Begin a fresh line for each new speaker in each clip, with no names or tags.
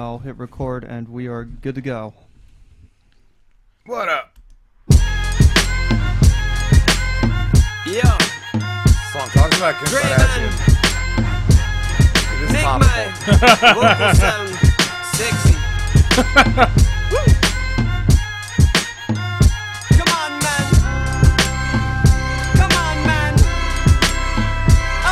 I'll hit record and we are good to go.
What up? Yeah,
song talks about good
Great
butt attitude.
man.
It is
make
topical.
my vocal sound sexy. Woo. Come on, man. Come on, man.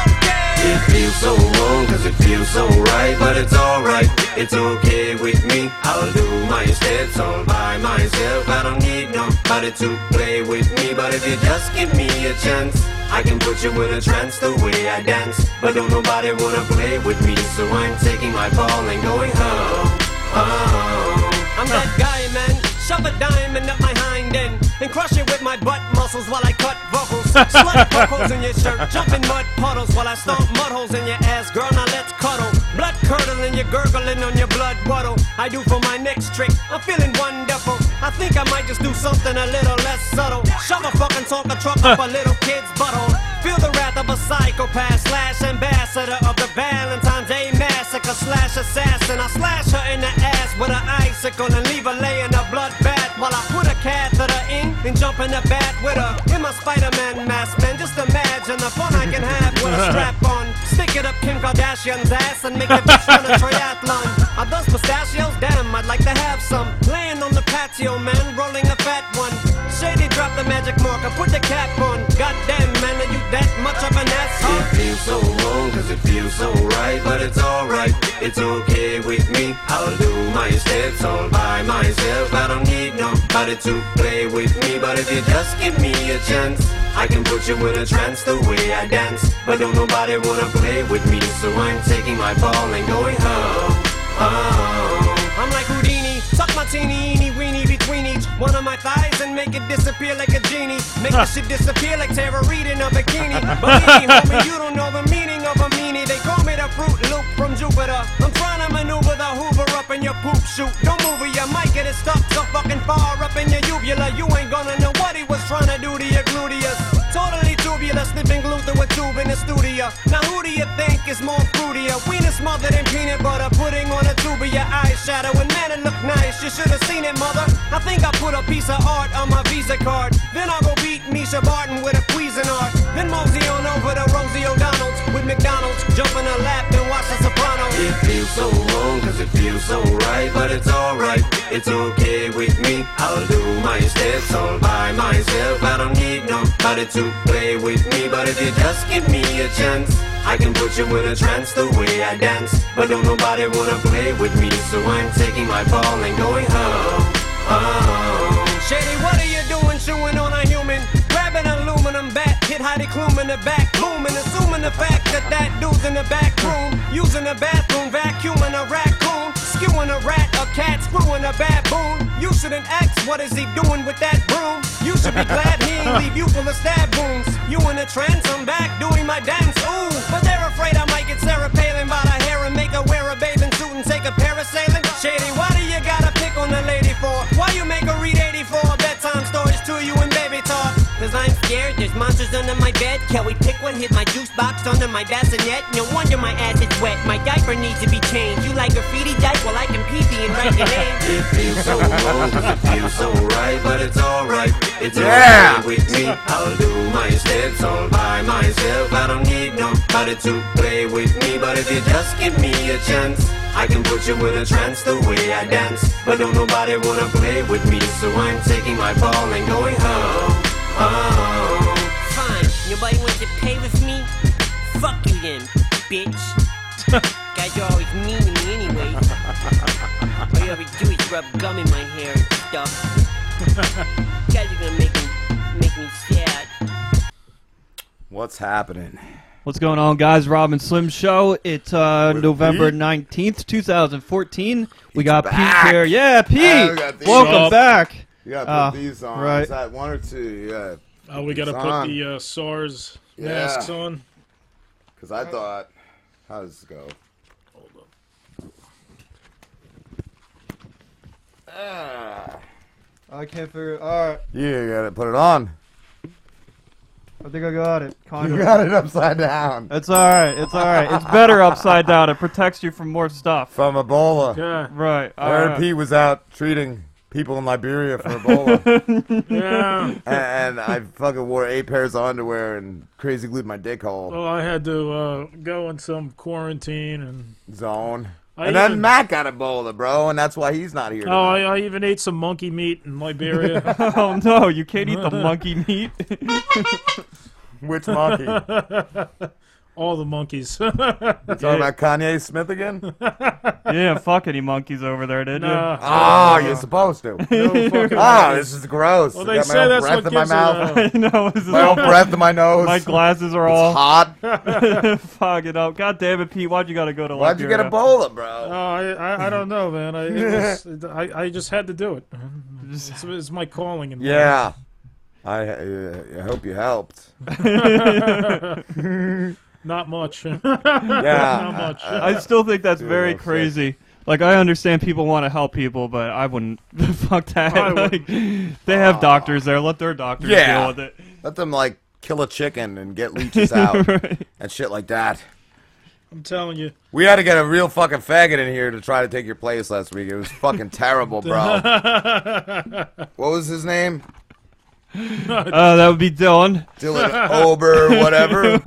Okay.
It feels so wrong, cause it feels so right, but it's alright, it's okay with me. I'll do my steps all by myself, I don't need nobody to play with me. But if you just give me a chance, I can put you in a trance the way I dance. But don't nobody wanna play with me, so I'm taking my ball and going home. home.
I'm that guy, man. Shove a diamond up my hind end and crush it with my butt muscles while I cut vocals. Slut vocals in your shirt, jump in mud puddles while I stomp mud holes in your ass, girl. Now let's cuddle. Blood curdling, you're gurgling on your blood puddle. I do for my next trick. I'm feeling wonderful. I think I might just do something a little less subtle. Shove a fucking talker truck up a little kid's butthole. Feel the wrath of a psychopath slash ambassador of the Valentine's Day massacre slash assassin. I slash her in the ass with an icicle and leave her laying a bloodbath while I put a catheter in and jump in the bath with her in my Spider-Man mask. Man, just imagine the fun I can have with a strap on. Stick it up Kim Kardashian's ass and make the bitch run a triathlon. Are those pistachios? Damn, I'd like to have some. Laying on the patio, man, rolling a fat one. Shady drop the magic marker, put the cap on. Goddamn, man, are you that much of an asshole?
It feels so wrong, cause it feels so right, but it's alright, it's okay with me. I'll do my steps all by myself, I don't need nobody to play with me. But if you just give me a chance, I can put you in a trance the way I dance. But don't nobody wanna play with me, so I'm taking my ball and going home. home.
I'm like Houdini, suck my teeny eeny weeny between each one of my thighs and make it disappear like a genie. Make the shit disappear like Tara Reid in a bikini. Believe me, homie, you don't know the meaning of a meanie. They call me the Fruit Loop from Jupiter. I'm trying to maneuver the Hoover up in your poop shoot. Don't move it, you might get it stuck so fucking far up in your uvula. You ain't gonna know what he was trying to do to your gluteus. Totally tubular, slipping glue through a tube in the studio. Now who do you think is more fruitier? Wiener smothered in peanut butter, pudding on a tube of your eyeshadow. And man, it look nice. You should have seen it, mother. I think I put a piece of art on my Visa card. Then I'll go beat Misha Barton with a Cuisinart. Then mosey on over to Rosie O'Donnell's with McDonald's. Jump in her lap and watch The Sopranos.
It feels so wrong, cause it feels so right, but it's alright, it's okay with me. I'll do my steps all by myself, I don't need nobody to play with me. But if you just give me a chance, I can put you in a trance the way I dance. But don't nobody wanna play with me, so I'm taking my ball and going home. home.
Shady, what are you doing chewing on a human? Grabbing an aluminum bat, hit Heidi Klum in the back, booming, assuming the fact that that dude's in the back room, using the bathroom, vacuuming a raccoon, skewing a rat, a cat, screwing a baboon. You shouldn't ask, what is he doing with that broom? You should be glad he ain't leave you full of stab wounds. You in a trance, I'm back doing my dance, ooh. But they're afraid I might get Sarah Palin by the hair and make her wear a bathing suit and take a parasailing. Shady, why do you gotta pick on the lady for? Why you make her read 84 bedtime stories to you in baby talk? Cause I'm scared, there's monsters under my bed. Can we pick one? Hit my juice box under my bassinet. No wonder my ass is wet. My diaper needs to be changed. You like graffiti diaper? Well, I can pee pee and write your name.
It feels so wrong, it feels so right, but it's alright. It's
Yeah.
okay with me. I'll do my steps all by myself. I don't need nobody to play with me. But if you just give me a chance, I can put you in a trance the way I dance. But don't nobody wanna play with me, so I'm taking my ball and going home. home.
Fine, nobody wants to pay with me? Fuck you then, bitch. Guys are always mean to me anyway. All you ever do is rub gum in my hair and stuff. you guys are gonna make me, make me sad.
What's happening?
What's going on, guys? Robin Slim Show. It's uh,
With
November
Pete.
19th, 2014. We
He's
got
back.
Pete here. Yeah,
Ah,
Pete!
we got these
welcome
up.
back.
You gotta
Ah,
Oh,
put these on.
right.
Is that one or two? Yeah,
Uh, we got to put
on.
the uh, SARS
Yeah.
masks on.
because I thought, how does this go?
Hold up.
Ah,
Ah.
I can't figure All right.
you gotta put it on.
I think I got it. Kind
You
of.
got it upside down
It's all right. It's all right. It's better upside down. It protects you from more stuff.
from Ebola.
Yeah.
Right. all
Aaron
right.
P was out treating people in Liberia for Ebola,
Yeah.
and I fucking wore eight pairs of underwear and crazy glued my dick hole
Well, I had to uh, go in some quarantine, and
zone.
I
and then
even-
Matt got Ebola, bro, and that's why he's not here.
oh, I,
tonight.
I even ate some monkey meat in Liberia.
Oh no, you can't eat the monkey meat.
Which monkey? You talking
All the monkeys.
about Kanye Smith again?
yeah, fuck any monkeys over there, did Uh,
nah,
Oh, you're supposed to.
no fucking.
Ah, this is gross.
well,
I
they
got my
say
own
that's
breath
what
in my
gives
mouth.
it.
you? I know. This is
My
all-
own breath in my nose.
my glasses are
It's
all
hot.
fogging up. God damn it, Pete. Why'd you gotta go to
Why'd you get
Liberia?
Ebola,
Uh,
bro?
I, I I don't know, man. I, it was, I I just had to do it. It's, it's my calling. In life.
Yeah. I, uh, I hope you helped.
Not much.
Yeah. oh,
Not much.
I still think that's very
that's sick.
crazy. Like I understand people want to help people, but I wouldn't. Fuck that.
I
Like, they have doctors there. Let their doctors
Ah. Yeah.
deal with it.
Let them, like, kill a chicken and get leeches out
Right.
and shit like that.
I'm telling you.
We had to get a real fucking faggot in here to try to take your place last week. It was fucking terrible, bro. what was his name?
Uh, that would be Dylan.
Dylan Ober, whatever.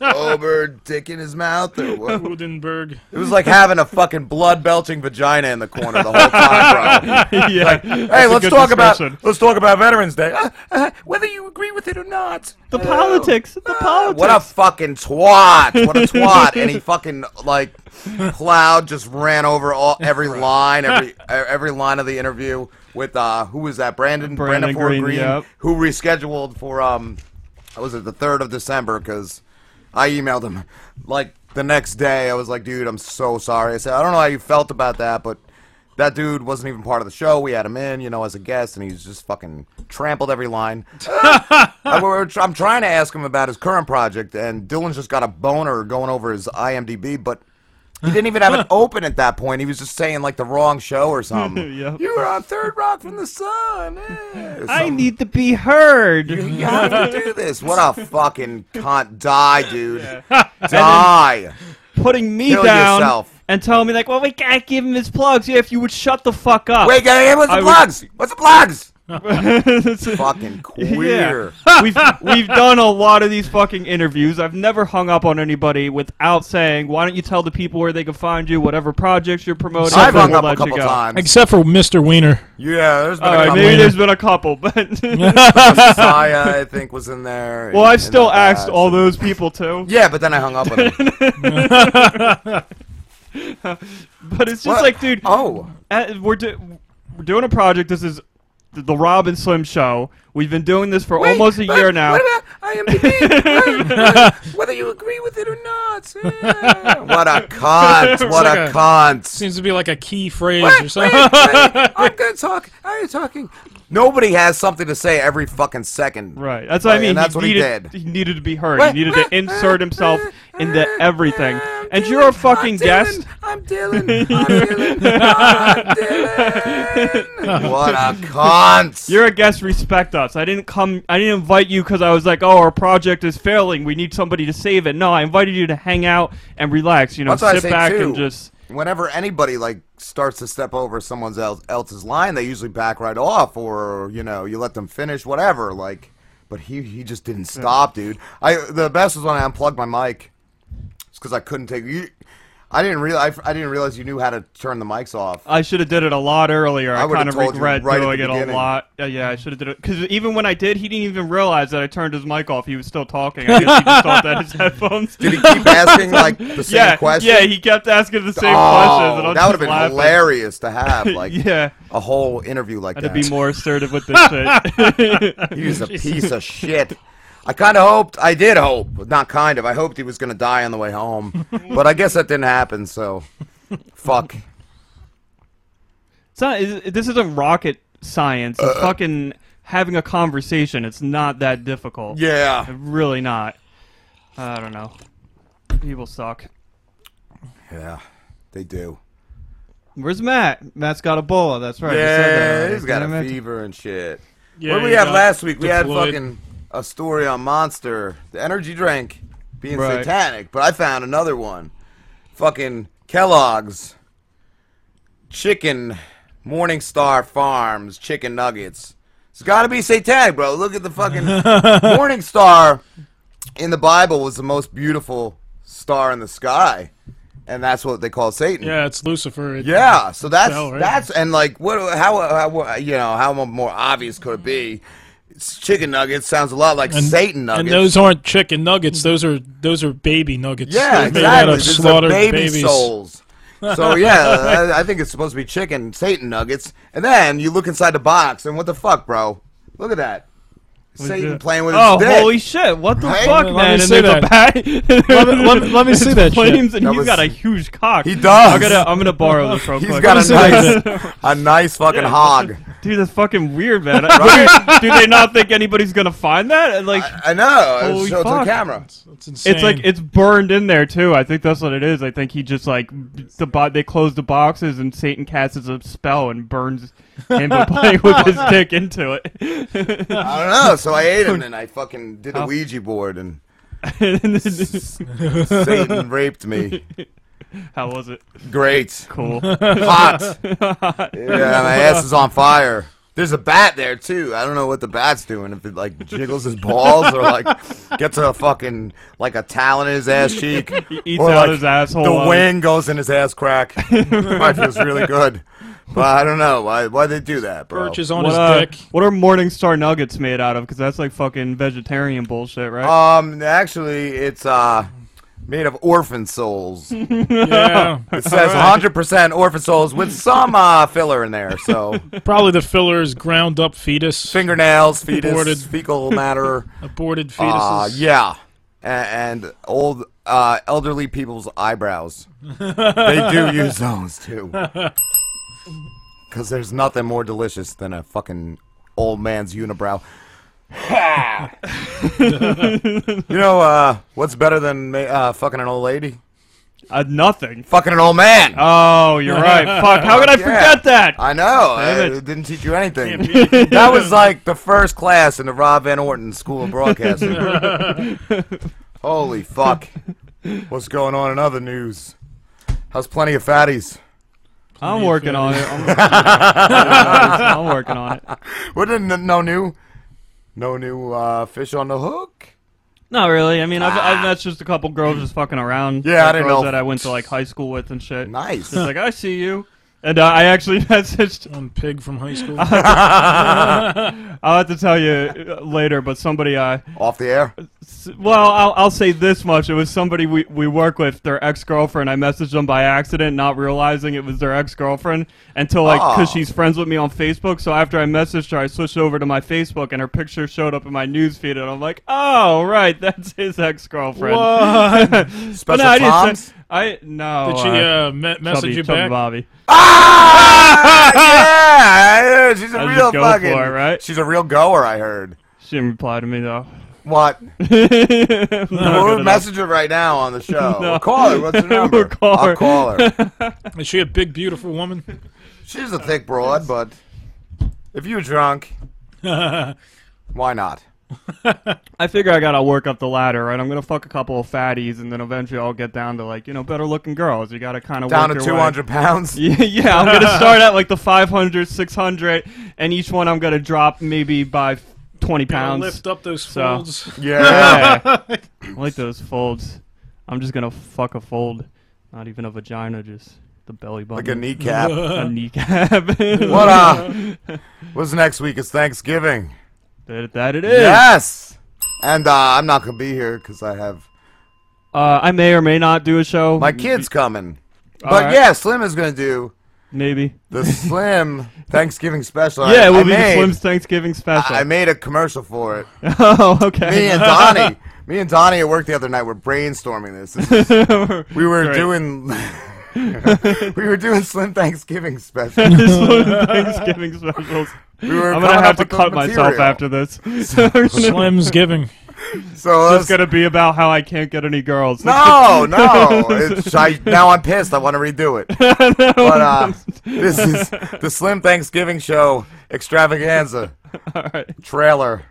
Ober, dick in his mouth, or what?
Udenberg.
It was like having a fucking blood belching vagina in the corner the whole time, bro.
yeah.
Hey, let's
good
talk
discussion.
about let's talk about Veterans Day. Uh, uh, whether you agree with it or not. Ah,
the politics. The politics.
What a fucking twat! What a twat! and he fucking like cloud just ran over all every line, every e, every line of the interview with uh who was that? Brandon
Brandon
Ford
Green, yep.
who rescheduled for um what was it the third of December because I emailed him like the next day. I was like, dude, I'm so sorry. I said I don't know how you felt about that, but. That dude wasn't even part of the show. We had him in, you know, as a guest, and he's just fucking trampled every line. I, we're, tr- I'm trying to ask him about his current project, and Dylan's just got a boner going over his IMDb, but he didn't even have it open at that point. He was just saying like the wrong show or something.
Yep.
You were on Third Rock from the Sun. eh, or
I
something.
need to be heard.
You have to do this. What a fucking cunt! Die, dude. Die.
Putting me
Kill
down
yourself.
and telling me like, well, we can't give him his plugs. Yeah, if you would shut the fuck up.
Wait, guy, what's the
I would-
plugs? What's the plugs?
It's-
Fucking queer.
we've we've done a lot of these fucking interviews. I've never hung up on anybody without saying, "Why don't you tell the people where they can find you, whatever projects you're promoting?"
I've hung
we'll
up a
let you
couple
go."
times.
Except for Mr. Wiener.
Yeah, there's been
All
a
right,
couple.
maybe there's been a couple, but
Messiah, I think, was in there.
well,
and- and
I've still
that
asked
guy,
all
so-
those people too.
Yeah, but then I hung up on him.
But it's just
What?
like, dude,
Oh,
uh, we're do- we're doing a project. This is th- the Rob and Slim show. We've been doing this for almost a year now.
whether you agree with it or not. what a cunt! What
like
a,
a-
cunt!
Seems to be like a key phrase or something.
I'm gonna talk. I am talking. Nobody has something to say every fucking second.
Right, that's what I
Right,
mean.
and that's
he
what he
needed,
did.
needed to be heard. he needed to insert himself into everything. And you're a fucking guest.
I'm Dylan. I'm Dylan. I'm Dylan. what a cunt!
You're a guest. Respect us. I didn't come. I didn't invite you because I was like, "Oh, our project is failing. We need somebody to save it." No, I invited you to hang out and relax. You know,
That's what I
sit
say,
back
too.
and just.
whenever anybody like starts to step over someone else else's line, they usually back right off, or you know, you let them finish, whatever. Like, but he he just didn't stop, dude. I the best was when I unplugged my mic, it's because I couldn't take you. I didn't realize I, didn't realize you knew how to turn the mics off.
I should have did it a lot earlier. I,
I would've
kind of
told you
regret
right at
doing
the
it a
beginning.
lot. Yeah, yeah, I should have did it because even when I did, he didn't even realize that I turned his mic off. He was still talking. I guess he just thought that his headphones.
Did he keep asking like the same
yeah,
question?
yeah, he kept asking the same questions, and I
oh,
was
that would have
just
been
laughing.
hilarious to have like
Yeah,
a whole interview like
I
that.
had to be more assertive with this shit.
He was a piece of shit. I kind of hoped, I did hope, not kind of, I hoped he was going to die on the way home. but I guess that didn't happen, so fuck.
It's not. It, this isn't rocket science.
Uh,
It's fucking having a conversation. It's not that difficult. Uh,
Yeah.
Really not. I don't know. People suck.
Yeah, they do.
Where's Matt?
Matt's got Ebola. That's right. we said that
Yeah,
already.
he's got
Damn
a
it.
fever and shit.
Yeah,
what did we
he
have
got
last week? We had
deployed.
fucking a story on Monster, the energy drink, being
Right.
satanic, but I found another one. Fucking Kellogg's Chicken Morningstar Farms Chicken Nuggets. It's got to be satanic, bro. Look at the fucking Morningstar in the Bible was the most beautiful star in the sky, and that's what they call Satan.
Yeah, it's Lucifer. It-
Yeah, so that's
Well, right.
that's and like what how, how you know how mo- more obvious could it be? It's chicken nuggets sounds a lot like
And-
Satan nuggets.
And those aren't chicken nuggets. Those are those are baby nuggets.
yeah,
They're made out
exactly.
of
These are
slaughtered
baby
babies.
souls. So yeah, I, I think it's supposed to be chicken Satan nuggets. And then you look inside the box, and what the fuck, bro? Look at that Satan
it?
playing with
Oh,
his dick.
holy shit! What the
Right?
fuck,
Let me
man? And
see
there's a
that.
bat.
Let me- let me- let me see that shit.
Flames, and
That
he's
was-
got a huge cock.
He does.
I'm gonna, I'm gonna borrow this real
He's
quick.
got
Let
a
me see
nice, a nice fucking hog.
Dude, that's fucking weird, man. do they not think anybody's gonna find that? Like,
I, I know. I
Holy
show Oh, it to the
fuck.
camera.
It's insane.
it's like it's burned in there too. I think that's what it is. I think he just like the bo- they close the boxes and Satan casts a spell and burns him by playing with his dick into it.
I don't know. So I ate him, and I fucking did a Ouija board, and
And then-
Satan raped me.
How was it?
Great.
Cool.
Hot. yeah, my ass is on fire. There's a bat there too. I don't know what the bat's doing. If it like jiggles his balls or like gets a fucking like a talon in his ass cheek,
Eats
or
out
like
his asshole.
the
on-
wing goes in his ass crack. Probably feels really good, but I don't know why why they do that, bro.
Birch is on
What,
his
uh,
dick.
what are Morningstar nuggets made out of? Because that's like fucking vegetarian bullshit, right?
Um, actually, it's uh made of orphan souls.
Yeah,
It says 100% orphan souls with some uh, filler in there. So
probably the filler is ground up fetus,
fingernails, fetus,
Aborted.
fecal matter.
aborted fetuses.
Uh, yeah. A- And, and old uh, elderly people's eyebrows. they do use those too. Because there's nothing more delicious than a fucking old man's unibrow. you know uh, what's better than ma- uh, fucking an old lady?
uh, nothing.
Fucking an old man.
Oh, you're right. Fuck. How could I
Yeah.
forget that?
I know. I,
Damn it.
it didn't teach you anything. that was like the first class in the Rob Van Orton School of Broadcasting. Holy fuck. What's going on in other news? How's plenty of fatties?
I'm working on it. I'm, I'm working on it.
What did n- no new? No new uh, fish on the hook?
Not really. I mean, I've, I've met just a couple girls just fucking around.
ah. Yeah, I
Like,
didn't
girls
know.
that I went to like high school with and shit.
Nice.
Just like I see you, and uh, I actually messaged
I'm pig from high school.
I'll have to tell you uh, later, but somebody uh, I.
Off the air.
Well, I'll, I'll say this much. It was somebody we, we work with, their ex girlfriend. I messaged them by accident, not realizing it was their ex girlfriend until, like, because
Oh.
she's friends with me on Facebook. So after I messaged her, I switched over to my Facebook and her picture showed up in my newsfeed. And I'm like, oh, right, that's his ex girlfriend.
What?
But
Special
no, I didn't
Tom's?
say, I, no.
Did she
uh,
uh, me- message
Chubby-
you
Chubby
back?
Bobby.
Ah, yeah, she's a
I'll just
real
go
fucking.
for it, right?
She's a real goer, I heard.
She didn't reply to me, though.
What?
Not good
We'll
enough.
message her right now on the show.
No.
We'll call her. What's her
We'll
number?
call
I'll
her.
call her.
Is she a big, beautiful woman?
She's a thick broad, but if you're drunk, why not?
I figure I gotta work up the ladder, right? I'm gonna fuck a couple of fatties, and then eventually I'll get down to like you know better looking girls. You gotta kind of
Down
work
to
your way.
200 pounds.
Yeah, yeah, I'm gonna start at like the 500, 600, and each one I'm gonna drop maybe by 20
I'll
pounds.
lift up those
So-
folds.
Yeah.
Yeah, I like those folds. I'm just gonna fuck a fold, not even a vagina, just the belly button,
like a kneecap.
a kneecap.
What uh What's next week? It's Thanksgiving.
That, that it is.
Yes. And uh, I'm not gonna be here because I have
Uh, I may or may not do a show.
my kids coming. But
Alright.
yeah, Slim is gonna do
maybe.
the Slim Thanksgiving special. I-
Yeah, it will
I
be
made,
the Slim's Thanksgiving special.
I made a commercial for it.
oh, okay.
Me and Donnie, me and Donnie at work the other night were brainstorming this. This is We were
Great.
doing we were doing Slim Thanksgiving special.
This little Thanksgiving specials.
We were
I'm gonna
coming up
have to
with the
cut myself
material.
after this. it's
Slim's giving.
So let's
gonna be about how I can't get any girls.
no, no. It's, I, now I'm pissed. I want to redo it. But uh, this is the Slim Thanksgiving Show extravaganza
All right.
trailer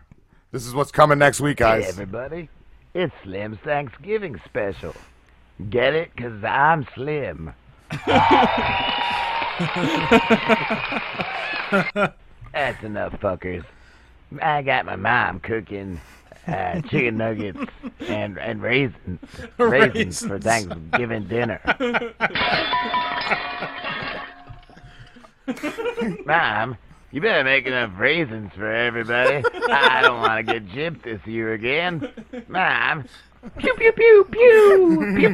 This is what's coming next week,
Hey,
guys.
everybody. It's Slim's Thanksgiving special. Get it? Because I'm Slim. That's enough, fuckers. I got my mom cooking uh, chicken nuggets and, and raisins, raisins, for
Raisins.
Thanksgiving dinner. Mom, you better make enough raisins for everybody. I don't want to get gypped this year again. Mom, pew, pew, pew, pew, pew,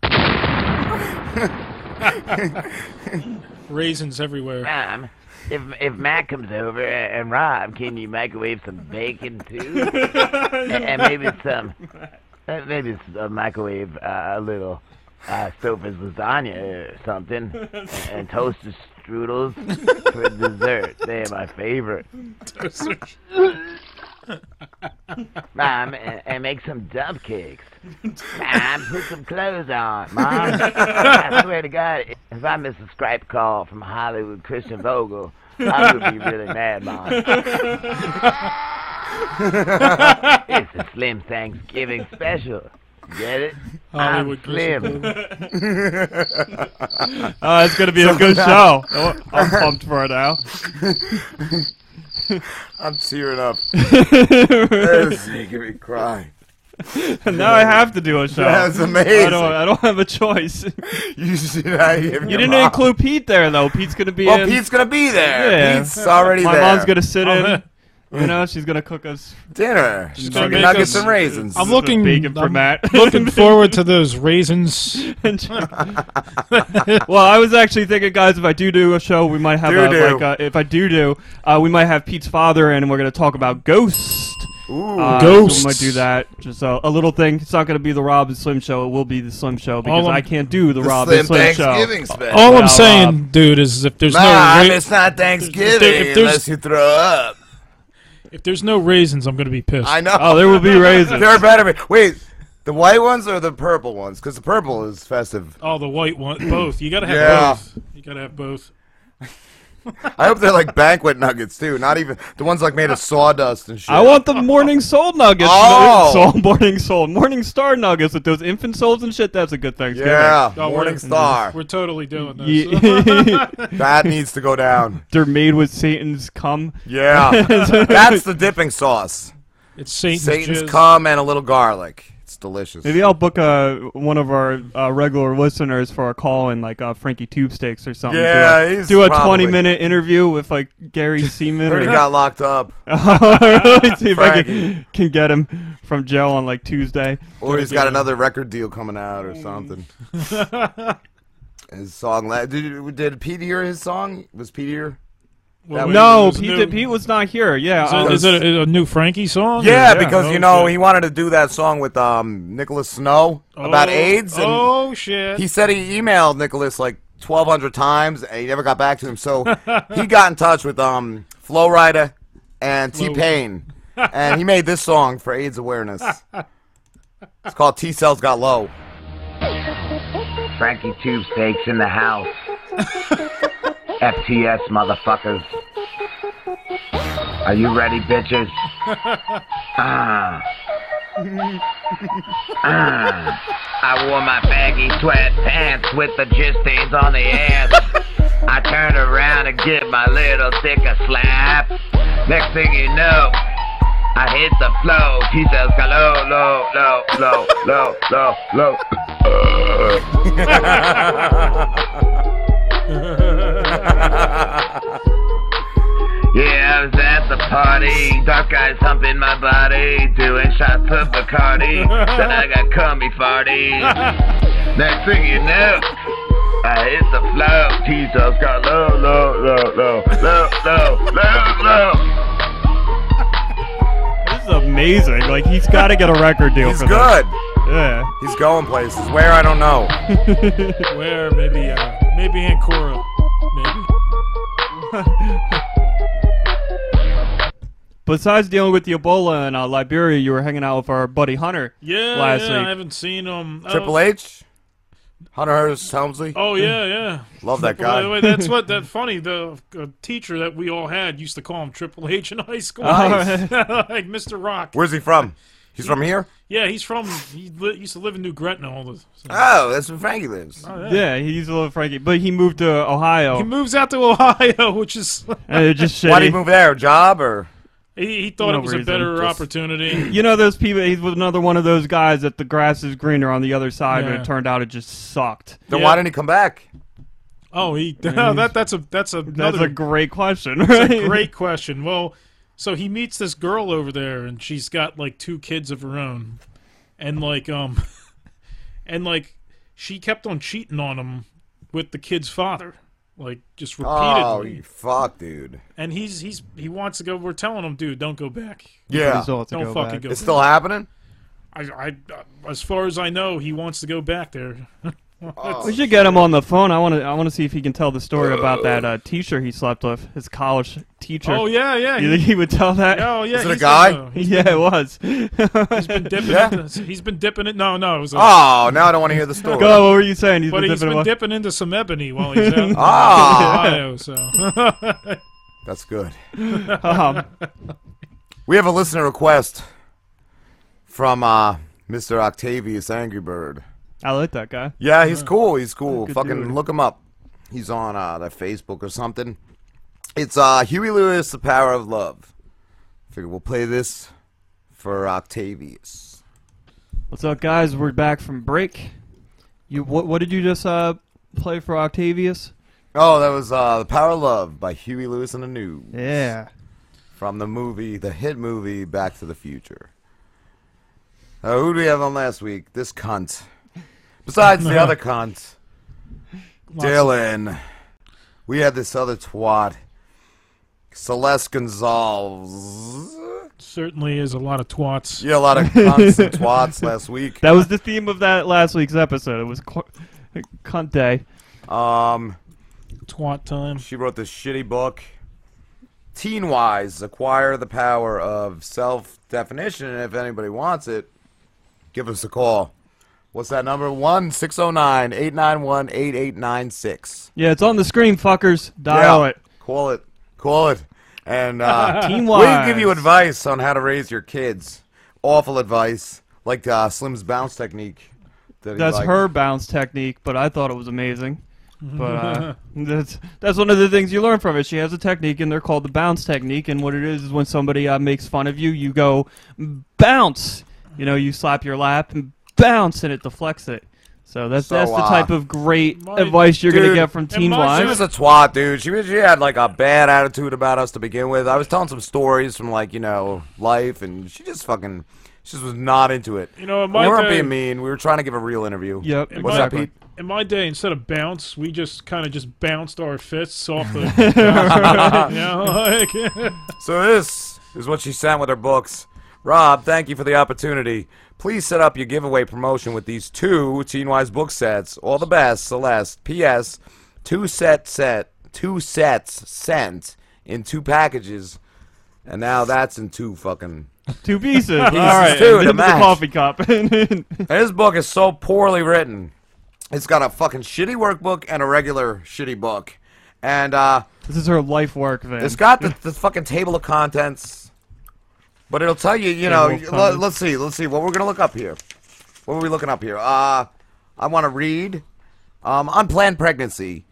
pew.
Raisins everywhere.
Mom, if if Matt comes over and and Rob, can you microwave some bacon too, and, and maybe some, uh, maybe s- uh, microwave uh, a little uh, Sophie's lasagna or something, and, and toaster strudels for dessert. They are my favorite. Mom, and, and make some dump cakes. Mom, put some clothes on. Mom, I swear to God, if I miss a Skype call from Hollywood Christian Vogel, I would be really mad, Mom. it's a Slim Thanksgiving special. Get it?
Hollywood
I'm Slim.
Christian Vogel.
Oh, it's gonna be a good show. I'm- I'm pumped for it now.
I'm tearing up. this is making me cry.
now I have to do a show.
That's
I
amazing.
don't. I don't have a choice. you
You should have You
didn't include Pete there though. Pete's gonna be
Well,
in.
Pete's gonna be there.
Yeah.
Pete's already
My
there.
mom's gonna sit
Oh,
in. You know, she's gonna cook us
dinner. She's
gonna
gonna
make
nuggets
us-
and raisins.
I'm looking
bacon for
I'm
Matt.
looking forward to those raisins.
And- well, I was actually thinking, guys, if I do do a show, we might have
Do
a,
do.
like a, if I do do, uh, we might have Pete's father in, and we're gonna talk about Ghost.
Ooh.
Uh,
Ghosts.
So we might do that. Just uh, a little thing. It's not gonna be the Rob and Slim show. It will be the Slim show because
I'm-
I can't do the, Rob
Slim
and Slim show.
Thanksgiving special.
All
Wow,
I'm saying,
uh,
dude, is if there's
Mom,
no ra-
it's not Thanksgiving
If there's-
unless you throw up.
if there's no raisins, I'm gonna be pissed.
I know.
Oh, there will be raisins.
There better be. Wait, the white ones or the purple ones? Because the purple is festive.
oh, the white one, both. You gotta have
Yeah.
both. You gotta have both.
I hope they're like banquet nuggets too. Not even the ones like made of sawdust and shit.
I want the morning soul nuggets.
Oh.
Morning soul, morning soul, morning star nuggets with those infant souls and shit. That's a good Thanksgiving.
Yeah,
Oh,
Morning
we're-
Star.
We're totally doing this.
Ye-
That needs to go down.
They're made with Satan's cum.
Yeah, that's the dipping sauce.
it's Satan's,
Satan's
jizz.
cum and a little garlic. It's delicious.
Maybe I'll book uh, one of our uh, regular listeners for a call in, like uh, Frankie Tube Steaks or something.
Yeah,
do a,
he's
do a
probably-
twenty-minute interview with like Gary Seaman.
Already
or,
got locked up,
Really see if I can, can get him from Joe on like Tuesday.
or he's got another record deal coming out
Mm.
or something. His song. La- did, did Pete hear his song? Was Pete here?
Well,
Wait,
No,
it's
Pete,
new-
did- Pete was not here. Yeah,
Is it-
uh,
Is it a, a new Frankie song?
Yeah, because
oh,
you know
shit.
he wanted to do that song with um, Nicholas Snow about
Oh,
AIDS, and
oh shit!
he said he emailed Nicholas like twelve hundred times, and he never got back to him. So he got in touch with um, Flow Rider and T Pain, and he made this song for AIDS awareness. It's called T Cells Got Low.
Frankie Tube Steaks in the house. FTS, motherfuckers. Are you ready, bitches? Ah. Ah. I wore my baggy sweatpants with the gist stains on the ass. I turned around and give my little dick a slap. Next thing you know, I hit the flow. She says, hello, low, low, low, low, low, low. Yeah, I was at the party. Dark eyes humping my body. Doing shots of Bacardi. then I got cummy farties. Next thing you know, I hit the flow. T-cells got low, low, low, low, low, low, low, low.
this is amazing. Like he's got to get a record deal.
He's
for this.
good.
Yeah.
He's going places. Where I don't know.
Where maybe uh, maybe Ancora, maybe.
Besides dealing with the Ebola in uh, Liberia, you were hanging out with our buddy Hunter.
Yeah,
Last
yeah.
week.
I haven't seen him. I
Triple
was-
H. Hunter Hearst Helmsley.
Oh yeah, yeah.
Love that
By
guy.
the way, that's what that funny. The uh, teacher that we all had used to call him Triple H in high school,
Nice.
like Mr. Rock.
Oh. Where's he from? He's from here.
Yeah, he's from. He li- used to live in New Gretna. All Oh, the so-
Oh, that's where Frankie lives.
Yeah, he's a little Frankie, but he moved to Ohio.
he moves out to Ohio, which is
and it just shitty.
Why'd he move there? Job or?
he, he thought
No
it was a
reason,
better
just-
opportunity.
You know those people. He's with another one of those guys that the grass is greener on the other side, but
Yeah.
it turned out it just sucked.
Then
Yeah.
why didn't he come back?
Oh, he that that's a that's a
That's
another
a great question, right?
great question. Well, so he meets this girl over there, and she's got like two kids of her own, and like um, and like she kept on cheating on him with the kid's father, like just
Oh,
repeatedly.
you fuck, dude.
and he's he's he wants to go. We're telling him, dude, don't go back.
Yeah,
Result to
Don't
go
fucking
back.
go.
it's still happening.
I, I, as far as I know, he wants to go back there.
Oh.
We should get him on the phone. I want to. I want to see if he can tell the story about that uh, teacher he slept with, his college teacher.
Oh yeah, yeah.
You
he-
think he would tell that?
oh yeah.
Is it a
he's
guy?
been, uh, he's
Yeah, it was.
been dipping.
Yeah.
Into, he's been dipping it. No, no. It was a,
Oh, now I don't want to hear the story.
Go. What were you saying? He's
But
been
he's
dipping
been
away.
dipping into some ebony while he's out in
Ah.
Ohio, so
That's good.
Um,
We have a listener request from uh, Mr. Octavius Angry Bird.
I like that guy.
Yeah, he's
Uh-huh.
cool. He's cool.
Good
Fucking
dude.
look him up. He's on uh, their Facebook or something. It's uh, Huey Lewis, The Power of Love. Figure we'll play this for Octavius.
What's up, guys? We're back from break. You what? What did you just uh, play for Octavius?
Oh, that was uh, The Power of Love by Huey Lewis and the News.
Yeah.
From the movie, the hit movie, Back to the Future. Uh, who do we have on last week? This cunt. Besides the other cunt. Dylan. We had this other twat. Celeste Gonzalez.
certainly is a lot of twats.
Yeah, a lot of cunts and twats last week.
That was the theme of that last week's episode. It was cu- cunt day.
Um,
Twat time.
she wrote this shitty book, Teen Wise: Acquire the Power of Self-Definition. And if anybody wants it, give us a call. What's that number? One six zero nine eight nine one eight eight nine six.
Yeah, it's on the screen, fuckers. Dial it.
Call it. Call it. And uh,
Teen
we'll give you
Wise.
advice on how to raise your kids. Awful advice, like uh, Slim's bounce technique. That he
That's
liked.
her bounce technique, but I thought it was amazing. But uh, that's that's one of the things you learn from it. She has a technique, and they're called the bounce technique. And what it is is when somebody uh, makes fun of you, you go bounce. You know, you slap your lap and bounce, and it deflects it. So that's
So,
that's the
uh,
type of great
my-
advice you're
Dude,
gonna get from Teen
my-
She
Wise.
was a twat, dude. She was, she had like a bad attitude about us to begin with. I was telling some stories from like you know life, and she just fucking, she just was not into it.
You know, in
we
my
weren't
day-
being mean. We were trying to give a real interview.
Yep,
What's up,
exactly.
Pete?
In my day, instead of bounce, we just kind of just bounced our fists off the. you know, like,
So this is what she sent with her books. Rob, thank you for the opportunity. Please set up your giveaway promotion with these two Teen Wise book sets. All the best, Celeste. P.S. Two set set two sets sent in two packages, and now that's in two fucking
Two pieces. All right,
too,
and
to
then the
match.
coffee cup.
And this book is so poorly written. It's got a fucking shitty workbook and a regular shitty book. And uh,
this is her life work, man.
it's got the, the fucking table of contents. But it'll tell you, you know,
Table of
let,
contents.
let's see, let's see what we're going to look up here. What are we looking up here? Uh, I want to read um, Unplanned Pregnancy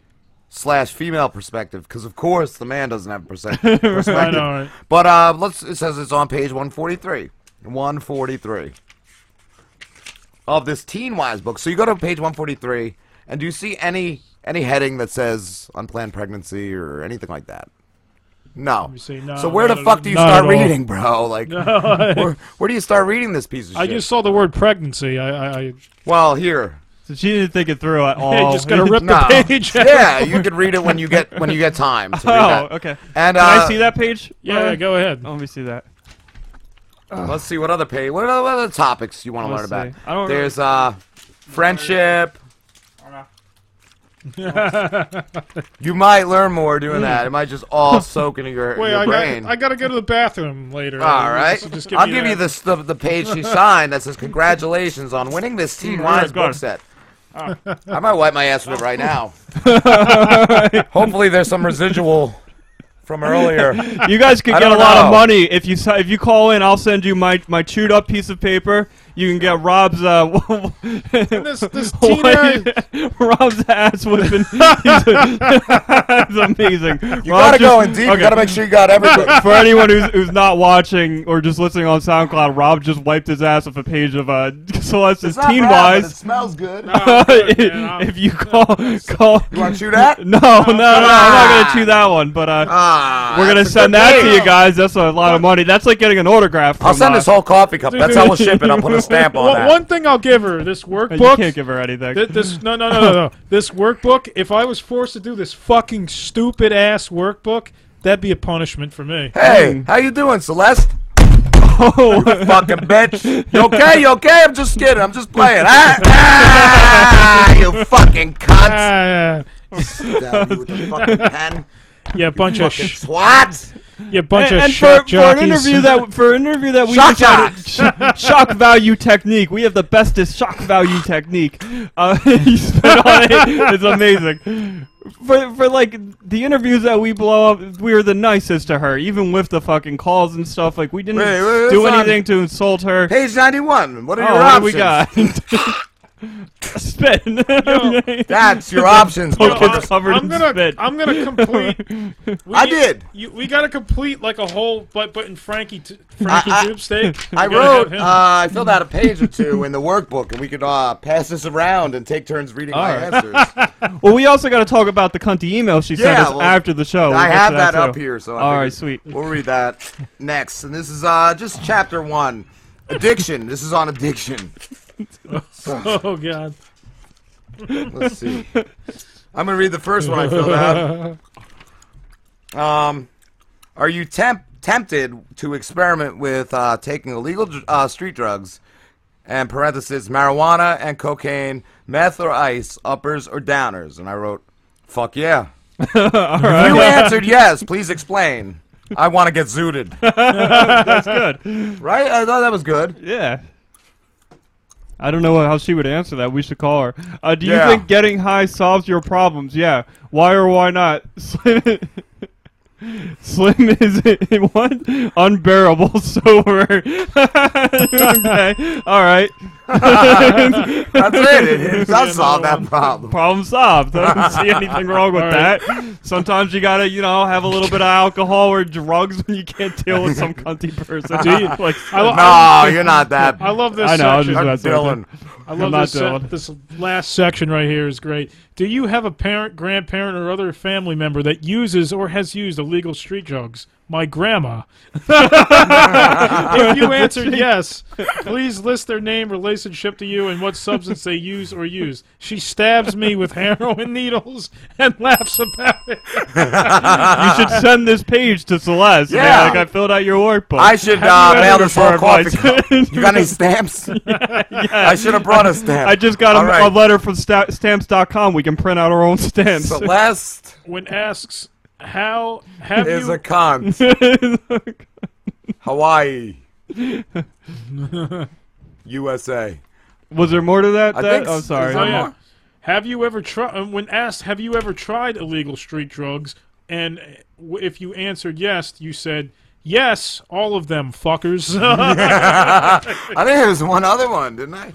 slash female perspective because, of course, the man doesn't have a perse- perspective.
I know, right?
But uh, let's. It says it's on page 143. 143 of this Teen Wise book. So you go to page 143, and do you see any any heading that says unplanned pregnancy or anything like that? No.
me see. No,
so where the
not at-
fuck do you
not
start
at all.
reading, bro? Like, where, where do you start reading this piece of
I
shit?
just saw the word pregnancy. I, I, I
well here.
so she didn't think it through at all.
Hey, just gotta rip
No.
the page. out.
yeah, you could read it when you get when you get time. To read
Oh,
that.
okay.
And uh,
Can I see that page?
yeah.
Ryan?
Go ahead.
Let me see that.
Let's see what other page. What other, what other topics you want to learn
Let's
about?
see. I don't
There's uh, friendship. you might learn more doing that. It might just all soak into your,
Mm. Wait,
your
I
brain.
got, I gotta go to the bathroom later.
all right,
Just- just
I'll
me
give
that. Mm,
you this the, the page she signed that says congratulations on winning this Teen Wise
go on.
book set.
Ah.
I might wipe my ass with it right now. Hopefully, there's some residual from earlier.
You guys could
I
get a
don't
lot of
know.
money if you si- if you call in. I'll send you my my chewed up piece of paper. You can get Rob's uh,
This, this Tina,
Rob's ass whipping. That's amazing.
You gotta go in deep. You gotta make sure you got everything.
For anyone who's, who's not watching or just listening on SoundCloud, Rob just wiped his ass off a page of uh, Celeste's
It's not
Teen
bad, but It
Wise.
smells good.
if you call, call.
You want to chew that?
No, no, no, I'm not gonna chew that one. But uh,
Ah,
we're gonna
that's a
send
good
that
thing.
to you guys. That's a lot of money. That's like getting an autograph. From,
I'll send
uh,
this whole coffee cup. That's how we'll ship it. I'll put a stamp on
one,
that.
one thing I'll give her this
You
workbook.
can't give her anything.
Th- this no no no no no. This workbook. If I was forced to do this fucking stupid ass workbook, that'd be a punishment for me.
Hey, how you doing, Celeste?
Hmm. oh,
Fucking bitch. You okay? You okay? I'm just kidding. I'm just playing. Ah, ah, you fucking cunt.
Ah,
Stab you with the fucking pen.
yeah, bunch of sh-
Swat.
yeah, bunch
and,
of
and
shock
for, for an
jockeys.
interview that for an interview that we
Shock
decided sh- shock value technique. We have the bestest shock value technique. Uh, he spit on it. It's amazing. For, for like the interviews that we blow up, we were the nicest to her, even with the fucking calls and stuff. Like we didn't
Wait, wait,
do
what's on-
anything to insult her.
Page 91. What are
oh,
your
what do
options?
we got? Spit.
That's your options.
Poor
motherfucker.
kid's covered
I'm
in
gonna
spit.
I'm gonna complete. we-
I did.
You, we gotta complete like a whole but but in Frankie t- Frankie
I-
Doobsteak.
I
we gotta
wrote,
have
uh,
him.
I filled out a page or two in the workbook, and we could uh, pass this around and take turns reading my
All right.
answers.
Well, we also got to talk about the cunty email she sent
Yeah,
us
well,
after the show. We'll
I
get to
have that up
too.
here, so I
All
figured
right, sweet.
We'll read that next. And this is uh, just chapter one addiction. This is on addiction.
oh god.
Let's see. I'm gonna read the first one I filled out. Um, are you temp- tempted to experiment with uh, taking illegal dr- uh, street drugs, and parenthesis marijuana and cocaine, meth or ice, uppers or downers? And I wrote, "Fuck yeah." If you answered yes, please explain. I want to get zooted. That's good, right? I thought that was good.
Yeah. I don't know how she would answer that. We should call her. Uh, do you
Yeah.
think getting high solves your problems? Yeah. Why or why not? Slim, Slim is what? Unbearable sober. okay. All right.
That's it. It, it does solve that problem.
Problem solved. I don't see anything wrong with
All right.
that. Sometimes you gotta, you know, have a little bit of alcohol or drugs when you can't deal with some cunty person.
Do you-
like,
I, lo-
No, you're not that.
I love this
I know. I was
section.
just about to say that.
Dylan.
I love
not
this, se-
doing.
this last section right here is great. Do you have a parent, grandparent, or other family member that uses or has used illegal street drugs? My grandma. if you answered yes, please list their name, relationship to you, and what substance they use or use. She stabs me with heroin needles and laughs about it.
you should send this page to Celeste. Yeah.
Yeah.
like I filled out your workbook.
I should uh,
Have you
mail
ever
this whole
tried
coffee
my-
cup. You got any stamps? I should have brought a stamp.
I just got a,
All right.
a letter from sta- stamps.com. We can print out our own stamps.
Celeste
When asks how have
is
you
a cunt. Hawaii. USA.
Was there more to that?
I
that?
think
oh,
s-
sorry.
is there
Oh, yeah.
more?
Have you ever tried? When asked, have you ever tried illegal street drugs? And uh, w- if you answered yes, you said yes, all of them, fuckers.
I think there was one other one, didn't I?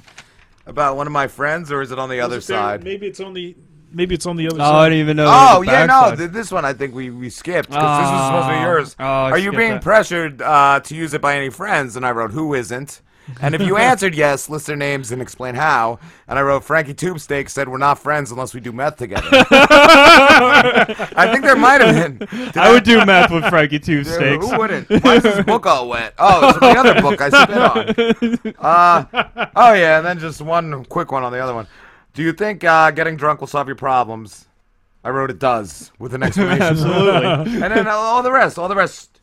About one of my friends, or is it on the other
Is there-
side?
Maybe it's on the. Maybe it's on the other
Oh, I
side.
didn't even know.
Oh
there was a
yeah, no,
backside.
th- this one I think we, we skipped because this was supposed to be
Oh.
yours.
Oh, I
Are you
skipped
being
that.
pressured uh, to use it by any friends? And I wrote, who isn't? And if you answered yes, list their names and explain how. And I wrote, Frankie Tubesteak said we're not friends unless we do meth together. I think there might have been. Did
I would do math with Frankie Two
Dude,
Steaks.
who wouldn't? Why is this book all wet? Oh, it's the other book I spit on. Uh, oh yeah, and then just one quick one on the other one. Do you think uh, getting drunk will solve your problems? I wrote it does with an exclamation.
Absolutely.
and then uh, all the rest, all the rest,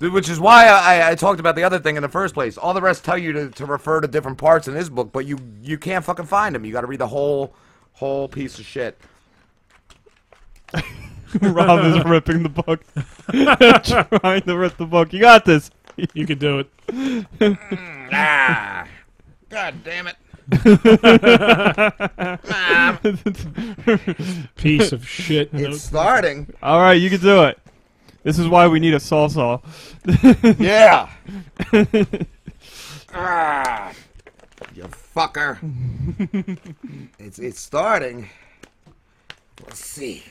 which is why I, I- I talked about the other thing in the first place. All the rest tell you to, to refer to different parts in this book, but you you can't fucking find them. You got to read the whole whole piece of shit.
Rob is ripping the book. Trying to rip the book. You got this.
Mm,
You could do it.
Ah, god damn it!
Piece of shit.
It's
It's,
starting.
All right, you can do it. This is why we need a saw saw.
Yeah. ah, you fucker. it's it's starting. Let's see.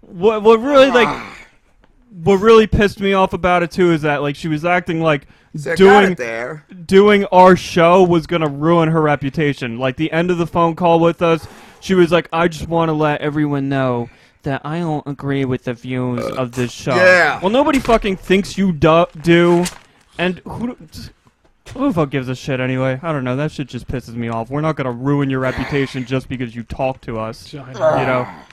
What what really like
Ah.
what really pissed me off about it too is that like she was acting like
So I got
doing
it there.
doing our show was gonna ruin her reputation. Like the end of the phone call with us, she was like, "I just want to let everyone know." That I don't agree with the views of this show.
Uh, yeah.
Well, nobody fucking thinks you do, do and who, do- who the fuck gives a shit anyway? I don't know. That shit just pisses me off. We're not gonna ruin your reputation just because you talk to us. You know, Ah.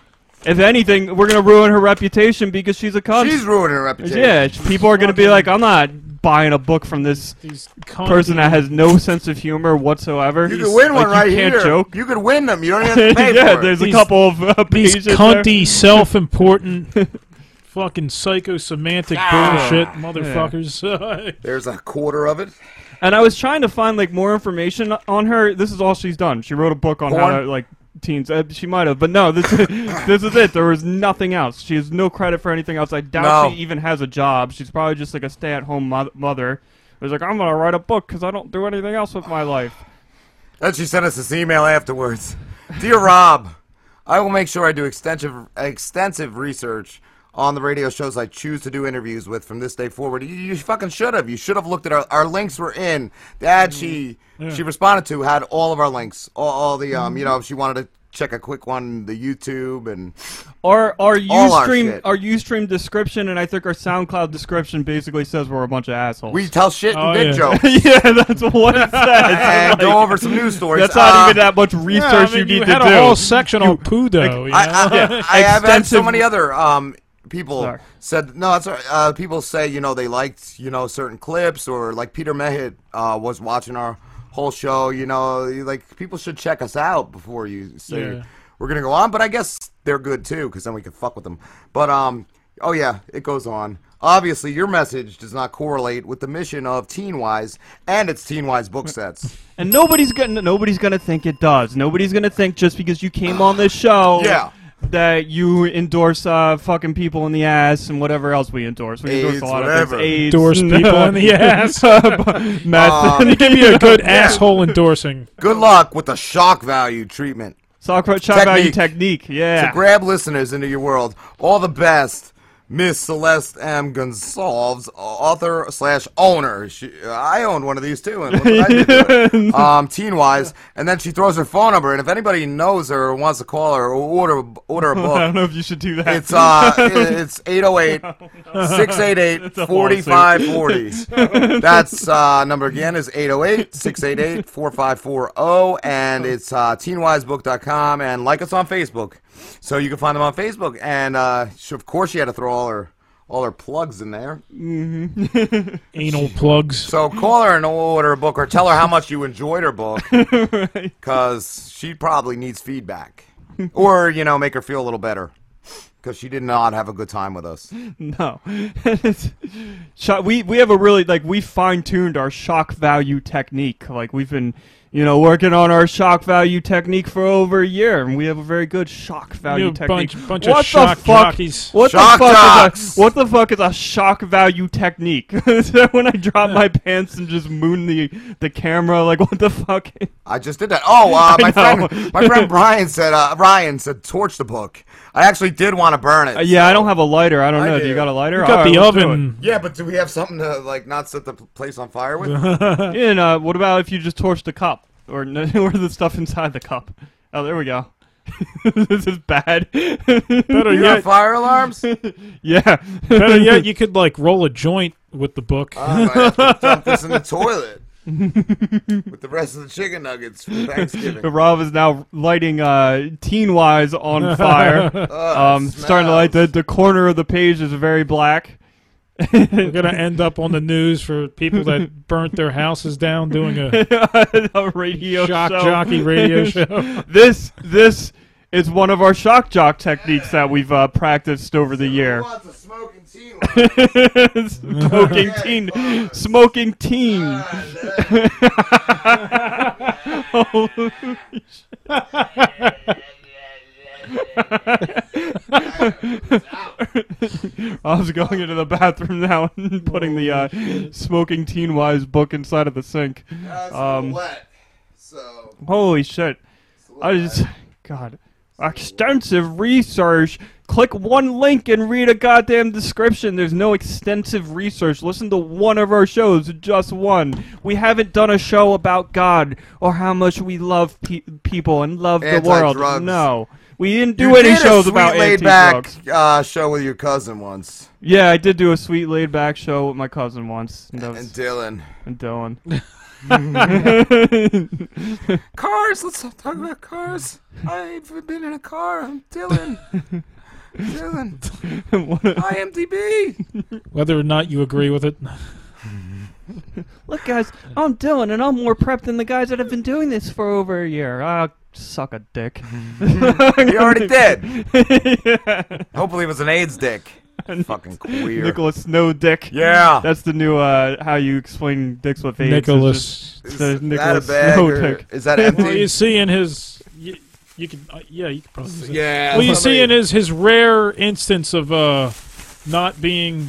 if anything, we're gonna ruin her reputation because she's a cunt.
She's ruining her reputation.
Yeah, it's- people are going to be like, I'm not buying a book from this
these
person that has no sense of humor whatsoever.
You could win one
Like,
right
you can't
here.
joke.
You could win them. You don't even have to pay
yeah,
for
there's
it.
a
These-
couple of uh,
these
pages there.
cunty, self-important, fucking psychosemantic bullshit motherfuckers.
Ah. There's a quarter of it.
And I was trying to find like more information on her. This is all she's done. She wrote a book on how
Porn?
to like teens. Uh, she might have, but no, this this is it. There was nothing else. She has no credit for anything else. I doubt
No.
she even has a job. She's probably just like a stay-at-home mo- mother. who's like, I'm gonna write a book because I don't do anything else with my life.
Then she sent us this email afterwards. Dear Rob, I will make sure I do extensive extensive research on the radio shows I choose to do interviews with from this day forward. You, you fucking should have. You should have looked at our our links were in. That she
Mm.
she responded to had all of our links. All, all the um, you know, if she wanted to check a quick one, the YouTube and
Our our
All our
UStream
shit.
our, UStream description and I think our SoundCloud description basically says we're a bunch of assholes.
we tell shit and
Oh,
dick
yeah.
jokes
yeah, that's what it says.
and
Like,
go over some news stories.
that's not
Uh,
even that much research
Yeah, I mean,
you need
had
to
a
do.
whole section on poo, though. you
I,
know?
I, I have had so
Extensive-
many other um, people
Sorry.
said no. That's all right. uh, people say you know they liked you know certain clips or like Peter Mehit uh, was watching our whole show. You know, you- like people should check us out before you say
Yeah.
we're gonna go on. But I guess they're good too because then we can fuck with them. But um, oh yeah, it goes on. Obviously, your message does not correlate with the mission of Teen Wise and its Teen Wise book sets.
And nobody's gonna nobody's gonna think it does. Nobody's gonna think just because you came on this show
Yeah.
that you endorse uh, fucking people in the ass and whatever else we endorse. We endorse
AIDS,
a lot
whatever.
of things. AIDS,
Endorse people in the ass.
Um,
Matt,
Give me a good asshole endorsing.
Oh, Good luck with the shock value treatment.
Soccer shot value
Technique.
technique. Yeah.
to grab listeners into your world. All the best, Miss Celeste M. Gonsalves, author slash owner. She, I own one of these too, and look what I did to it. um, teen wise. And then she throws her phone number, and if anybody knows her or wants to call her or order order a
I don't
book.
know if you should do that.
It's uh, it's 808 688 4540. That's uh, number again is 808 688 4540. oh, And it's uh, teenwisebook.com. And like us on Facebook. So you can find them on Facebook. And uh, she, of course, she had to throw all her all her plugs in there.
Mm-hmm.
Anal plugs.
So call her and order a book or tell her how much you enjoyed her book. Because she probably needs feedback. Or, you know, make her feel a little better. Because she did not have a good time with us.
No. Shock- we we have a really like we fine tuned our shock value technique. Like we've been, you know, working on our shock value technique for over a year, and we have a very good shock value
You
technique.
bunch- bunch of
what the
shock
fuck?
jockeys.
What
Shock
the fuck
jocks!
is a what the fuck is a shock value technique? Is that when I drop my pants and just moon the the camera, like what the fuck?
I just did that. Oh, uh, my
know.
friend, my friend Brian said. Uh, Ryan said, "Torch the book." I actually did want to burn it.
Uh, yeah, I don't have a lighter. I don't
I
know. Do.
do.
you got a lighter?
You got
Alright,
the
let's do
oven.
Yeah, but do we have something to like not set the p- place on fire with?
it. And uh, what about if you just torch the cup or n- or the stuff inside the cup? Oh, there we go. this is bad.
Better
you have
yet,
fire alarms? Oh,
yeah.
better yet, you could like roll a joint with the book.
I have to dump this in the toilet with the rest of the chicken nuggets for Thanksgiving.
Rob is now lighting uh, Teen Wise on fire.
Oh,
um,
it
starting to light the,
smells.
the corner of the page is very black.
We're gonna end up on the news for people that burnt their houses down doing a
a radio
shock
show.
jockey radio show.
This this is one of our shock jock techniques that we've uh, practiced over the year.
Who wants a smoking tea teen line.
smoking teen, smoking teen.
Ah,
Holy I was going into the bathroom now and putting the uh, smoking teen wise book inside of the sink.
That's
Um,
wet. So
Holy shit! I just, God, extensive research. Click one link and read a goddamn description. There's no extensive research. Listen to one of our shows, just one. We haven't done a show about God or how much we love pe- people and love the world.
Anti-drugs.
No, we didn't do
You
any
did a
shows
sweet
about
laid
anti-drugs.
back uh, show with your cousin once
Yeah, I did do a sweet laid back show with my cousin once, and, that
and
was,
Dylan.
and Dylan.
Cars. Let's talk about cars. I've been in a car. I'm Dylan. Dylan. IMDb.
Whether or not you agree with it,
Look, guys, I'm Dylan, and I'm more prepped than the guys that have been doing this for over a year. Ah, suck a dick.
You already did.
yeah.
Hopefully, it was an AIDS dick. Fucking queer.
Nicholas Snow Dick.
Yeah.
That's the new uh, how you explain dicks with AIDS.
Nicholas.
It's
Is
just- it's Nicholas
that a bag?
Snow
or
dick.
Is that
Well, you
empty?
see in his, you, you can, uh, yeah, you can probably. say that.
yeah.
Well, you see in
it.
his his rare instance of uh, not being,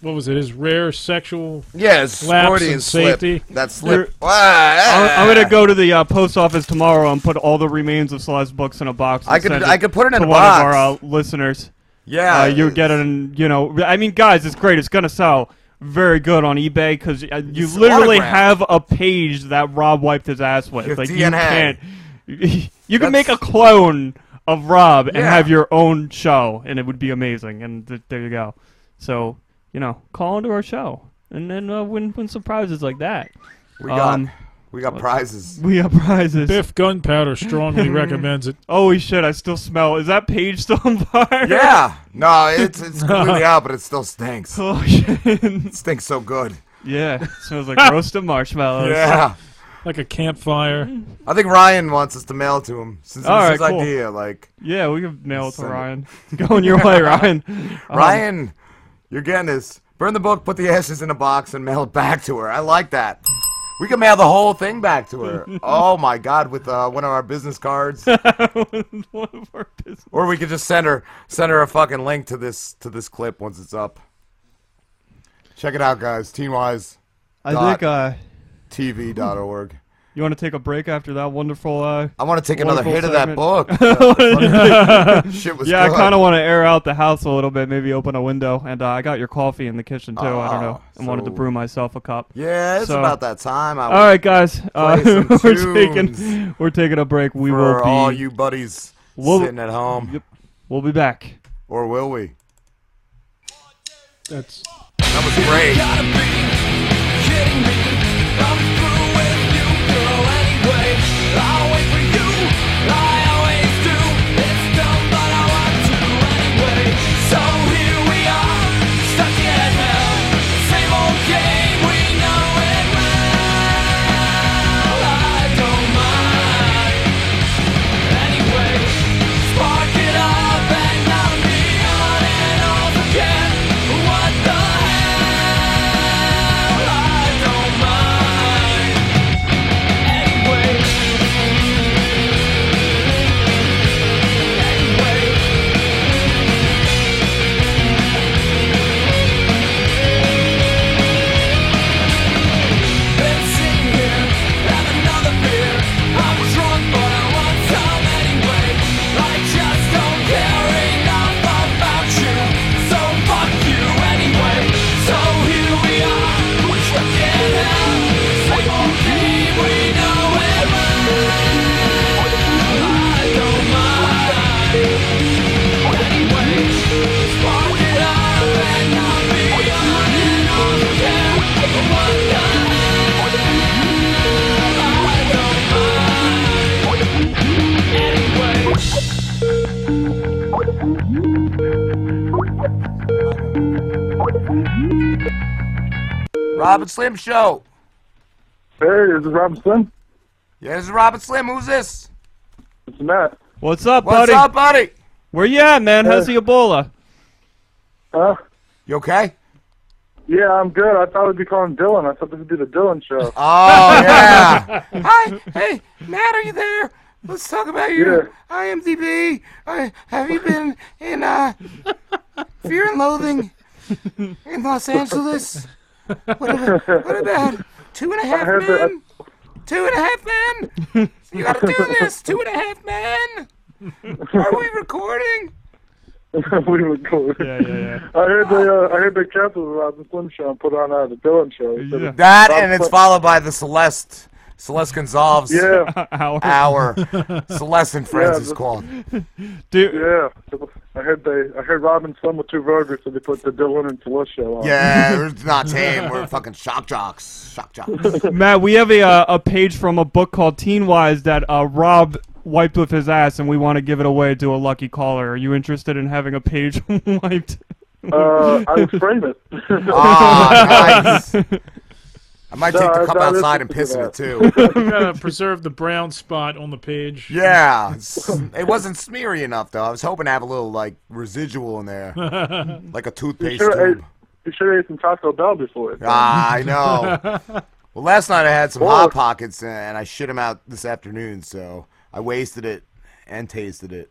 what was it? His rare sexual.
Yes.
lapse
Freudian
in
slip.
safety.
That slip.
I'm,
I'm
I'm gonna go to the uh, post office tomorrow and put all the remains of Sly's books in a box. and
I could.
send
I could put it
to
in a
one
box.
of our uh, listeners.
yeah.
Uh, you're getting, you know, I mean, guys, it's great. It's gonna sell very good on eBay because uh, you
It's
literally
autographed.
have a page that Rob wiped his ass with.
Your
like you
DNA.
can't. You can make a
That's-
clone of Rob and
Yeah.
have your own show, and it would be amazing. And th- there you go. So you know, call into our show and then uh, win win some prizes like that.
We got.
Um,
we got prizes.
We have prizes.
Biff Gunpowder strongly recommends it.
Holy shit! I still smell. Is that page still on fire?
Yeah. No, Uh, it's it's completely out, but it still stinks. It
Oh shit.
stinks so good.
Yeah, it smells like roasted marshmallows.
Yeah.
Like a campfire.
I think Ryan wants us to mail it to him since it
All
was
right,
his
cool.
idea. Like
Yeah, we can mail it to
Send it.
Ryan. It's going your way, Ryan. Um,
Ryan, you're getting this. Burn the book, put the ashes in a box, and mail it back to her. I like that. We can mail the whole thing back to her. oh my God, with uh, one of our business cards,
one of our business-
or we could just send her send her a fucking link to this to this clip once it's up. Check it out, guys. Teenwise
I
Dot.
think uh,
TV.org.
you want to take a break after that wonderful. Uh,
I want to take another hit
Wonderful
of that
segment.
book. Uh, fucking Shit was
yeah,
good.
I kind of want to air out the house a little bit, maybe open a window. And uh, I got your coffee in the kitchen, too. I don't know.
Ah,
I wanted to
so-
brew myself a cup.
Yeah, it's
So-
about that time. I
All right, guys. Uh,
some
we're, taking,
tunes
we're taking a break. We
for
will be,
all you buddies
We'll-
sitting at home,
Yep. We'll be back.
or will we?
That's.
That was great.
What the hell? I don't mind anyway. Anyway. Been sitting here, had another beer. I'm drunk, but I want some anyway. I just don't care enough about you, so fuck you anyway. So here we are, we're stuck in hell. Same old game we know it well. I don't mind anyway. Spark it up and I'll be on and on again. What the
Robin Slim Show.
Hey, this is Robinson.
Yeah, this is Robin Slim. Who's this?
It's Matt.
What's up,
What's Uh,
buddy?
up, buddy?
Where you at, man? How's the Ebola?
Huh?
You okay?
Yeah, I'm good. I thought we'd be calling Dylan. I thought this would be the Dylan show.
Oh yeah.
Hi, hey, Matt, are you there? Let's talk about your IMDb. I, have you been in uh, Fear and Loathing in Los Angeles? What about, what about Two and a Half
heard that-
Men? Two and a Half Men. You gotta do this. Two and a Half Men. Are we recording?
we were cool.
Yeah, yeah, yeah.
I heard they, uh, I heard they canceled the Robin Slim show and put on uh, the Dylan show.
Yeah.
That and it's followed by the Celeste Celeste Gonzalez
Yeah,
Hour.
hour. Celeste and Friends
Yeah,
is
the-
called.
Dude,
yeah. I heard they, I heard Robin Slim with two burgers, so they put the Dylan and Celeste show on.
Yeah, we're not tame. We're fucking shock jocks. Shock jocks.
Matt, we have a uh, a page from a book called Teen Wise that uh, Rob wiped with his ass, and we want to give it away to a lucky caller. Are you interested in having a page wiped?
Uh, I would frame it.
Ah, nice. I might take
No,
the cup
no,
outside and piss
this
in it too.
is
You gotta preserve the brown spot on the page.
Yeah, s- it wasn't smeary enough though. I was hoping to have a little like residual in there, like a toothpaste
Sure, I-
tube.
you should have ate some Taco Bell before it.
Ah, I know. Well, last night I had some
Well-
hot pockets uh, and I shit them out this afternoon, so I wasted it and tasted it.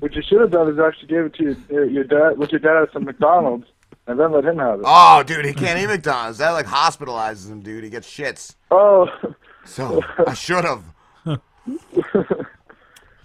What you should have done is actually gave it to your, your dad, with your dad at some McDonald's, and then let him have it.
Oh, dude, he can't eat McDonald's. That like hospitalizes him, dude. He gets shits.
Oh,
So I should have.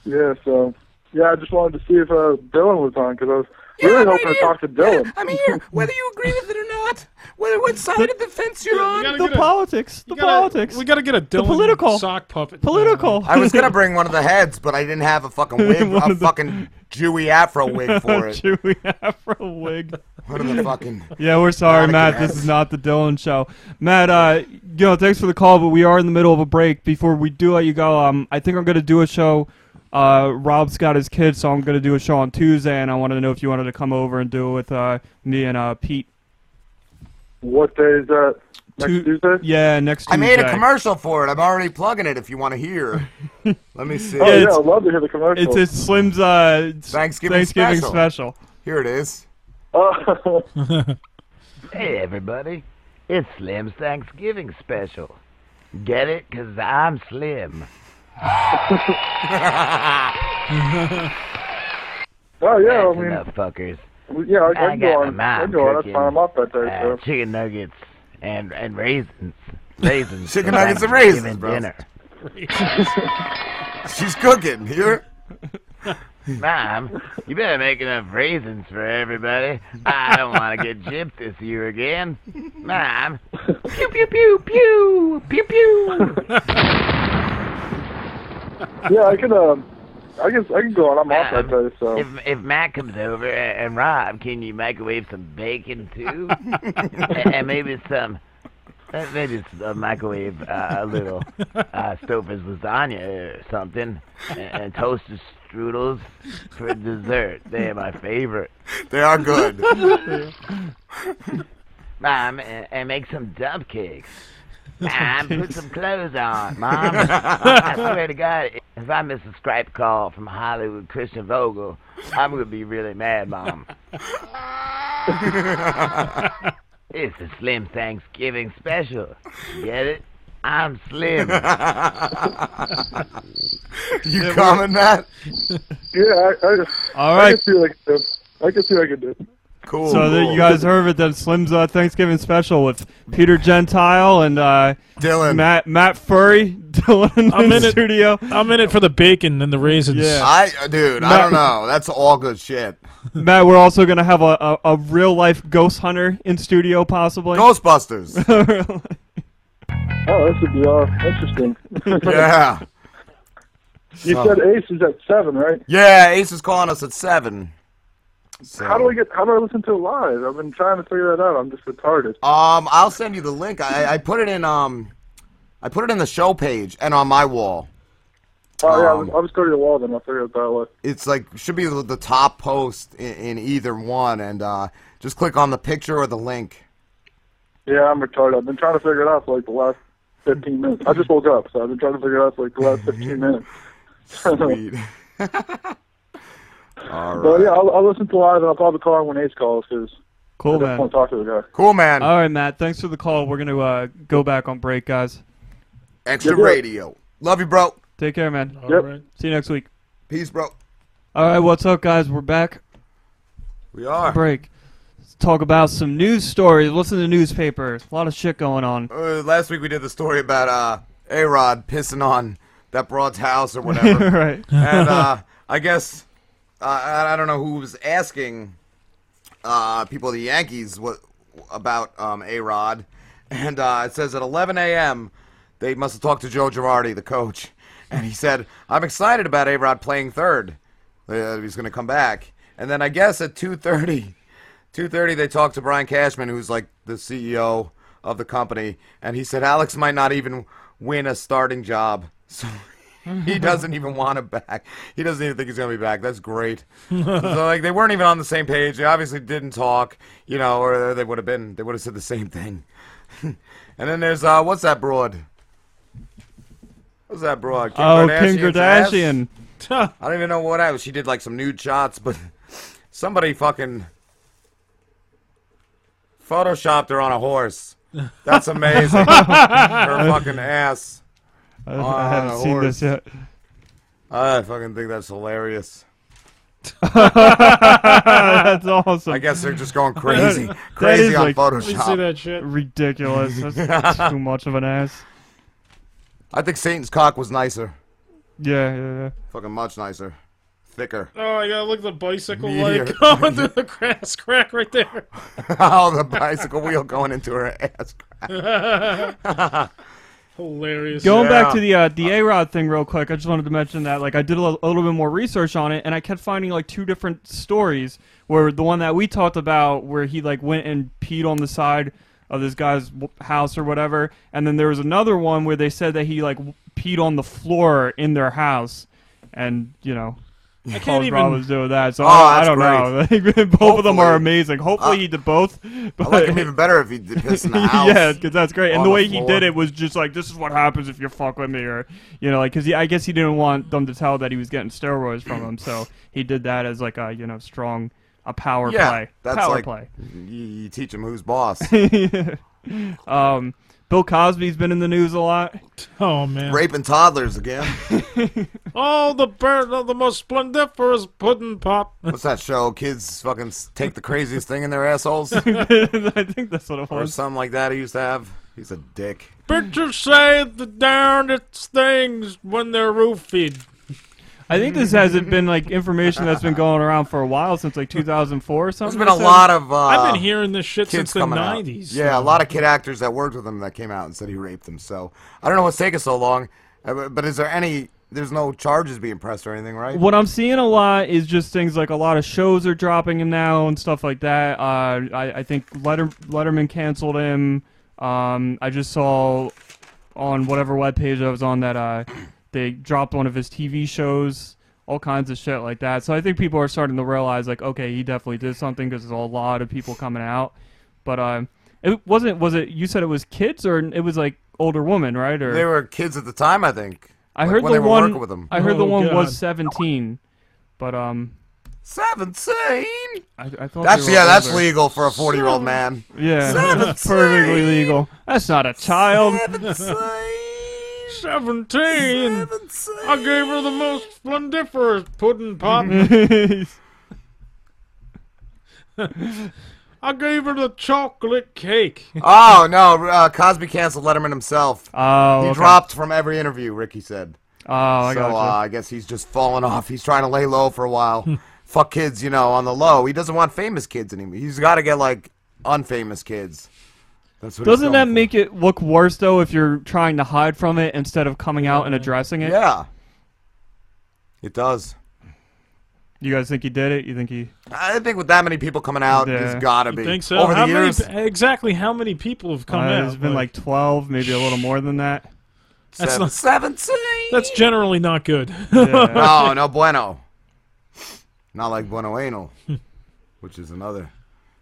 yeah. So, yeah, I just wanted to see if uh, Dylan was on because I was really
I'm
hoping
right
to talk to Dylan.
I'm here, whether you agree with it or not, whether what side of the fence you're
You
on.
gotta
The
get a-
politics. The
you gotta-
politics.
We gotta get a Dylan
political.
sock puppet.
political.
I was gonna bring one of the heads, but I didn't have a fucking wig,
One
a
of the-
fucking Jewy Afro wig for it.
Chewy Afro wig.
One of the fucking.
Yeah, we're sorry,
Not
Matt.
again.
This is not the Dylan show. Matt, uh, you know, thanks for the call, but we are in the middle of a break. Before we do let you go, um, I think I'm gonna do a show. Uh, Rob's got his kid, so I'm gonna do a show on Tuesday, and I wanted to know if you wanted to come over and do it with uh, me and uh, Pete.
What uh, day is that? Next
Tu-
Tuesday.
Yeah, next
I
Tuesday.
made a commercial for it. I'm already plugging it. If you want to hear, let me see.
Oh yeah,
it's-
I'd love to hear the commercial.
It's it's Slim's uh, s-
Thanksgiving
Thanksgiving
special.
special.
Here it is.
Oh,
Hey, everybody. It's Slim's Thanksgiving special. Get it? Because I'm slim.
oh yeah. I
That's
mean,
enough, fuckers.
yeah, I, I
I
can
got
go
my
on.
mom
I can go on. That's
cooking,
fine. I'm off that day.
Uh,
So.
chicken nuggets and, and raisins. Raisins.
Chicken
for
nuggets and raisins,
Thanksgiving
bro.
Dinner.
She's cooking here.
Mom, you better make enough raisins for everybody. I don't want to get gypped this year again. Mom. Pew, pew, pew, pew. Pew, pew.
Yeah, I can. Um, I can. I can go on. I'm off
Mom,
that day. So.
if, if Matt comes over a- and Rob, can you microwave some bacon too? A- and maybe some. uh, Maybe it's a microwave uh, a little uh, Stouffer's lasagna or something, and, and toasted strudels for dessert. They are my favorite.
They are good.
Mom, and, and make some dump cakes. Mom, put some clothes on, Mom. I swear to God, if I miss a Skype call from Hollywood Christian Vogel, I'm gonna be really mad, Mom. it's a Slim Thanksgiving special. Get it? I'm Slim.
You coming, Matt?
yeah, I. I,
All
I
right.
can see what I can do. I can see what I can do.
Cool.
So there, you guys heard it. Then Slim's uh, Thanksgiving special with Peter Gentile and uh,
Dylan.
Matt Matt Furry, Dylan in
I'm
the
in it.
studio.
I'm in it for the bacon and the raisins.
Yeah.
I uh, dude, I don't know. That's all good shit.
Matt, we're also gonna have a, a, a real life ghost hunter in studio, possibly.
Ghostbusters.
Oh, this would be all interesting.
yeah.
you
So-
said Ace is at seven, right?
Yeah, Ace is calling us at seven. So-
How do I get? How do I listen to it live? I've been trying to figure that out. I'm just retarded.
Um, I'll send you the link. I, I put it in um, I put it in the show page and on my wall.
Oh yeah,
Um,
I'll- I'll just go to the wall then. I'll figure it that way.
It's like should be the top post in, in either one, and uh, just click on the picture or the link.
Yeah, I'm retarded. I've been trying to figure it out for like the last 15 minutes. I just woke up, so I've been trying to figure it out for like the last 15 minutes.
Sweet. All
But
right.
yeah, I'll, I'll listen to a lot of it. I'll probably call him when Ace calls because I
Cool,
just
man.
want to talk to the guy.
Cool, man.
All right, Matt. Thanks for the call. We're gonna uh, go back on break, guys.
Extra
Yep, yep.
radio. Love you, bro.
Take care, man.
All
Yep.
right.
See you next week.
Peace, bro.
All right, what's up, guys? We're back.
We are.
Break. Let's talk about some news stories. What's in the newspaper? A lot of shit going on.
Uh, last week we did the story about uh, A Rod pissing on that broad's house or whatever.
right.
and uh, I guess uh, I, I don't know who was asking uh, people at the Yankees what about um, A Rod, and uh, it says at 11 a.m. they must have talked to Joe Girardi, the coach, and he said, "I'm excited about A Rod playing third. Uh, he's going to come back." And then I guess at 2:30, 2:30 they talked to Brian Cashman, who's like the CEO of the company, and he said Alex might not even win a starting job. So he doesn't even want him back. He doesn't even think he's gonna be back. That's great. so like they weren't even on the same page. They obviously didn't talk, you know, or they would have been. They would have said the same thing. and then there's uh, what's that broad? What's that broad? Kim
Oh, Kim
Kardashian's ass?
Kardashian.
I don't even know what happened. She did like some nude shots, but somebody fucking photoshopped her on a horse. That's amazing. her fucking ass.
I, I haven't
Ah,
seen
horse.
this yet.
I fucking think that's hilarious.
That's awesome.
I guess they're just going crazy,
That
crazy
is,
on
like-
Did you see
Photoshop.
that shit?
Ridiculous. That's too much of an ass.
I think Satan's cock was nicer,
Yeah, yeah, yeah.
fucking much nicer, thicker.
Oh, I gotta look at the bicycle
Meteor.
light going through the grass crack right there.
oh, the bicycle wheel going into her ass.
Hilarious.
Going
Yeah.
back to the uh, the A Rod thing real quick, I just wanted to mention that like I did a li- a little bit more research on it, and I kept finding like two different stories. Where the one that we talked about, where he like went and peed on the side of this guy's w- house or whatever, and then there was another one where they said that he like w- peed on the floor in their house, and you know. I
can't even-
was doing that, so
Oh,
I, I
that's
don't know. both of them are
Hopefully.
amazing. Hopefully,
Uh,
he did both. But
I like him even better if he did piss in the house.
yeah, because that's great. And
on
the
the
way he
floor.
did it was just like, this is what happens if you fuck with me, or you know, like, because I guess he didn't want them to tell that he was getting steroids from him, so he did that as like a you know strong, a power
Yeah,
play,
that's
power
like-
play.
You, you teach him who's boss.
Um, Bill Cosby's been in the news a lot.
Oh man.
Raping toddlers again.
Oh, the bird of the most splendiferous pudding pop.
What's that show? Kids fucking s- take the craziest thing in their assholes
I think that's what it
or
was.
something like that. He used to have. He's a dick.
Pictures say the darndest things when they're roofied.
I think this hasn't been like information that's been going around for a while since like 2004 or
There's
something.
been a lot of. Uh,
I've been hearing this shit
kids
since the
coming out.
nineties.
Yeah, a lot of kid actors that worked with him that came out and said he raped them. So I don't know what's taking so long. Uh, bu- But is there any? There's no charges being pressed or anything, right?
What I'm seeing a lot is just things like a lot of shows are dropping him now and stuff like that. Uh, I, I think Letter, Letterman canceled him. Um, I just saw on whatever webpage I was on that uh, they dropped one of his TV shows, all kinds of shit like that. So I think people are starting to realize, like, okay, he definitely did something because there's a lot of people coming out. But uh, it wasn't, was it, you said it was kids or it was like older women, right? Or
They were kids at the time, I think.
I
like,
heard
when
the
they were
one,
working with him.
I heard the
Oh,
one
God.
was 17. But um,
Seventeen.
I, I thought
That's
they were
yeah. That's
older.
legal for a forty-year-old man.
Yeah, that's
Seventeen.
perfectly legal. That's not a child.
Seventeen.
Seventeen. I gave her the most splendiferous pudding pop. I gave her the chocolate cake.
Oh no! Uh, Cosby canceled Letterman himself.
oh,
He
okay.
dropped from every interview. Ricky said.
Oh, I
so
got
uh, I guess he's just falling off. He's trying to lay low for a while. Fuck kids, you know, on the low. He doesn't want famous kids anymore. He's got to get like unfamous kids. That's what. he's
Doesn't that
going
make it look worse though if you're trying to hide from it instead of coming out and addressing
for.
it?
Yeah. It does.
You guys think he did it? You think he?
I think with that many people coming out,
Yeah.
it's gotta be.
Think so?
Over
how
the
many,
years,
exactly how many people have come
Uh,
out?
It's been like 12, maybe a little more than that.
that's
seven-
not-
seventeen.
that's generally not good.
Yeah.
no, no bueno. Not like bueno anal, which is another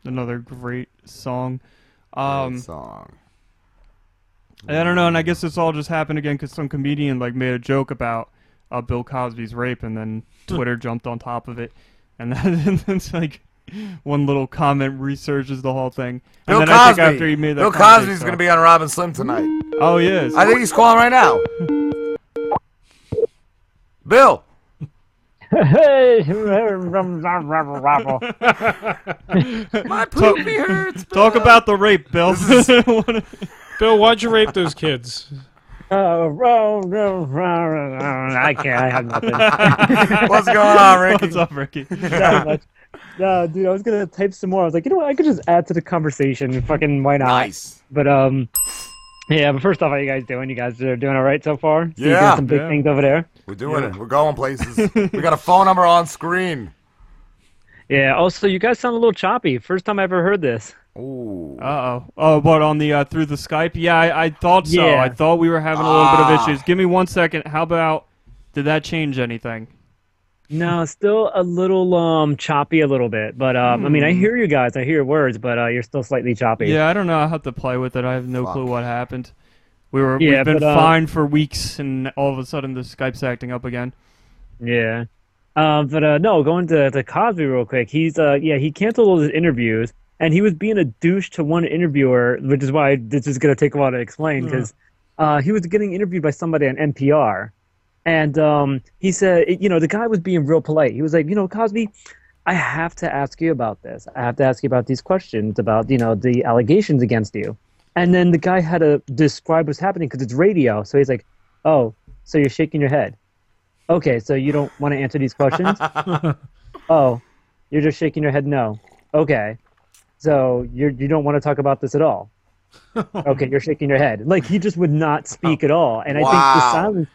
Another great song.
great
Um,
song.
And I don't know, and I guess this all just happened again because some comedian like made a joke about uh, Bill Cosby's rape, and then Twitter jumped on top of it, and, that, and that's like one little comment resurges the whole thing. And
Bill
then
Cosby.
I think after he made that
Bill
comment,
Cosby's
so-
going to be on Robin Slim tonight.
Oh yes.
I think he's calling right now. Bill. My poopy hurts.
Talk about the rape, Bill.
This
Bill, why'd you rape those kids?
I can't. I have nothing.
What's going on, Ricky?
What's up, Ricky?
Not much. No, dude, I was gonna type some more. I was like, you know what? I could just add to the conversation. Fucking, why not?
Nice.
But um, yeah. But first off, how you guys doing? You guys are doing all right so far? So you
Yeah.
doing some big
Yeah.
things over there.
We're doing it. We're going places. we got a phone number on screen.
Yeah. Also, you guys sound a little choppy. First time I ever heard this.
Ooh.
Uh oh. Oh, but on the uh, through the Skype. Yeah, I, I thought so.
Yeah.
I thought we were having a little bit of
Ah.
issues. Give me one second. How about? Did that change anything?
No, still a little um choppy, a little bit. But um, I mean, I hear you guys. I hear your words, but uh, you're still slightly choppy.
Hmm. Yeah, I don't know. I have to play with it. I have no
Fuck.
clue what happened. We were
Yeah,
we've been
but, uh,
fine for weeks, and all of a sudden the Skype's acting up again.
Yeah. Uh, but uh, no, going to, to Cosby real quick. He's uh, yeah, he canceled all his interviews, and he was being a douche to one interviewer, which is why this is gonna take a while to explain
Mm.
because uh, he was getting interviewed by somebody on NPR, and um, he said, you know, the guy was being real polite. He was like, you know, Cosby, I have to ask you about this. I have to ask you about these questions about you know the allegations against you, and then the guy had to describe what's happening because it's radio. So he's like, oh, so you're shaking your head. Okay, so you don't want to answer these questions? oh, you're just shaking your head no. Okay. So you're, you don't want to talk about this at all. okay, you're shaking your head. Like he just would not speak at all. And I think
Wow.
the silence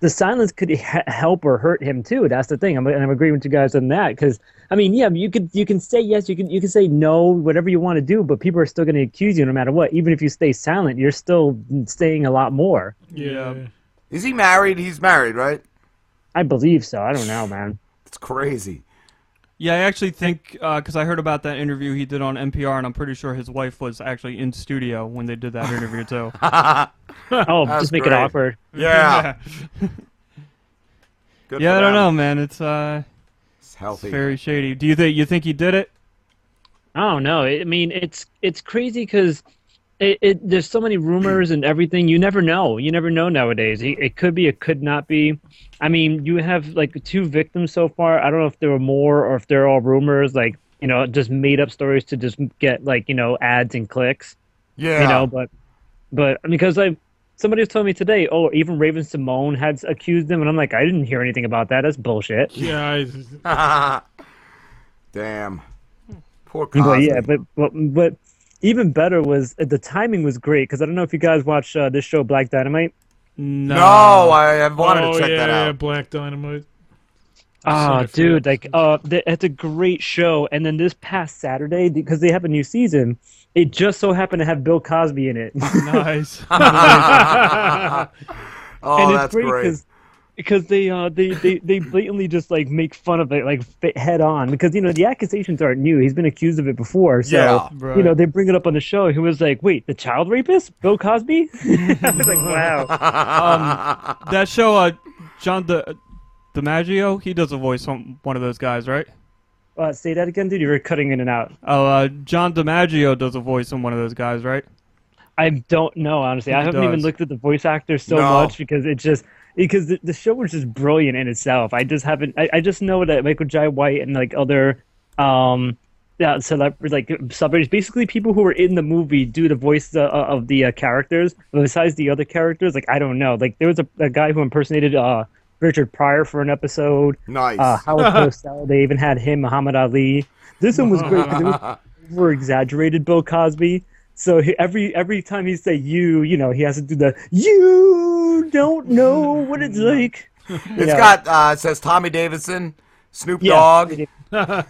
the silence could h- help or hurt him too. That's the thing. I'm, and I'm agreeing with you guys on that because I mean, yeah, you could you can say yes, you can you can say no, whatever you want to do, but people are still going to accuse you no matter what. Even if you stay silent, you're still saying a lot more.
Yeah.
Is he married? He's married, right?
I believe so. I don't know, man.
It's crazy.
Yeah, I actually think because I heard about that interview he did on NPR, and I'm pretty sure his wife was actually in studio when they did that interview too.
Oh,
That's
just make
great.
it awkward.
Yeah. Good
yeah,
for
I
them.
don't know, man. It's uh,
It's healthy.
very shady. Do you think you think he did it?
I don't know. Oh, I mean, it's it's crazy because it, it, there's so many rumors and everything. You never know. You never know nowadays. It, it could be. It could not be. I mean, you have like two victims so far. I don't know if there were more or if they're all rumors. Like you know, just made up stories to just get like you know ads and clicks.
yeah.
You know, but but because I somebody was telling me today. Oh, even Raven Simone had accused them, and I'm like, I didn't hear anything about that. That's bullshit.
Yeah. I,
Damn. Poor
But
Cosby.
yeah, but, but but even better was uh, the timing was great because I don't know if you guys watch uh, this show Black Dynamite.
No.
no, I have wanted
oh,
to check
yeah,
that
yeah,
out.
Black Dynamite.
Ah,
Sorry for
dude,
that.
like uh, th- it's a great show. And then this past Saturday, because they have a new season, it just so happened to have Bill Cosby in it.
Nice.
Oh,
and it's
that's great.
because because they uh they, they they blatantly just like make fun of it like fa- head on because you know the accusations aren't new. He's been accused of it before, so
Yeah,
right.
you know they bring it up on the show. He was like, "Wait, the child rapist, Bill Cosby?" I was like, "Wow."
that show, uh, John De- DiMaggio, he does a voice on one of those guys, right?
Uh, say that again, dude. You were cutting in and out.
Oh, uh, John DiMaggio does a voice on one of those guys, right?
I don't know, honestly. I
He
haven't even
does.
looked at the voice actor so
No.
much because it just because the, the show was just brilliant in itself. I just haven't. I, I just know that Michael Jai White and like other um yeah celebrities like celebrities basically people who were in the movie do the voice uh, of the uh, characters. But besides the other characters, like I don't know. Like there was a, a guy who impersonated uh Richard Pryor for an episode.
nice.
Uh, Howard Cosell. They even had him, Muhammad Ali. This one was great because it was over exaggerated Bill Cosby. So he, every every time he say you, you know, he has to do the you don't know what it's like.
It's
yeah.
got uh, it says Tommy Davidson, Snoop
Yeah,
Dogg,
it is.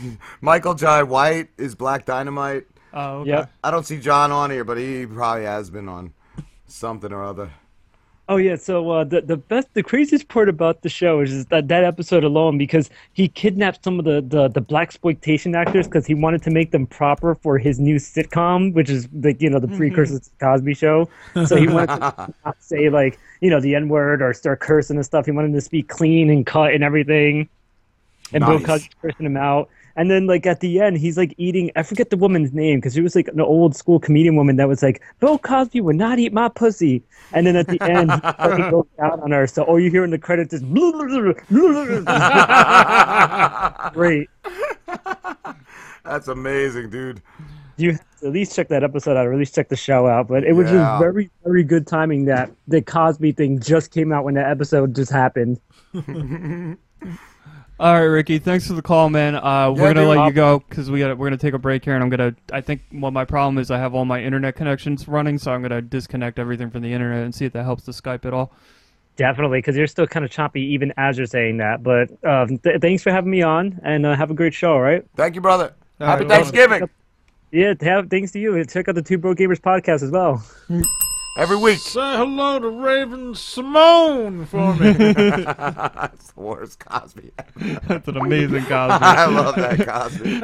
Michael Jai White is Black Dynamite.
Oh, okay.
Yep.
I don't see John on here, but he probably has been on something or other.
Oh yeah. So uh, the the best, the craziest part about the show is, is that that episode alone because he kidnapped some of the the, the black exploitation actors because he wanted to make them proper for his new sitcom, which is like you know the precursor to the Cosby Show. So he wanted to not say like you know the n word or start cursing and stuff. He wanted to speak clean and cut and everything. and Bill
Nice.
Cosby's cursing him out. And then like at the end, he's like eating. I forget the woman's name because she was like an old school comedian woman that was like, Bill Cosby would not eat my pussy. And then at the end, he fucking goes down on her. So all you hear in the credits is great.
That's amazing, dude.
You have to at least check that episode out, or at least check the show out. But it was
Yeah.
just very, very good timing that the Cosby thing just came out when that episode just happened.
All right, Ricky. Thanks for the call, man. Uh,
Yeah,
we're gonna
dude.
let you go because we got we're gonna take a break here, and I'm gonna. I think what my problem is, I have all my internet connections running, so I'm gonna disconnect everything from the internet and see if that helps the Skype at all.
Definitely, because you're still kind of choppy even as you're saying that. But um, th- thanks for having me on, and uh, have a great show. All right.
Thank you, brother.
All
Happy
right, well-
Thanksgiving
Yeah, have, thanks to you. And Check out the Two Bro Gamers podcast as well.
every week.
Say hello to Raven Simone for me.
That's the worst Cosby. ever.
That's an amazing Cosby.
I love that Cosby.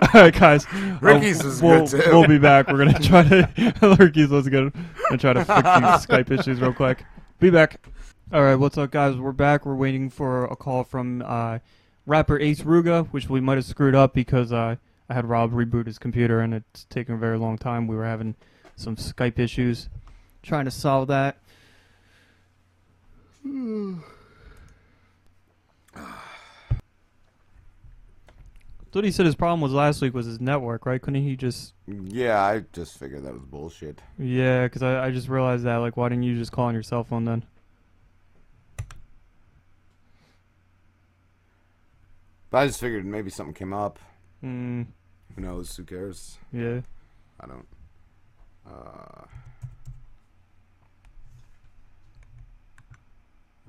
All right, guys. Uh,
Ricky's is
we'll,
good, too.
We'll be back. We're gonna try to Ricky's was good. And try to fix these Skype issues real quick. Be back. All right, what's up, guys? We're back. We're waiting for a call from uh, rapper Ace Ruga, which we might have screwed up because uh, I had Rob reboot his computer and it's taken a very long time. We were having some Skype issues, trying to solve that. That's what he said his problem was last week was his network, right? Couldn't he just
Yeah, I just figured that was bullshit.
Yeah, because I, I just realized that. Like, why didn't you just call on your cell phone then?
But I just figured maybe something came up.
Mm,
Who knows? Who cares?
yeah.
I don't. Uh,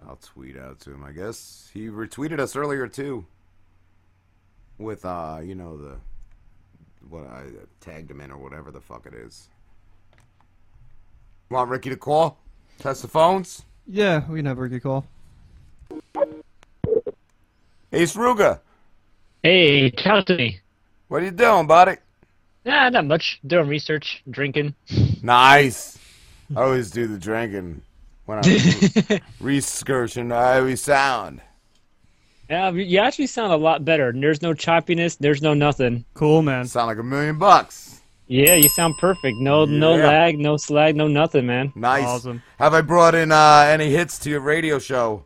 I'll tweet out to him. I guess he retweeted us earlier too. With uh, you know the what I tagged him in or whatever the fuck it is. Want Ricky to call? Test the phones.
Yeah, we can have Ricky call.
Ace Ruga,
Hey, talk to me.
what are you doing, buddy?
Nah, not much. Doing research, drinking.
Nice. I always do the drinking when I'm re-scurching Ivy Sound.
Yeah, you actually sound a lot better. There's no choppiness. There's no nothing.
Cool, man.
Sound like a million bucks.
Yeah, you sound perfect. No, no
Yeah.
lag, no slag, no nothing, man.
Nice.
Awesome.
Have I brought in uh, any hits to your radio show?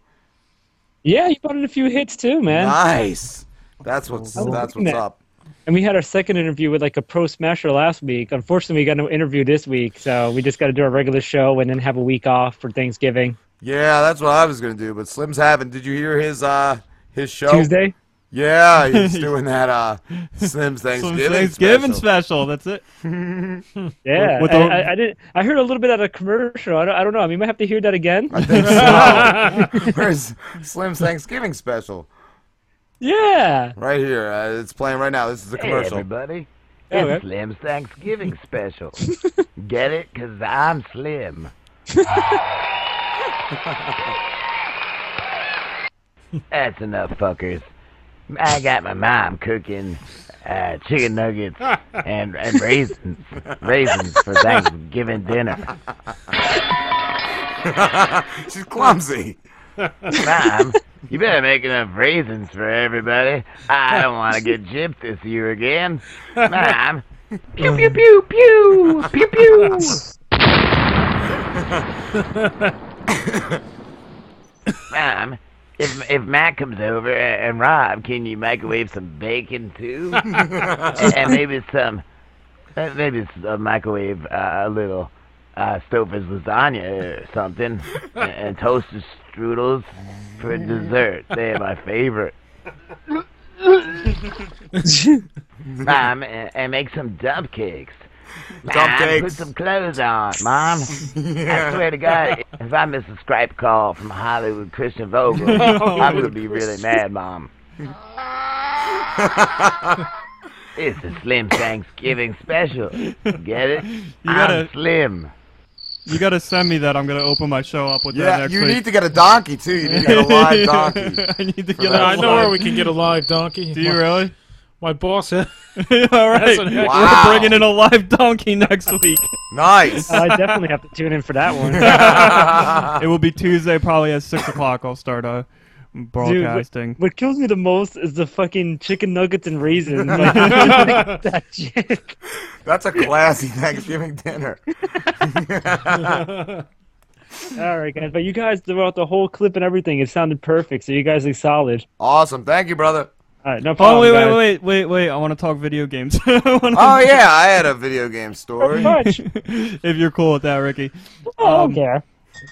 Yeah, you brought in a few hits too, man.
Nice. That's what's
Oh,
that's
look
what's
at that.
up.
And we had our second interview with like a pro smasher last week. Unfortunately, we got no interview this week, so we just got to do our regular show and then have a week off for Thanksgiving
Yeah, that's what I was gonna do, but Slim's having. Did you hear his uh his show?
Tuesday.
Yeah, he's doing that uh Slim's
Some
Thanksgiving.
Thanksgiving
special.
special. That's it.
Yeah,
With- with
I,
the-
I, I did. I heard a little bit of a commercial. I don't, I don't know. I mean, might have to hear that again.
I think so. Where's Slim's Thanksgiving special?
yeah.
Right here. Uh, it's playing right now. This is the
Hey,
commercial.
everybody.
Yeah, man.
It's Slim's Thanksgiving special. Get it? Because I'm Slim. That's enough, fuckers. I got my mom cooking uh, chicken nuggets and, and raisins, raisins for Thanksgiving dinner.
She's clumsy.
Mom, you better make enough raisins for everybody. I don't want to get gypped this year again. Mom, pew, pew, pew, pew, pew, pew. Mom, if, if Matt comes over and Rob, can you microwave some bacon too? and maybe some, uh, maybe some microwave uh, a little uh, Stouffer's lasagna or something, and, and toasted strudels for dessert. They are my favorite. Mom, and, and make some dump cakes. Mom, put
cakes.
some clothes on, Mom. I swear to God, if I miss a Skype call from Hollywood Christian Vogel, I'm gonna be really mad, Mom. It's a Slim Thanksgiving special. Get it?
gotta-
I'm Slim.
You gotta send me that. I'm gonna open my show up with that
Yeah,
next
you
week.
need to get a donkey too. You need to get a live donkey.
I need to get.
Yeah, I
out.
know where we can get a live donkey.
Do you really?
My boss. All
All right.
Wow.
We're bringing in a live donkey next week.
Nice.
I definitely have to tune in for that one.
it will be Tuesday, probably at six o'clock. I'll start uh,
Dude, what-
broadcasting.
what, kills me the most is the fucking chicken nuggets and raisins. Like, that shit.
That's a classy Thanksgiving dinner.
All right, guys. But you guys throughout the whole clip and everything, it sounded perfect. So you guys are solid.
Awesome. Thank you, brother.
All right, no problem.
Oh wait, wait,
guys.
wait, wait, wait! I want to talk video games. I wanna-
Oh yeah, I had a video game story.
if you're cool with that, Ricky.
Oh,
Um,
okay.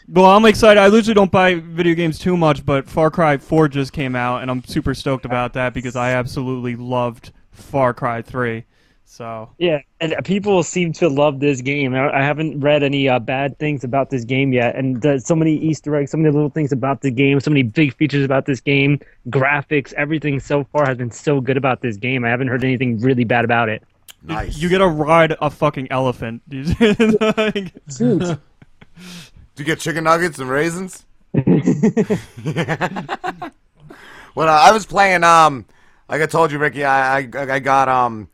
Well, I'm excited. I usually don't buy video games too much, but Far Cry 4 just came out, and I'm super stoked about that because I absolutely loved Far Cry 3. So
Yeah, and people seem to love this game. I, I haven't read any uh, bad things about this game yet, and there's so many Easter eggs, so many little things about the game, so many big features about this game, graphics, everything so far has been so good about this game. I haven't heard anything really bad about it.
Nice.
you get to ride a fucking elephant. Like,
Did you get chicken nuggets and raisins? well, I was playing. Um, like I told you, Ricky, I I, I got um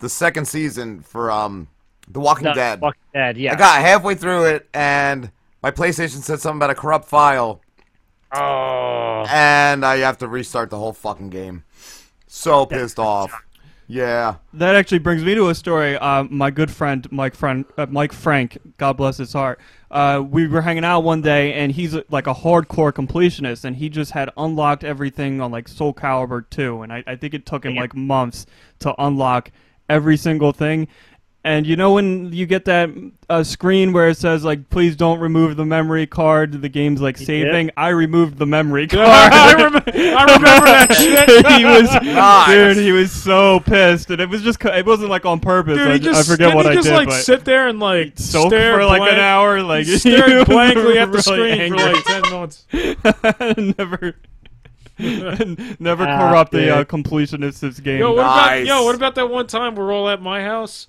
the second season for um The Walking
Not
Dead.
Walking Dead, yeah.
I got halfway through it, and my PlayStation said something about a corrupt file,
oh,
and I have to restart the whole fucking game. So pissed off. Yeah.
that actually brings me to a story. Uh, my good friend Mike friend uh, Mike Frank, God bless his heart. Uh, we were hanging out one day, and he's uh, like a hardcore completionist, and he just had unlocked everything on like Soul Calibur 2, and I, I think it took him like months to unlock every single thing. And you know when you get that uh, screen where it says like, "Please don't remove the memory card," the game's like saving. I removed the memory card.
I, rem- I remember that shit.
he was,
Nice.
dude. He was so pissed, and it was just, it wasn't like on purpose.
Dude,
I,
he just,
I forget
didn't
what
he
I
just
did,
like
but
sit there and like
soaked
stare
for like an
blank-
hour, like
He stared blankly at the
really
screen for
angry.
like ten minutes.
never, never
Ah,
corrupt the uh,
dude.
completionist's game.
Yo, what
Nice.
about yo? What about that one time we're all at my house,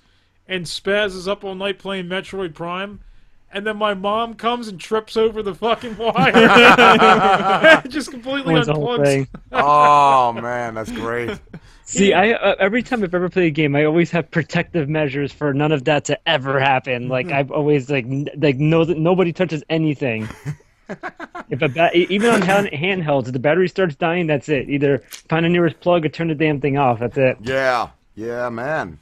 and Spaz is up all night playing Metroid Prime, and then my mom comes and trips over the fucking wire, just completely
the whole
unplugs.
thing.
Oh man, that's great.
See, I uh, every time I've ever played a game, I always have protective measures for none of that to ever happen. Like I've always like n- like no nobody touches anything. if a ba- e- even on hand- handhelds, if the battery starts dying, that's it. Either find the nearest plug or turn the damn thing off. That's it.
Yeah. Yeah, man.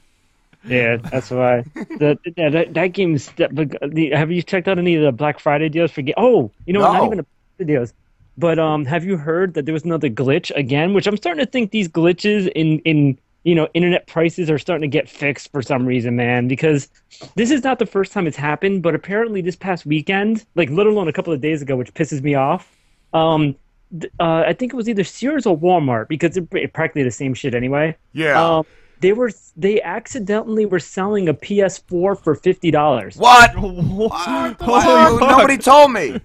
Yeah, that's why. The, yeah, that that game's. That, but the, have you checked out any of the Black Friday deals for? Ga- oh, you know, what,
No.
not even the Black Friday deals. But um, have you heard that there was another glitch again? Which I'm starting to think these glitches in in you know internet prices are starting to get fixed for some reason, man. Because this is not the first time it's happened, but apparently this past weekend, like let alone a couple of days ago, which pisses me off. Um, th- uh, I think it was either Sears or Walmart because they're pr- practically the same shit anyway.
Yeah.
Um, they were they accidentally were selling a PS4 for fifty dollars.
what?
What?
Why-
Holy
nobody told me.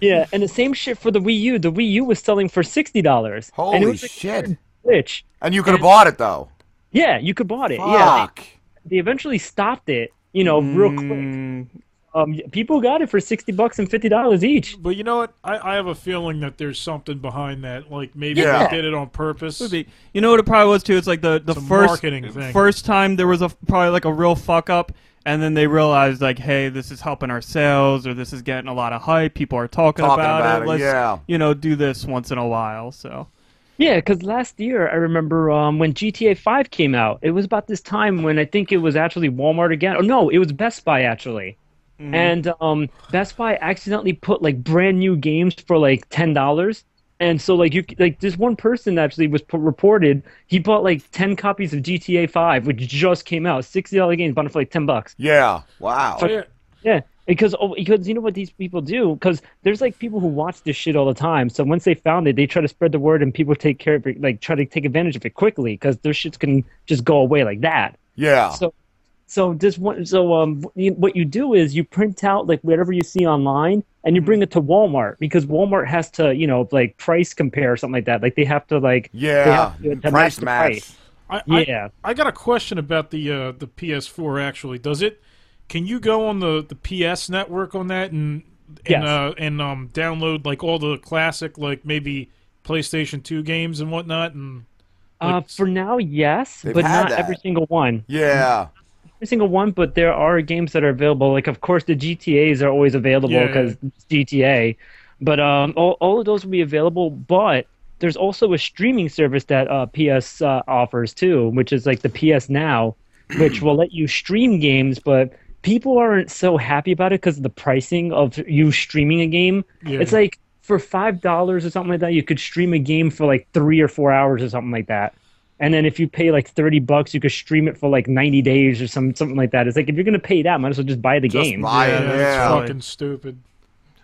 Yeah, and the same shit for the Wii U. The Wii U was selling for sixty dollars. and it
Holy
was a
shit.
glitch.
And you could have bought it though.
Yeah, you could bought it. Yeah,
Fuck.
they, they eventually stopped it. You know, real quick.
Mm,
Um, people got it for sixty bucks and fifty dollars each.
But you know what? I, I have a feeling that there's something behind that. Like maybe
Yeah.
they did it on purpose.
Could be. You know what it probably was too. It's like the the
It's a
first
marketing thing.
first time there was a probably like a real fuck up, and then they realized like, hey, this is helping our sales, or this is getting a lot of hype. People are talking,
Talking about it,
Let's
yeah.
you know do this once in a while. So
Yeah, because last year I remember um, when GTA 5 came out, it was about this time when I think it was actually Walmart again. Oh, no, it was Best Buy actually.
Mm-hmm.
And um, Best Buy accidentally put like brand new games for like $10. And so, like, you like this one person actually was p- reported he bought like 10 copies of GTA 5, which just came out, $60 games, bought it for like 10 bucks.
Yeah. Wow.
Yeah.
Yeah, because oh, because you know what these people do? Because there's like people who watch this shit all the time. So once they found it, they try to spread the word, and people take care of it, like try to take advantage of it quickly because their shits can just go away like that.
Yeah.
So, so this one, so um, you, what you do is you print out like whatever you see online, and
Mm-hmm.
you bring it to Walmart because Walmart has to, you know, like price compare or something like that. Like they have to like they
yeah.
have to, to match
Price
the
match.
price.
I,
Yeah.
I, I got a question about the uh, the PS4. Actually, does it? Can you go on the, the PS network on that and and
Yes.
uh, and um, download like all the classic like maybe PlayStation Two games and whatnot? And
Uh,
Like-
for now, yes,
They've
but
had
not
that.
every single one.
Yeah.
every single one, but there are games that are available. Like, of course, the GTAs are always available
Yeah,
because GTA. But um, all, all of those will be available. But there's also a streaming service that uh, PS uh, offers too, which is like the PS Now, which will let you stream games. But people aren't so happy about it because of the pricing of you streaming a game.
Yeah.
It's like for five dollars or something like that, you could stream a game for like three or four hours or something like that. And then if you pay like thirty bucks, you could stream it for like ninety days or some something like that. It's like if you're gonna pay that, might as well just buy the game.
It's fucking stupid.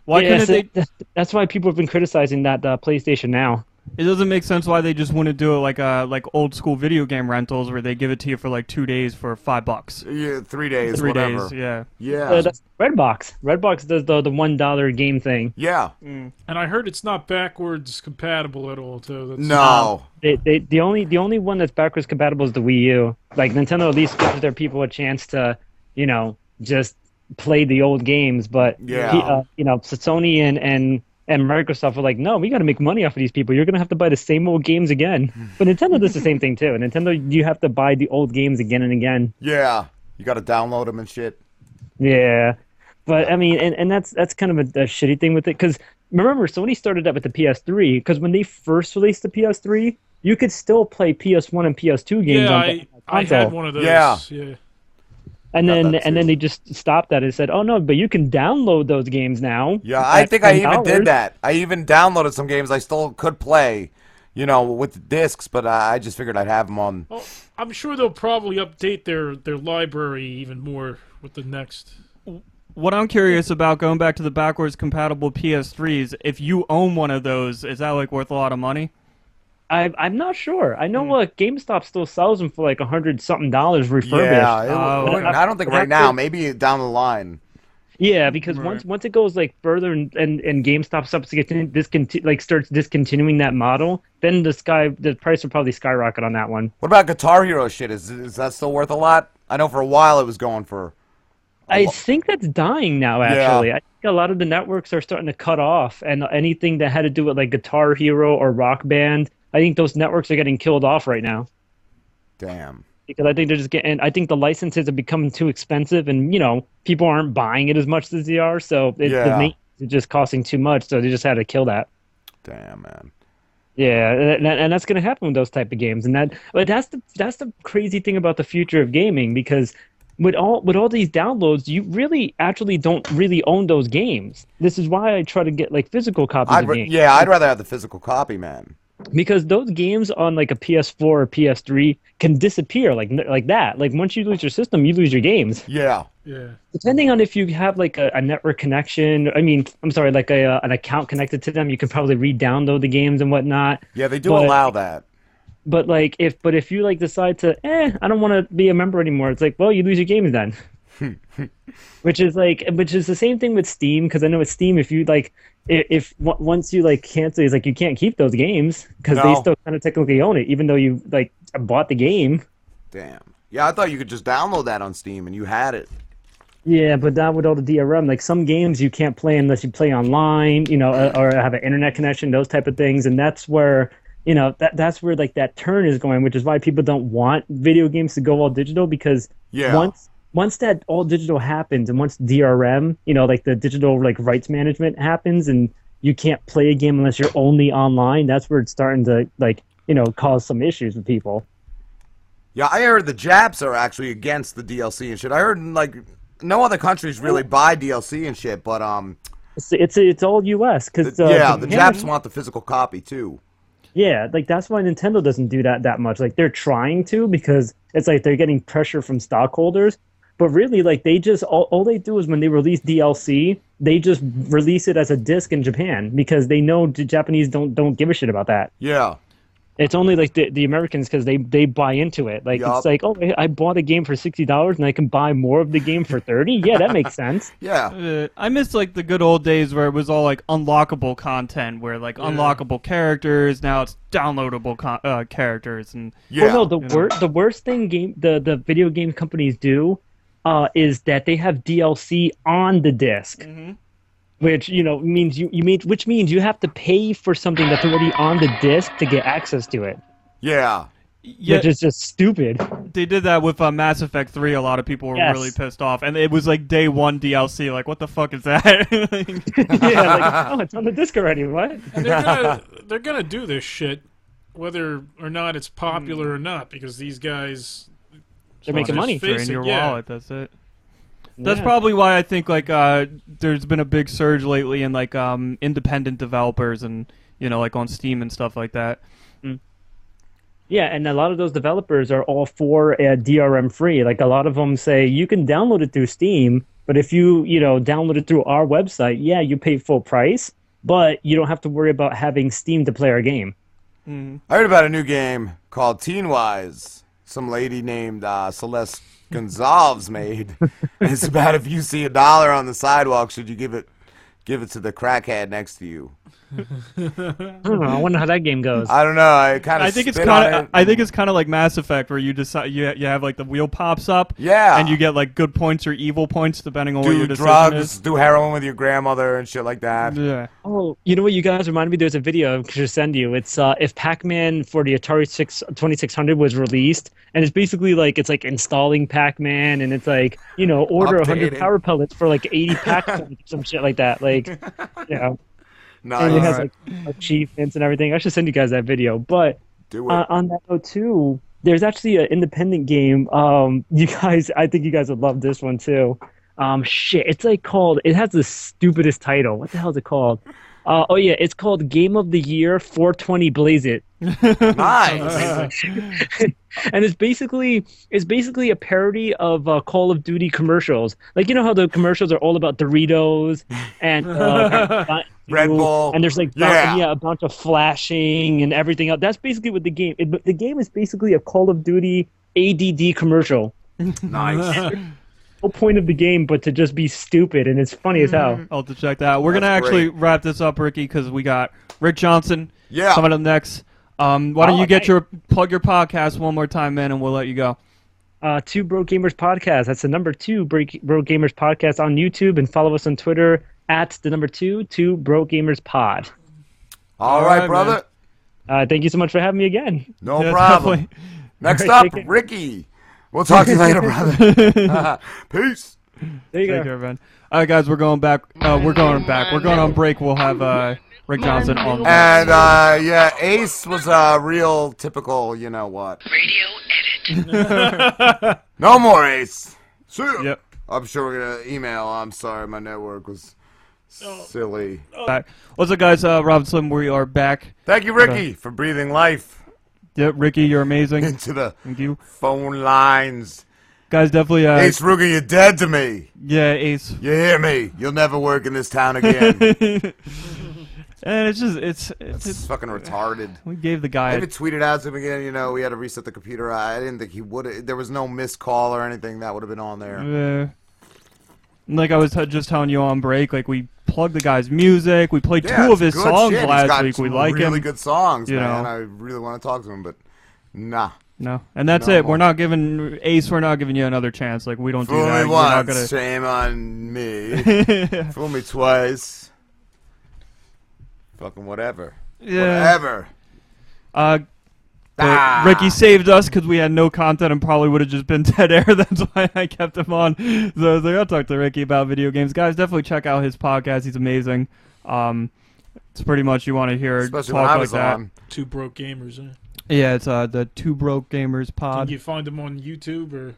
Why
Yeah,
couldn't
so
they?
th- That's why people have been criticizing that uh, PlayStation now.
It doesn't make sense why they just wouldn't do it like uh like old school video game rentals where they give it to you for like two days for five bucks.
Yeah, three days,
Three
whatever.
days, yeah.
Uh, that's Redbox. Redbox does the the one dollar game thing.
Yeah.
And I heard it's not backwards compatible at all, too. That's
They, they, the only the only one that's backwards compatible is the Wii U. Like Nintendo at least gives their people a chance to, you know, just play the old games. But
Yeah.
he- uh, you know, Sony and and and Microsoft were like, no, we got to make money off of these people. You're gonna have to buy the same old games again. But Nintendo does the same thing too. Nintendo, you have to buy the old games again and again.
Yeah. You got to download them and shit.
Yeah, but I mean, and, and that's that's kind of a, a shitty thing with it because remember Sony started out with the PS3 because when they first released the PS3, you could still play PS1 and PS2 games.
yeah,
on
I,
the
I
console.
had one of those. yeah.
And then and then they just stopped that and said, "Oh no, but you can download those games now."
Yeah, I
at
think I even
$10."
did that. I even downloaded some games I still could play, you know, with the discs, but I I just figured I'd have them on.
Oh, I'm sure they'll probably update their, their library even more with the next.
What I'm curious about going back to the backwards compatible PS3s, if you own one of those, is that like worth a lot of money?
I, I'm not sure. I
Hmm.
know what GameStop still sells them for like a hundred something dollars refurbished.
Yeah, it
Uh,
Uh,
w- it wouldn't- I don't think right now.
Maybe.
Maybe down the line.
Yeah, because
Right.
once once it goes like further and and, and GameStop stops getting disconti- like starts discontinuing that model, then the sky the price will probably skyrocket on that one.
What about Guitar Hero shit? Is is that still worth a lot? I know for a while it was going for.
I think that's dying now.
Yeah.
Actually, I think a lot of the networks are starting to cut off, and anything that had to do with like Guitar Hero or Rock Band, I think those networks are getting killed off right now
Damn.
because I think they're just getting. I think the licenses are becoming too expensive, and you know people aren't buying it as much as they are, so it,
Yeah.
the maintenance is just costing too much. So they just had to kill that.
Damn, man.
Yeah, and, and- and that's going to happen with those type of games, and that but that's the that's the crazy thing about the future of gaming because with all with all these downloads, you really actually don't really own those games. This is why I try to get like physical copies
I'd
of
ra-
games
yeah, I'd rather have the physical copy, man.
because those games on like a PS4 or PS3 can disappear like like that. Like once you lose your system, you lose your games.
Yeah.
Yeah.
Depending on if you have like a, a network connection, I mean, I'm sorry, like a, uh, an account connected to them, you can probably re-download the games and whatnot.
Yeah, they do
But-
allow that.
But like if but if you like decide to eh, I don't want to be a member anymore. It's like well, you lose your games then. which is like which is the same thing with Steam because I know with Steam if you like i- if, w once you like cancel, it's like you can't keep those games because
No.
they still kind of technically own it, even though you like bought the game.
Damn. Yeah, I thought you could just download that on Steam and you had it.
Yeah, but not with all the DRM. Like some games you can't play unless you play online, you know, or, or have an internet connection, those type of things. And that's where, you know, that that's where like that turn is going, which is why people don't want video games to go all digital because
Yeah.
once once that all digital happens and once DRM, you know, like the digital like rights management happens and you can't play a game unless you're only online, that's where it's starting to like, you know, cause some issues with people.
Yeah, I heard the Japs are actually against the DLC and shit. I heard like no other countries really
Oh.
buy DLC and shit, but um,
It's it's, it's all US cuz uh,
yeah, the
Japan-
Japs want the physical copy too.
Yeah, like that's why Nintendo doesn't do that that much. Like they're trying to because it's like they're getting pressure from stockholders, but really like they just all, all they do is when they release DLC, they just release it as a disc in Japan because they know the Japanese don't don't give a shit about that.
Yeah.
It's only like the, the Americans because they they buy into it. Like
Yup.
it's like oh I- I bought a game for sixty dollars and I can buy more of the game for thirty. Yeah, that makes sense.
Yeah.
Uh, I miss like the good old days where it was all like unlockable content, where like unlockable characters. Now it's downloadable con- uh, characters and
Well, Oh, no, the
You know?
wor- the worst thing game the, the video game companies do uh, is that they have DLC on the disk
Mm-hmm.
which you know means you, you mean which means you have to pay for something that's already on the disk to get access to it,
Yeah.
which is just stupid.
they did that with uh, Mass Effect Three. A lot of people were
Yes.
really pissed off, and it was like day one DLC. Like, what the fuck is that?
yeah, like, oh, it's on the disc already. What?
And they're gonna they're gonna do this shit, whether or not it's popular or not, because these guys
They're
Let's
making money.
face
Drain
it,
your
yeah.
wallet, That's it. That's
Yeah.
probably why I think like uh, there's been a big surge lately in like um, independent developers and you know like on Steam and stuff like that.
Mm. Yeah, and a lot of those developers are all for uh, DRM free. Like a lot of them say you can download it through Steam, but if you you know download it through our website, yeah, you pay full price, but you don't have to worry about having Steam to play our game.
Mm-hmm.
I heard about a new game called Teen Wise. Some lady named uh, Celeste Gonzalez made. it's about if you see a dollar on the sidewalk, should you give it give it to the crackhead next to you?
I don't know. I wonder how that game goes.
I don't know. I kind of.
I think it's kind of I think it's kind of like Mass Effect where you decide you you have like the wheel pops up.
Yeah.
And you get like good points or evil points depending on what
do
your decision
drugs,
is.
do heroin with your grandmother and shit like that.
Yeah.
Oh, you know what? You guys reminded me. There's a video I should send you. It's uh, if Pac-Man for the Atari 6 2600 was released, and it's basically like it's like installing Pac-Man, and it's like you know order 100
Updating.
power pellets for like 80 Pac-Man, some shit like that. Like, you know, and it has
Nice.
like achievements and everything. I should send you guys that video. But
Do it.
uh, on that note too, there's actually an independent game. Um, you guys, I think you guys would love this one too. Um, shit, it's like called. It has the stupidest title. What the hell is it called? Uh, oh yeah, it's called Game of the Year 420 Blaze It,
nice.
and it's basically it's basically a parody of uh, Call of Duty commercials. Like you know how the commercials are all about Doritos and uh, and-
Red Bull.
and there's like bu-
Yeah.
yeah. a bunch of flashing and everything else. That's basically what the game. It, but the game is basically a Call of Duty ADD commercial.
nice.
No point of the game but to just be stupid, and it's funny as hell.
Oh, I'll have to check that. out. We're
That's
gonna actually wrap this up, Ricky, because we got Rick Johnson
Yeah.
coming up next. Um, why don't
Oh,
you get
nice.
your plug your podcast one more time, man, and we'll let you go.
Uh, two Bro Gamers podcast. That's the number two Bro Bro Gamers podcast on YouTube, and follow us on Twitter at the number two two Bro Gamers Pod.
All right,
right,
brother.
man.
Uh, thank you so much for having me again.
No
Yeah,
problem.
definitely.
Next
All right,
up,
take care.
Ricky. We'll talk to you later, brother. Peace.
There you go.
Take care, man. All right, guys, we're going back. Uh, we're going back. We're going on break. We'll have uh, Rick Johnson on.
And uh, yeah, Ace was a real typical, you know what?
Radio edit.
No more Ace. See ya.
Yep.
I'm sure we're gonna email. I'm sorry, my network was silly.
Back. What's up, guys? Uh, Rob Slim, we are back.
Thank you, Ricky, for breathing life
Yeah, Ricky, you're amazing.
into the
Thank you,
phone lines.
guys. Definitely. Uh,
Ace Ruger, you're dead to me.
Yeah, Ace.
You hear me? You'll never work in this town again.
And it's just it's it's,
it's
it's
fucking retarded.
we gave the guy.
I
a-
even tweeted out to him again. You know, we had to reset the computer. I I didn't think he would. There was no missed call or anything that would have been on there.
Uh, like I was t- just telling you on break, like we plugged the guy's music. We played
Yeah,
two of
it's
his
good
songs
shit. He's
last
got
week. We
some
like
really
him.
good songs,
you
man.
know.
I really want to talk to him, but nah.
No, and that's
No
it. We're
more.
not giving Ace. We're not giving you another chance. Like we don't do
Fool
that.
me
We're not
once,
gonna-
shame on me. Fool me twice, fucking whatever,
yeah.
whatever.
Uh, but
Ah.
Ricky saved us because we had no content and probably would have just been dead air. That's why I kept him on. So I was like, I'll talk to Ricky about video games, guys. Definitely check out his podcast. He's amazing. Um, it's pretty much you want to hear
Especially
talk
when I
like
was
that.
on.
two broke gamers. Eh?
Yeah, it's uh the Two Broke Gamers
Can
Pod.
you find them on YouTube or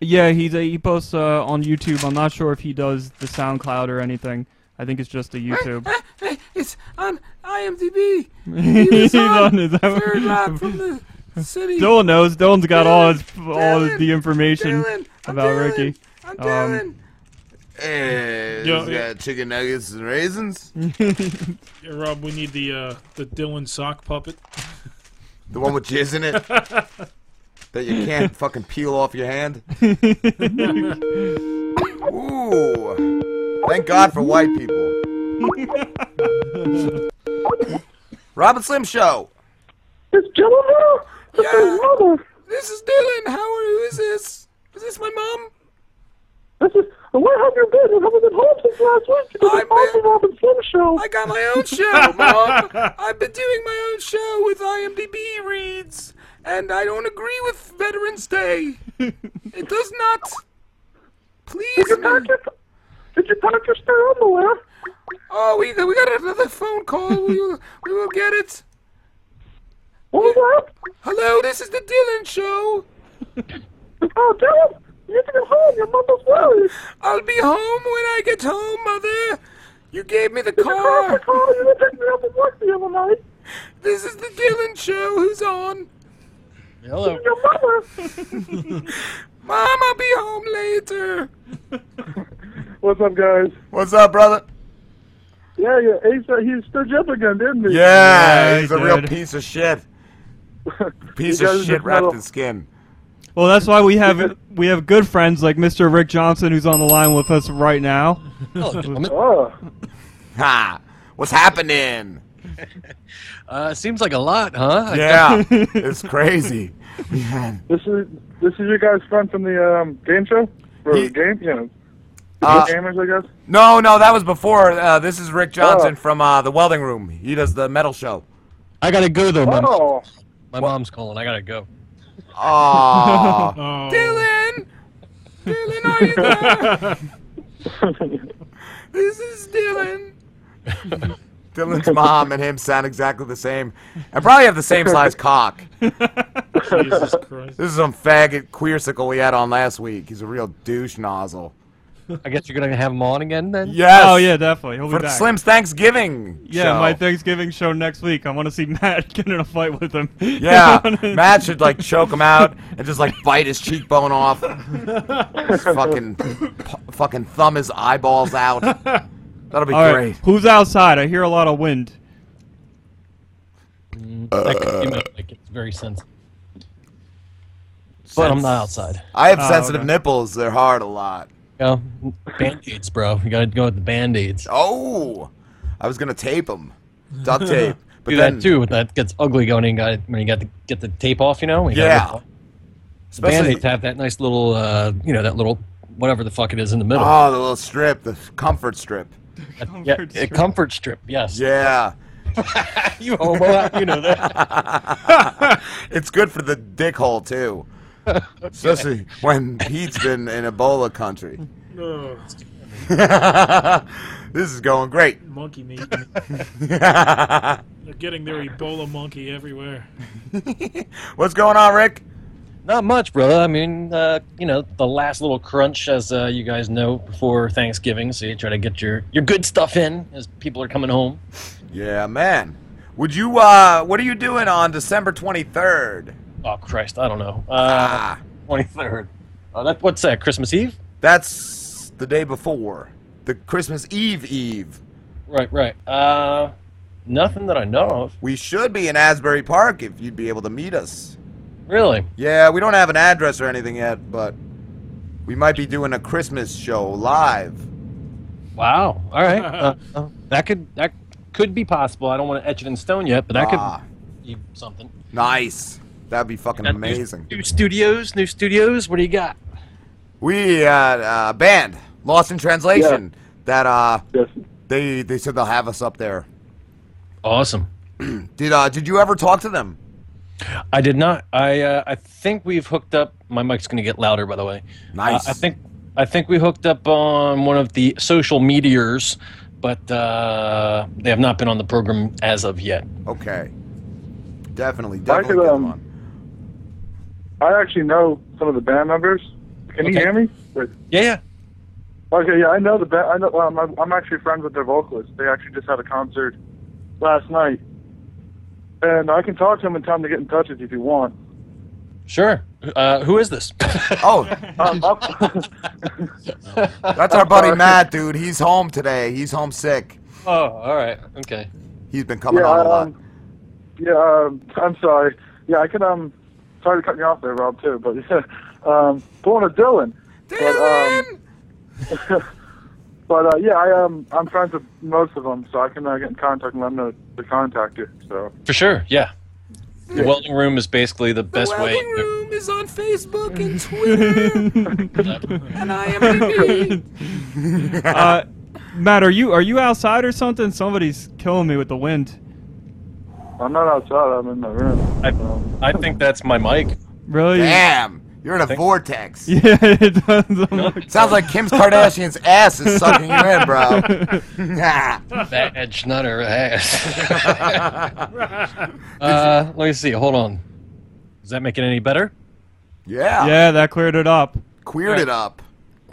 Yeah, he's a, he posts uh, on YouTube. I'm not sure if he does the SoundCloud or anything. I think it's just the YouTube.
Hey, it's on IMDb.
he's on his
Third live
own.
from the city.
Dylan knows. Dylan's got all his all
Dylan,
the information
Dylan, I'm
about
Dylan,
Ricky.
I'm
Um,
Dylan.
Hey,
Yeah,
you
yeah.
got chicken nuggets and raisins.
Yeah, Rob? We need the uh, the Dylan sock puppet.
The one with jizz in it that you can't fucking peel off your hand. Ooh. Thank God for white people. Robin Slim Show.
Yeah. This is Dylan. How are you? Is this? Is this my mom? This is. Where have you been? I haven't been home since last week. I've been Robin Show. I got my own show, mom. I've been doing my own show with IMDb reads and I don't agree with Veterans Day. it does not. Please. Did you talk to, did you talk to Stormula? Oh, we we got another phone call. we, will, we will get it. What was that? Hello, this is the Dylan Show. oh, Dylan, you need to go home. Your mother's worried. I'll be home when I get home, Mother. You gave me the car. You car. You picked me up at work the other night. This is the Dylan Show. Who's on?
Hello.
Your mother. Mom, I'll be home later.
What's up, guys?
What's up, brother?
Yeah, yeah. Ace, uh, he stood you up again, didn't he?
Yeah, he's a real piece of shit. Piece
You guys
of
are
shit
just
wrapped
little-
in skin.
Well, that's why we have we have good friends like Mr. Rick Johnson, who's on the line with us right now.
Oh.
Ha! What's happening?
Uh, seems like a lot, huh?
Yeah, it's crazy. Man.
This is this is your guys' friend from the um, game show or game, you know,
Uh,
gamers, I guess.
No, no, that was before. Uh, this is Rick Johnson
Oh.
from uh, the Welding Room. He does the metal show.
I gotta go though, Mom.
Oh,
My mom's calling. I gotta go.
Aw.
Dylan! Dylan, Ah. are you there? this is Dylan.
Dylan's mom and him sound exactly the same, and probably have the same size cock.
Jesus Christ.
This is some faggot queersicle we had on last week. He's a real douche nozzle.
I guess you're gonna have him on again then.
Yes.
Oh yeah, definitely. He'll be
For
back.
Slim's Thanksgiving.
yeah,
show.
my Thanksgiving show next week. I want to see Matt get in a fight with him.
Yeah, Matt should like choke him out and just like bite his cheekbone off. Just fucking, pu- fucking thumb his eyeballs out. That'll be
All right,
great.
who's outside? I hear a lot of wind.
That could be my, like, it's very sensitive. But I'm not outside.
I have
Oh,
sensitive
okay.
nipples. They're hard a lot.
You know, band-aids, bro. You gotta go with the band-aids.
Oh, I was gonna tape them, duct tape. But
Do
then,
that too. but That gets ugly going in. Got when you got to get the tape off. You know. When you gotta
Yeah.
rip it off. The
Especially-
band-aids have that nice little, uh, you know, that little whatever the fuck it is in the middle.
Oh, the little strip, the comfort strip.
yeah, a comfort strip. Yes.
Yeah.
you homo. You know
that. it's good for the dick hole too. Especially when Pete's been in Ebola country.
Oh,
this is going great.
monkey meat.
They're
getting their Ebola monkey everywhere.
What's going on, Rick?
Not much, brother. I mean, uh, you know, the last little crunch, as uh, you guys know, before Thanksgiving. So you try to get your, your good stuff in as people are coming home.
Yeah, man. Would you? uh What are you doing on December twenty third?
Oh Christ, I don't know.
Ah.
Uh, twenty third. Uh, that what's that? Christmas Eve?
That's the day before. The Christmas Eve Eve.
Right, right. Uh, nothing that I know of.
We should be in Asbury Park if you'd be able to meet us.
Really?
Yeah, we don't have an address or anything yet, but we might be doing a Christmas show live.
Wow. All right. Uh, uh, that could that could be possible. I don't want to etch it in stone yet, but that
Ah.
could be something.
Nice. That'd be fucking amazing.
New studios, new studios. What do you got?
We uh, uh band Lost in Translation. That uh, they they said they'll have us up there.
Awesome.
Did uh did you ever talk to them?
I did not. I uh, I think we've hooked up. My mic's gonna get louder, by the way.
Nice.
Uh, I think I think we hooked up on one of the social meteors, but uh, they have not been on the program as of yet.
Okay. Definitely, definitely.
I could, um, I actually know some of the band members. Can you
Okay.
hear me? Wait.
Yeah, yeah.
Okay, yeah, I know the band. I know. Well, I'm, I'm actually friends with their vocalist. They actually just had a concert last night, and I can talk to them and tell them to get in touch with you if you want.
Sure. Uh, who is this?
Oh,
Um, I'll-
that's our buddy Matt, dude. He's home today. He's homesick.
Oh, all right. Okay.
He's been coming
yeah,
on a lot.
um, yeah, um, I'm sorry. Yeah, I can. Um, sorry to cut you off there, Rob, too. But yeah, um, going to Dylan. Dylan. But, um, but uh, yeah, I um, I'm friends with most of them, so I can uh, get in contact and let them know to contact you. So
For sure. Yeah. The welding room is basically the best way.
Room is on Facebook and Twitter. and I am the
Uh, Matt, are you are you outside or something? Somebody's killing me with the wind.
I'm not outside. I'm in my room.
I, I think that's my mic.
Really?
Damn, you're in a vortex.
Yeah, it does. I'm like-
Sounds like Kim Kardashian's ass is sucking you in, bro. Nah.
Bad schnutter ass. uh, let me see. Hold on. Does that make it any better?
Yeah.
yeah, that cleared it up.
Queered it up.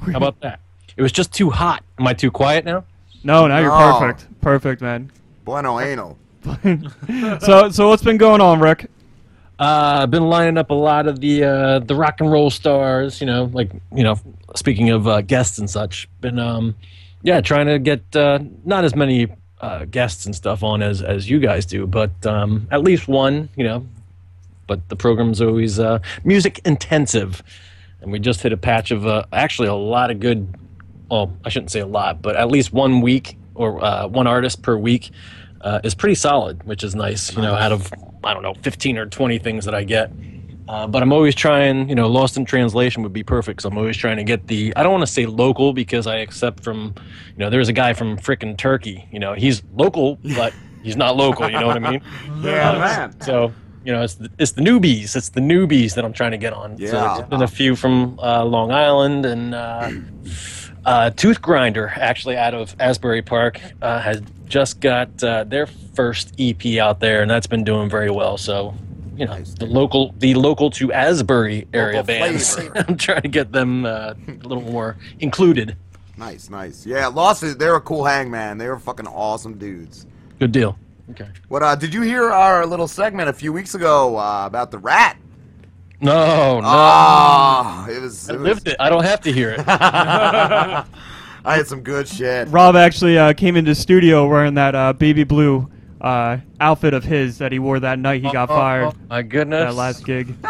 um, How about that? It was just too hot. Am I too quiet now?
No, now you're
No.
perfect. Perfect, man.
Bueno anal.
So, so what's been going on, Rick?
Uh, I've been lining up a lot of the uh, the rock and roll stars. You know, like you know, speaking of uh, guests and such, been um, yeah, trying to get uh, not as many uh, guests and stuff on as as you guys do, but um, at least one. You know, but the program's always uh, music intensive, and we just hit a patch of uh, actually a lot of good. Well, I shouldn't say a lot, but at least one week or uh, one artist per week uh, is pretty solid, which is nice. You know, out of I don't know, fifteen or twenty things that I get. Uh, but I'm always trying, you know, Lost in Translation would be perfect. So I'm always trying to get the, I don't want to say local because I accept from, you know, there's a guy from frickin' Turkey. You know, he's local, but he's not local. You know what I mean?
Yeah,
Uh,
man.
So you know, it's the, it's the newbies. It's the newbies that I'm trying to get on. So
Yeah.
there's been a few from uh, Long Island and uh, uh, Tooth Grinder, actually out of Asbury Park, uh, has just got uh, their first EP out there, and that's been doing very well. So. You know the local, the local to Asbury area
Local
bands.
flavor.
I'm trying to get them uh, a little more included.
Nice, nice. Yeah, Lost is they're a cool hang, man. They were fucking awesome dudes.
Good deal. Okay.
What uh did you hear our little segment a few weeks ago uh, about the rat?
No, no.
Ah, it was
I
it was
lived it. I don't have to hear it.
I had some good shit.
Rob actually uh, came into studio wearing that uh, baby blue uh, outfit of his that he wore that night he got fired.
Oh, My goodness.
That last gig.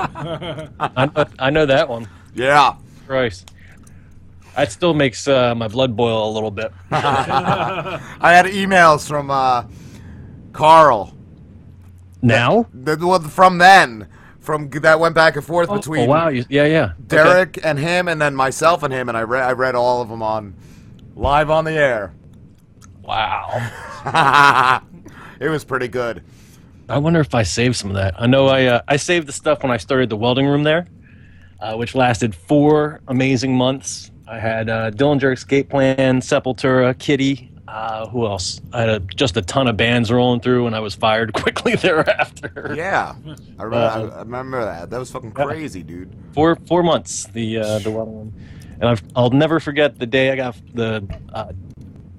I, know, I know that one.
Yeah.
Christ. That still makes uh, my blood boil a little bit.
I had emails from uh Carl.
Now?
That was from then. From that went back and forth between
Oh, wow. You, yeah, yeah. Okay.
Derek and him, and then myself and him, and I read I read all of them on live on the air.
Wow.
it was pretty good.
I wonder if I saved some of that. I know I uh, I saved the stuff when I started the welding room there, uh, which lasted four amazing months. I had uh, Dillinger Escape Plan, Sepultura, Kitty. Uh, who else? I had a, just a ton of bands rolling through, and I was fired quickly thereafter.
Yeah, I remember,
Uh,
I, I remember that. That was fucking crazy, dude.
four four months the uh, the welding room, and I've, I'll never forget the day I got the. Uh,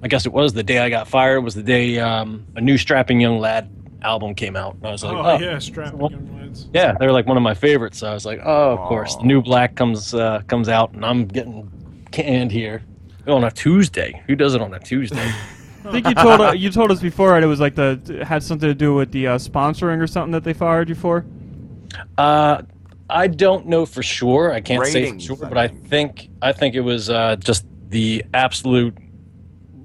I guess it was the day I got fired. Was the day um, a new strapping young lad album came out. And I was like,
Oh,
oh,
yeah, strapping
well-
young lads.
yeah, they were like one of my favorites. So I was like, oh, of course,
Aw.
New Black comes uh, comes out, and I'm getting canned here Oh, on a Tuesday. Who does it on a Tuesday?
I think you told uh, you told us before right, it was like the it had something to do with the uh, sponsoring or something that they fired you for.
Uh, I don't know for sure. I can't
Ratings,
say for
I
sure, but I think I think it was uh, just the absolute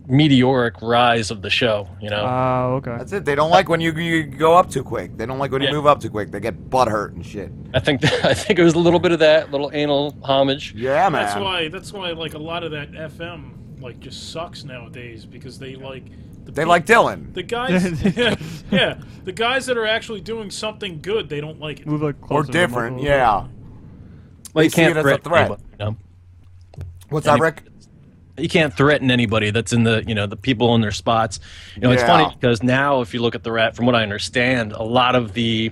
meteoric rise of the show. You know,
Oh, okay.
That's it. They don't like when you, you go up too quick. They don't like when you
Yeah.
move up too quick. They get butt hurt and shit.
I think I think it was a little bit of that little anal homage.
Yeah, man.
That's why. That's why. Like a lot of that FM like just sucks nowadays because they like. The
they
peop-
like Dylan.
the guys. yeah, the guys that are actually doing something good. They don't like it.
Move like
Or
closer to the
different,
microphone.
yeah.
Well,
They see it as a
threaten
threat.
anybody, you, know?
What's that, Rick?
you can't threaten anybody that's in the you know the people in their spots. You know, it's
Yeah.
funny because now if you look at the rat, from what I understand, a lot of the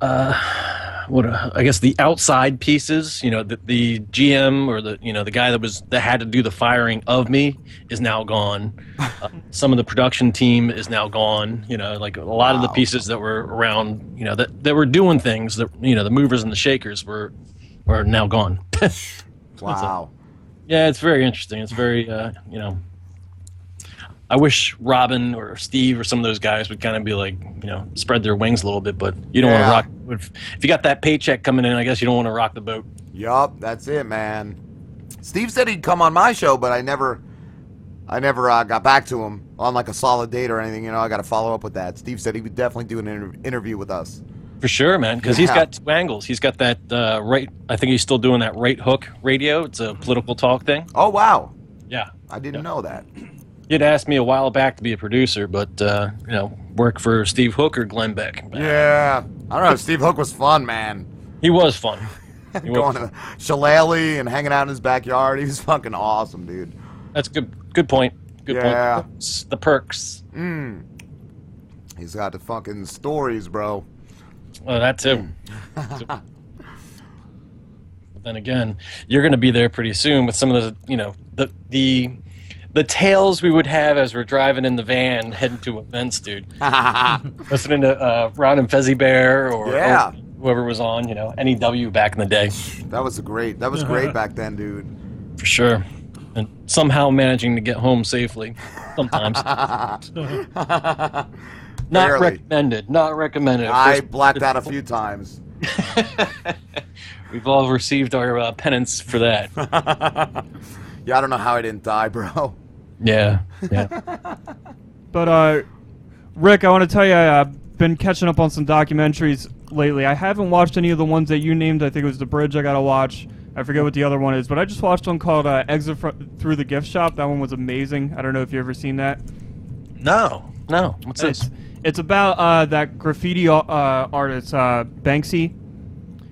uh, what uh, I guess the outside pieces, you know, the, the GM or the you know the guy that was that had to do the firing of me is now gone. Uh, some of the production team is now gone. You know, like a lot of the pieces that were around, you know, that that were doing things that you know the movers and the shakers were are now gone.
Wow.
Yeah, it's very interesting. It's very, uh, you know, I wish Robin or Steve or some of those guys would kind of be like, you know, spread their wings a little bit, but you don't
Yeah.
want to rock. If, if you got that paycheck coming in, I guess you don't want to rock the boat.
Yup, that's it, man. Steve said he'd come on my show, but I never, I never uh, got back to him on like a solid date or anything. You know, I got to follow up with that. Steve said he would definitely do an inter- interview with us.
For sure, man, because he's
Yeah.
got two angles. He's got that uh, right, I think he's still doing that right hook radio. It's a political talk thing.
Oh wow,
Yeah.
I didn't know that.
He had asked me a while back to be a producer, but, uh, you know, work for Steve Hook or Glenn Beck.
Yeah, I don't know. Steve Hook was fun, man.
He was fun. He was
Going to the shillelagh and hanging out in his backyard. He was fucking awesome, dude.
That's good. Good point. Good point.
yeah.
point. The perks.
Mm. He's got the fucking stories, bro.
Oh, that too.
Hmm.
but then again, you're going to be there pretty soon with some of the, you know, the the the tales we would have as we're driving in the van heading to events, dude. Listening to uh, Ron and Fezzi Bear or
Yeah.
or whoever was on, you know, NEW back in the day.
That was great. That was great back then, dude.
For sure. And somehow managing to get home safely sometimes.
Not
Not recommended. Not recommended. Of
I
course,
blacked out a few times.
We've all received our uh, penance for that.
Yeah, I don't know how I didn't die, bro.
yeah. Yeah.
But uh, Rick, I want to tell you, I've been catching up on some documentaries lately. I haven't watched any of the ones that you named. I think it was The Bridge I got to watch. I forget what the other one is, but I just watched one called uh, Exit Fro- Through the Gift Shop. That one was amazing. I don't know if you've ever seen that.
No. No. What's
it's, It's about uh, that graffiti uh, artist uh, Banksy.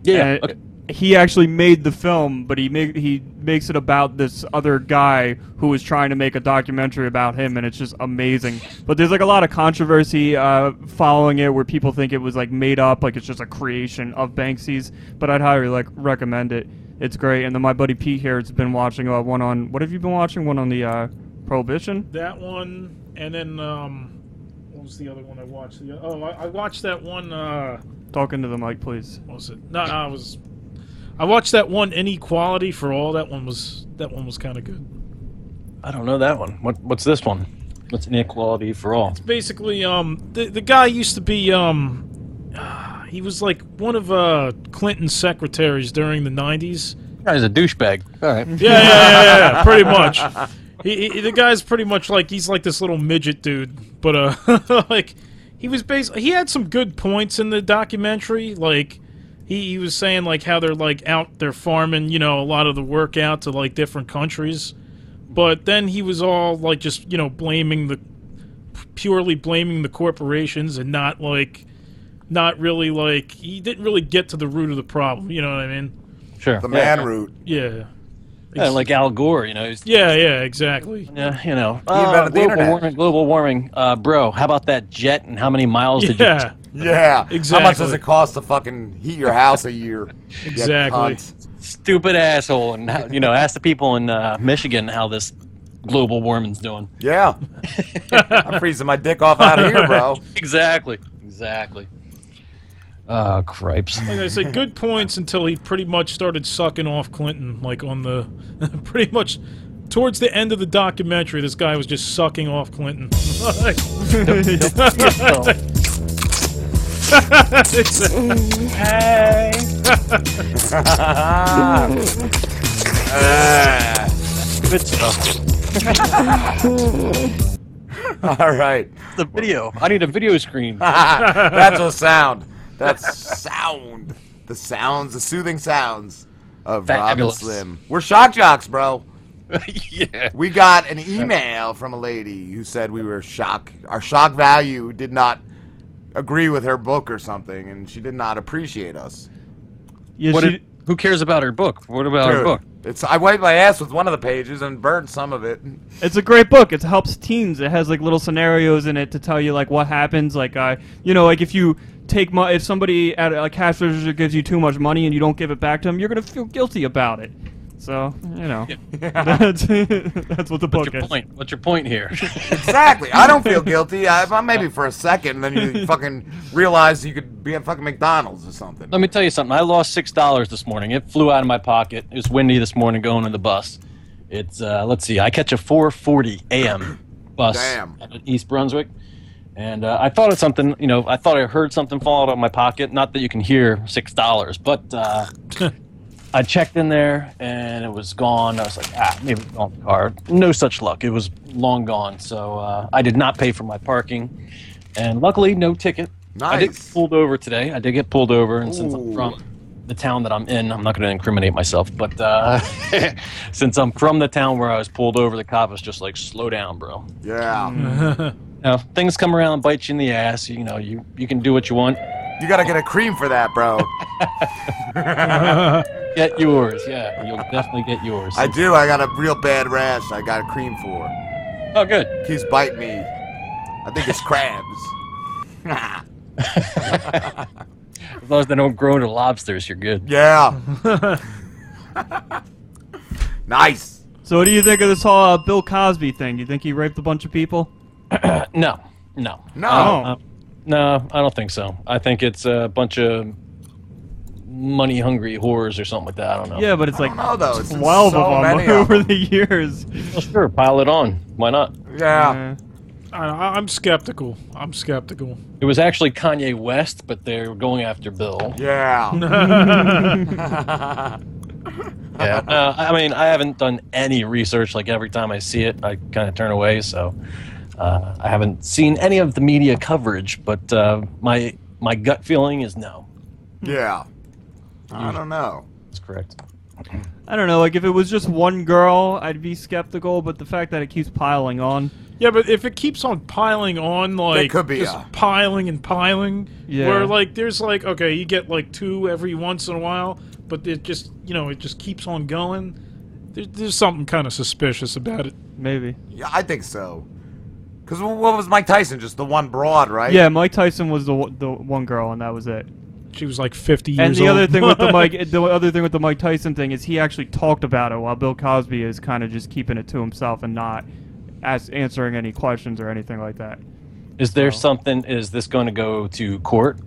Yeah,
And
okay.
He actually made the film, but he make, he makes it about this other guy who was trying to make a documentary about him, and it's just amazing. But there's like a lot of controversy uh, following it, where people think it was like made up, like it's just a creation of Banksy's. But I'd highly like recommend it. It's great. And then my buddy Pete here has been watching uh, one on what have you been watching? One on the uh, Prohibition.
That one, and then um, what was the other one I watched? The, oh, I, I watched that one. Uh,
Talk into the mic, please.
what was it? No, I was. I watched that one. Inequality for all. That one was. That one was kind of good.
I don't know that one. What What's this one? What's inequality for all?
Basically, um, the the guy used to be um, he was like one of uh Clinton's secretaries during the '90s.
Guy's a douchebag. All right.
Yeah, yeah, yeah, yeah, yeah, pretty much. He, he, the guy's pretty much like he's like this little midget dude, but uh, like he was basically he had some good points in the documentary. Like he, he was saying like how they're like out there farming, you know, a lot of the work out to like different countries, but then he was all like just you know blaming the purely blaming the corporations and not like not really like he didn't really get to the root of the problem. You know what I mean?
Sure.
The
Yeah,
man
yeah.
root.
Yeah.
Yeah, Uh, like Al Gore, you know. He's,
Yeah, yeah, exactly.
yeah, you know.
He invented
"Oh,
the
global
internet."
warming, global warming. Uh, bro, how about that jet and how many miles did you?
Yeah.
Yeah. How much does
Exactly.
it cost to fucking heat your house a year? You
Exactly.
cunt.
Stupid asshole, and how, you know, ask the people in uh, Michigan how this global warming's doing.
Yeah. I'm freezing my dick off out here, bro.
Exactly. Exactly. Oh, cripes.
Like I said, good points until he pretty much started sucking off Clinton. Like on the, pretty much, towards the end of the documentary, this guy was just sucking off Clinton. Like-
Hey.
Ah.
Good stuff.
All right.
The video. I need a video screen.
That's a sound. That's sound. The sounds, the soothing sounds of
Fabulous.
Robin Slim. We're shock jocks, bro.
yeah.
We got an email from a lady who said we were shock. Our shock value did not agree with her book or something, and she did not appreciate us.
Yeah,
What
she-
did- who cares about her book? What about her
Dude,
book?
It's I wiped my ass with one of the pages and burned some of it.
It's a great book. It helps teens. It has like little scenarios in it to tell you like what happens. Like uh, you know, like if you take mo- if somebody at a cash register gives you too much money and you don't give it back to them, you're gonna feel guilty about it. So you know, that's, that's what the book is.
Point. What's your point here?
Exactly. I don't feel guilty. I, well, maybe for a second, then you fucking realize you could be at fucking McDonald's or something.
Let me tell you something. I lost six dollars this morning. It flew out of my pocket. It was windy this morning going to the bus. It's uh, let's see. I catch a 4:40 a.m. bus
Damn.
out of East Brunswick, and uh, I thought of something. You know, I thought I heard something fall out of my pocket. Not that you can hear six dollars, but uh, I checked in there and it was gone. I was like, ah, maybe it's on the car. No such luck. It was long gone. So uh, I did not pay for my parking, and luckely, no ticket. I did
Nice.
get pulled over today. I did get pulled over, and since I'm
Ooh.
from the town that I'm in. I'm not going to incriminate myself, but uh, since I'm from the town where I was pulled over, the cop was just like, "Slow down, bro."
Yeah.
Now things come around and bite you in the ass. You know, you you can do what you want.
You gotta get a cream for that, bro.
get yours, yeah. You'll definitely get yours.
I do. I got a real bad rash. I got a cream for.
Oh, good.
Keeps biting me. I think it's crabs.
As long as they don't grow into lobsters, you're good.
Yeah. nice.
So, what do you think of this whole uh, Bill Cosby thing? You think he raped a bunch of people?
no, no,
No. Oh.
Uh, uh, no, I don't think so. I think it's a bunch of money-hungry whores or something like that. I don't know.
Yeah, but it's
I
like
don't know, though. It's
12
so
of them
many of
over the years.
Well, sure, pile it on. Why not?
Yeah.
Mm-hmm. I, I- I'm skeptical. I'm skeptical.
It was actually Kanye West, but they're going after Bill.
Yeah.
Yeah. Uh, I mean, I haven't done any research. Like every time I see it, I kind of turn away. So uh, I haven't seen any of the media coverage, but uh, my my gut feeling is no.
Yeah. I don't know.
That's correct.
I don't know. Like, if it was just one girl, I'd be skeptical, but the fact that it keeps piling on.
Yeah, but if it keeps on piling on, like
could be,
just
yeah.
piling and piling,
Yeah.
where like there's like okay, you get like two every once in a while, but it just you know it just keeps on going. There, there's something kind of suspicious about it.
Maybe.
Yeah, I think so. Cause wh- what was Mike Tyson? Just the one broad, right?
Yeah, Mike Tyson was the one- the one girl, and that was it.
She was like 50 years
And the
old.
other thing with the Mike, the other thing with the Mike Tyson thing is he actually talked about it, while Bill Cosby is kind of just keeping it to himself and not as answering any questions or anything like that.
Is there something? Is this going to go to court?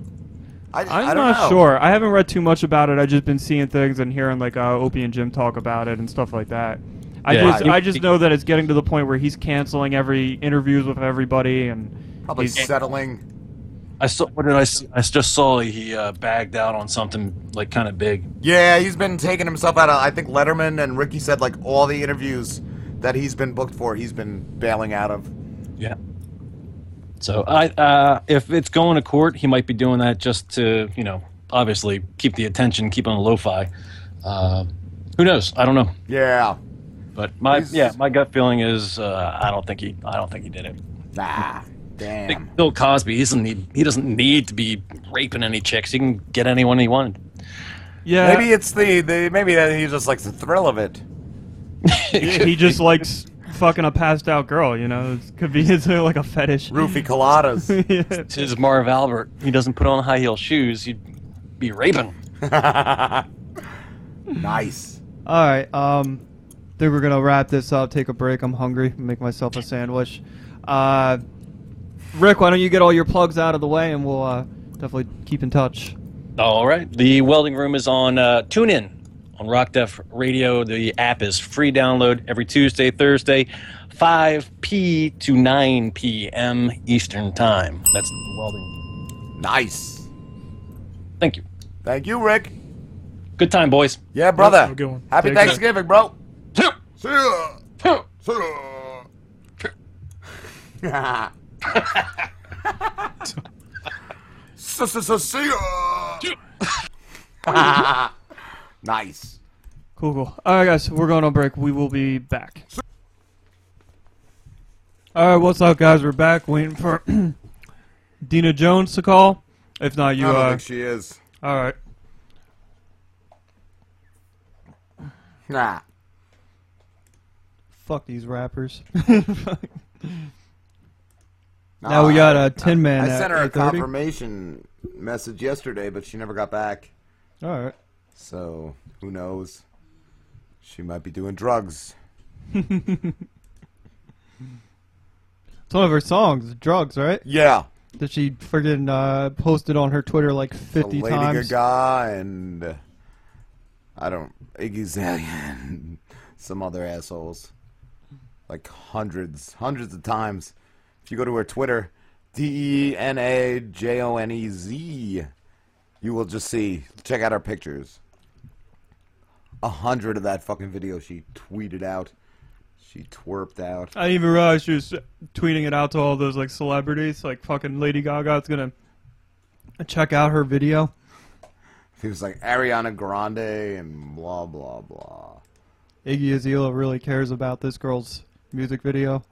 I,
I'm
I don't
not
know.
sure. I haven't read too much about it. I've just been seeing things and hearing like uh, Opie and Jim talk about it and stuff like that. I
Yeah.
just I just know that it's getting to the point where he's canceling every interviews with everybody and
Probably
he's-
settling.
I saw. What did I see? I just saw he uh, bagged out on something like kind of big.
Yeah, he's been taking himself out of. I think Letterman and Ricky said like all the interviews that he's been booked for, he's been bailing out of.
Yeah. So I, uh, if it's going to court, he might be doing that just to, you know, obviously keep the attention, keep on the lo-fi. Uh, who knows? I don't know.
Yeah.
But my
He's-
yeah, my gut feeling is uh, I don't think he I don't think he did it.
Nah.
I think
Damn.
Bill Cosby he doesn't need he doesn't need to be raping any chicks. He can get anyone he wanted.
yeah.
Maybe it's the, the maybe that he just likes the thrill of it.
he just likes fucking a passed out girl. You know, it could be it's like a fetish.
Roofie coladas.
Yeah.
This is Marv Albert. He doesn't put on high heel shoes. He'd be raping.
nice.
All right. Um, think we're gonna wrap this up. Take a break. I'm hungry. Make myself a sandwich. Uh, Rick, why don't you get all your plugs out of the way, and we'll uh, definitely keep in touch.
All right. The welding room is on uh, TuneIn on Rock Def Radio. The app is free download every Tuesday, Thursday, 5 p to 9 p.m. Eastern Time. That's the welding. room.
Nice.
Thank you.
Thank you, Rick.
Good time, boys.
Yeah, brother.
have a good one.
Happy
Take care.
Thanksgiving, bro. See ya. See ya. So- so- so- See ya. Nice.
Cool, cool. All right, guys, we're going on break. We will be back. All right, what's up, guys? We're back waiting for Dina Jones to call. If not, you uh,
I don't
are.
think she is.
All right.
Nah.
Fuck these rappers. now we got a Tin Man.
I
at
sent her a
8:30.
confirmation message yesterday, but she never got back.
All right.
So who knows? She might be doing drugs.
It's one of her songs, "Drugs," right?
Yeah.
That she friggin' uh, posted on her Twitter like
The
50
Lady
times.
Gaga and uh, I don't Iggy Azalea and some other assholes. Like hundreds, hundreds of times. If you go to her Twitter, D E N A J O N E Z, you will just see. Check out our pictures. A hundred of that fucking video she tweeted out. She twerped out.
I didn't even realize she was tweeting it out to all those like celebrities. Like fucking Lady Gaga's gonna
Check out her video.
He was like Ariana Grande and blah blah blah.
Iggy Azalea really cares about this girl's music video.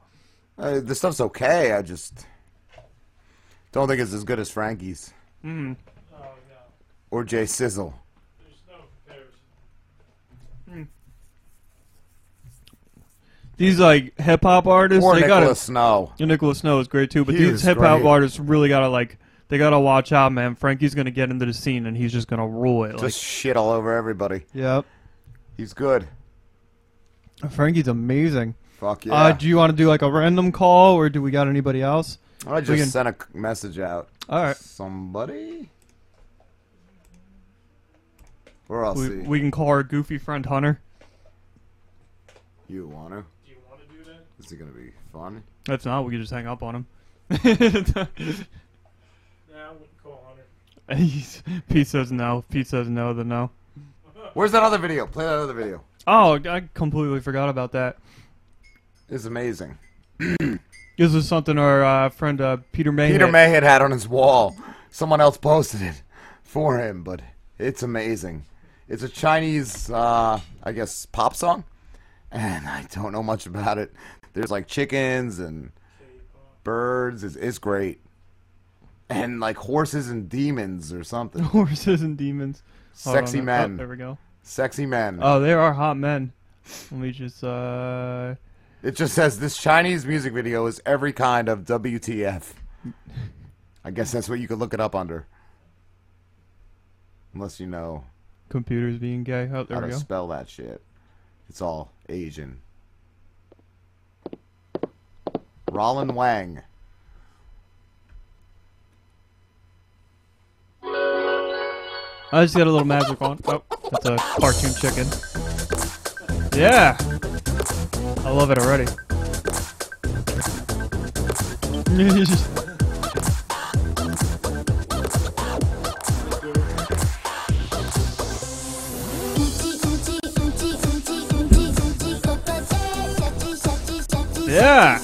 Uh, the stuff's okay. I just don't think it's as good as Frankie's
Hmm.
Mm.
or Jay Sizzle.
These like hip hop artists,
Or
they gotta
Nicholas Snow.
Yeah, Nicholas Snow is great too, but
He
these
is
hip hop
great.
artists really gotta like they gotta watch out, man. Frankie's gonna get into the scene and he's just gonna rule it. Like,
Just shit all over everybody.
Yep.
He's good.
Frankie's amazing.
Fuck yeah.
Uh, do you want to do like a random call, or do we got anybody else?
I
We
just
can-
sent a c- message out.
All right.
Somebody. Or I'll
we,
see.
we can call our goofy friend Hunter.
You wanna? Do you wanna do that? Is it gonna be fun?
If not, we can just hang up on him. He's- Pete says no. Pete says no. Then no.
Where's that other video? Play that other video.
Oh, I completely forgot about that.
It's amazing.
This is something our uh, friend uh, Peter May.
Peter May had had on his wall. Someone else posted it for him, but it's amazing. It's a Chinese, uh, I guess, pop song, and I don't know much about it. There's like chickens and birds. It's, it's great, and like horses and demons or something.
Horses and demons. Hold
Sexy
on. Oh,
men.
there we go.
Sexy men.
Oh, they are hot men. Let me just. uh...
It just says this Chinese music video is every kind of WTF. I guess that's what you could look it up under. Unless you know
Computers being gay. Oh, there
how
we
to
go.
spell that shit. It's all Asian. Rollin Wang.
I just got a little magic on. Oh, that's a cartoon chicken. Yeah. I love it already.
Yeah.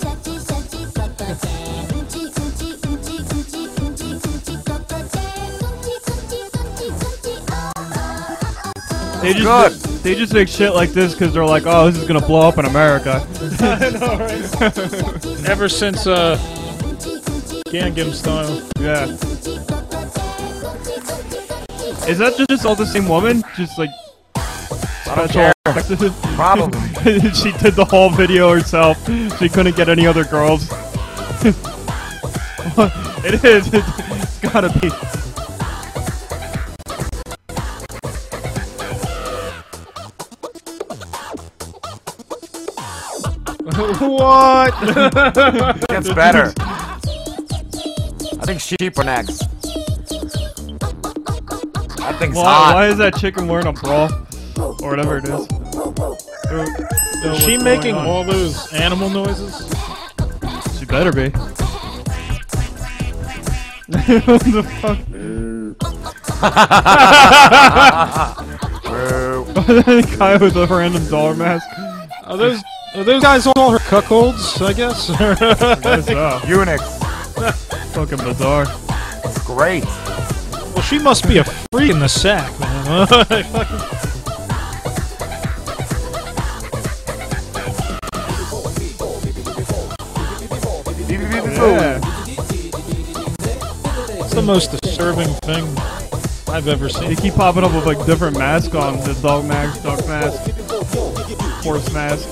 They just, They just make shit like this because they're like, oh, this is gonna blow up in America.
Ever since uh, Gangnam Style.
Yeah. Is that just all the same woman? Just like special.
Probably.
she did the whole video herself. She couldn't get any other girls. it is. It's gotta be.
what? Gets better. I think sheep are next. I think it's
Why,
hot.
why is that chicken wearing a bra? Or whatever it is. Oh,
Is she
what's
making
going on?
all those animal noises?
She better be. what the fuck? Guy with a random dollar mask.
Are those are those guys all her cuckolds? I guess.
Unix. Fucking bizarre.
Great.
Well, she must be a free in the sack, man. It's the most disturbing thing I've ever seen.
They keep popping up with like different masks on the dog mask, duck mask, horse mask.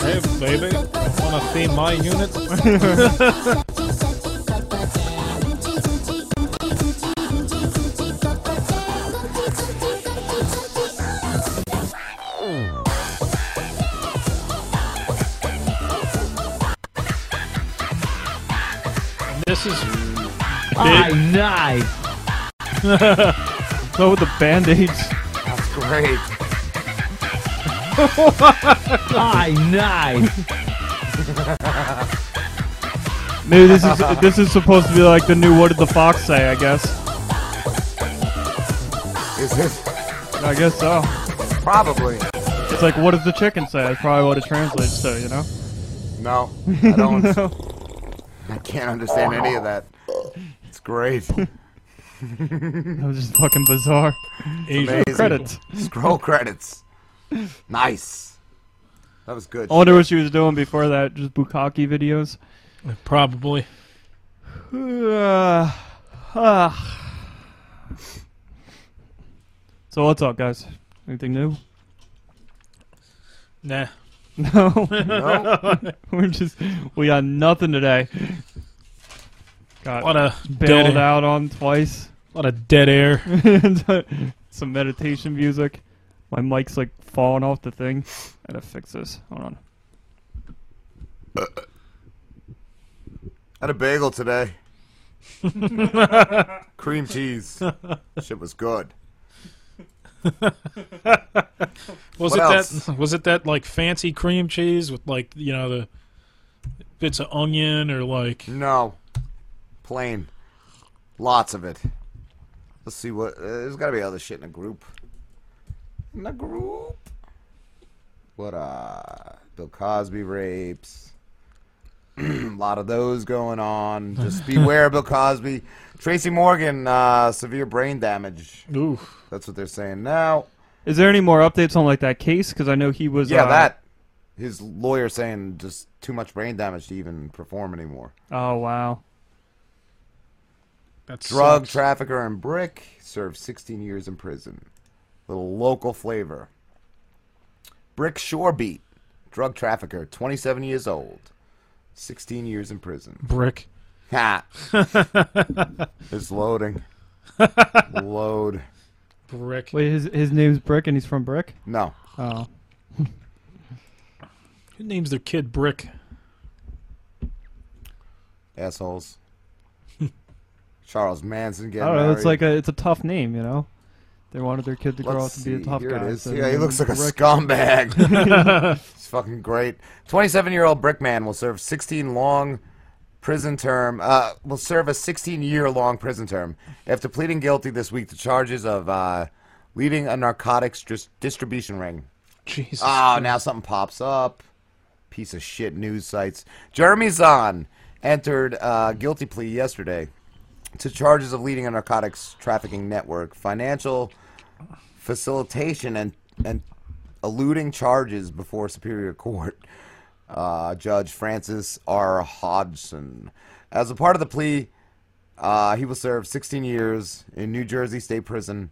Hey, baby, wanna feed my unit? this is
Ah,
nice. so with the band aids.
That's great.
Ah,
nice. Maybe this is this is supposed to be like the new "What did the fox say?" I guess.
Is this?
I guess so.
Probably.
It's like, what does the chicken say? That's probably what it translates to, you know?
No, I don't.
No.
I can't understand any of that. It's great.
That was just fucking bizarre.
Amazing.
Credits.
Scroll credits. Nice. That was good.
I wonder what she was doing before that. Just bukkake videos?
Probably.
Uh, ah. So what's up, guys? Anything new?
Nah.
No. We're just we got nothing today. Got
What a
bailed
dead-
out on twice.
What a dead air.
Some meditation music. My mic's like falling off the thing. I gotta fix this. Hold on.
Had a bagel today. Cream cheese. Shit was good.
Was
What
it
else?
that? Was it that like fancy cream cheese with like you know the bits of onion or like?
No, plain. Lots of it. Let's see what. Uh, there's got to be other shit in a group. In a group. What uh? Bill Cosby rapes. a lot of those going on. Just beware, Bill Cosby. Tracy Morgan, uh, severe brain damage.
Ooh.
That's what they're saying now.
Is there any more updates on like that case? Because I know he was.
Yeah,
uh,
that. His lawyer saying just too much brain damage to even perform anymore.
Oh wow.
That's
Drug trafficker and brick served 16 years in prison. Little local flavor. Brick Shorebeat, drug trafficker, 27 years old, 16 years in prison.
Brick.
Ha! it's loading. Load.
Brick.
Wait, his his name's Brick, and he's from Brick.
No.
Oh,
Who names their kid Brick?
Assholes. Charles Manson
I
getting
don't know. It's
married.
like a it's a tough name, you know. They wanted their kid to grow up to be a tough
Here
guy.
it is.
so
yeah, he
they
looks like
named
a
him Brick.
scumbag. He's fucking great. 27 year old Brickman will serve 16 long prison term. Uh, will serve a 16 year long prison term after pleading guilty this week to charges of uh, leading a narcotics dis- distribution ring.
Jesus.
Oh, now something pops up. Piece of shit news sites. Jeremy Zahn entered uh, guilty plea yesterday to charges of leading a narcotics trafficking network, financial facilitation, and and eluding charges before Superior Court. Uh, Judge Francis R. Hodgson. As a part of the plea, uh, he will serve 16 years in New Jersey State Prison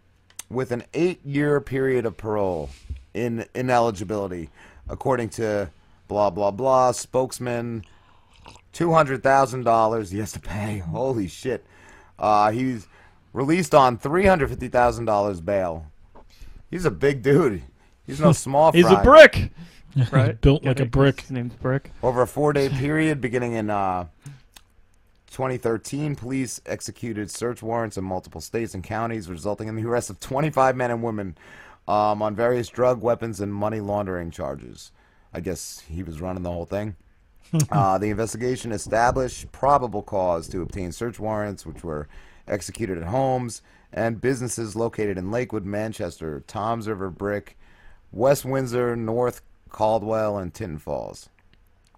with an eight year period of parole in ineligibility, according to blah, blah, blah, spokesman. $200,000 he has to pay. Holy shit. Uh, he's released on $350,000 bail. He's a big dude. He's no small
He's a
fry.
brick. Right.
built
Yeah,
like a
they-
brick.
His name's Brick.
Over a four day period beginning in uh, 2013, police executed search warrants in multiple states and counties, resulting in the arrest of 25 men and women um, on various drug, weapons, and money laundering charges. I guess he was running the whole thing. uh, the investigation established probable cause to obtain search warrants, which were executed at homes and businesses located in Lakewood, Manchester, Toms River Brick, West Windsor, North Caldwell, and Tinton Falls.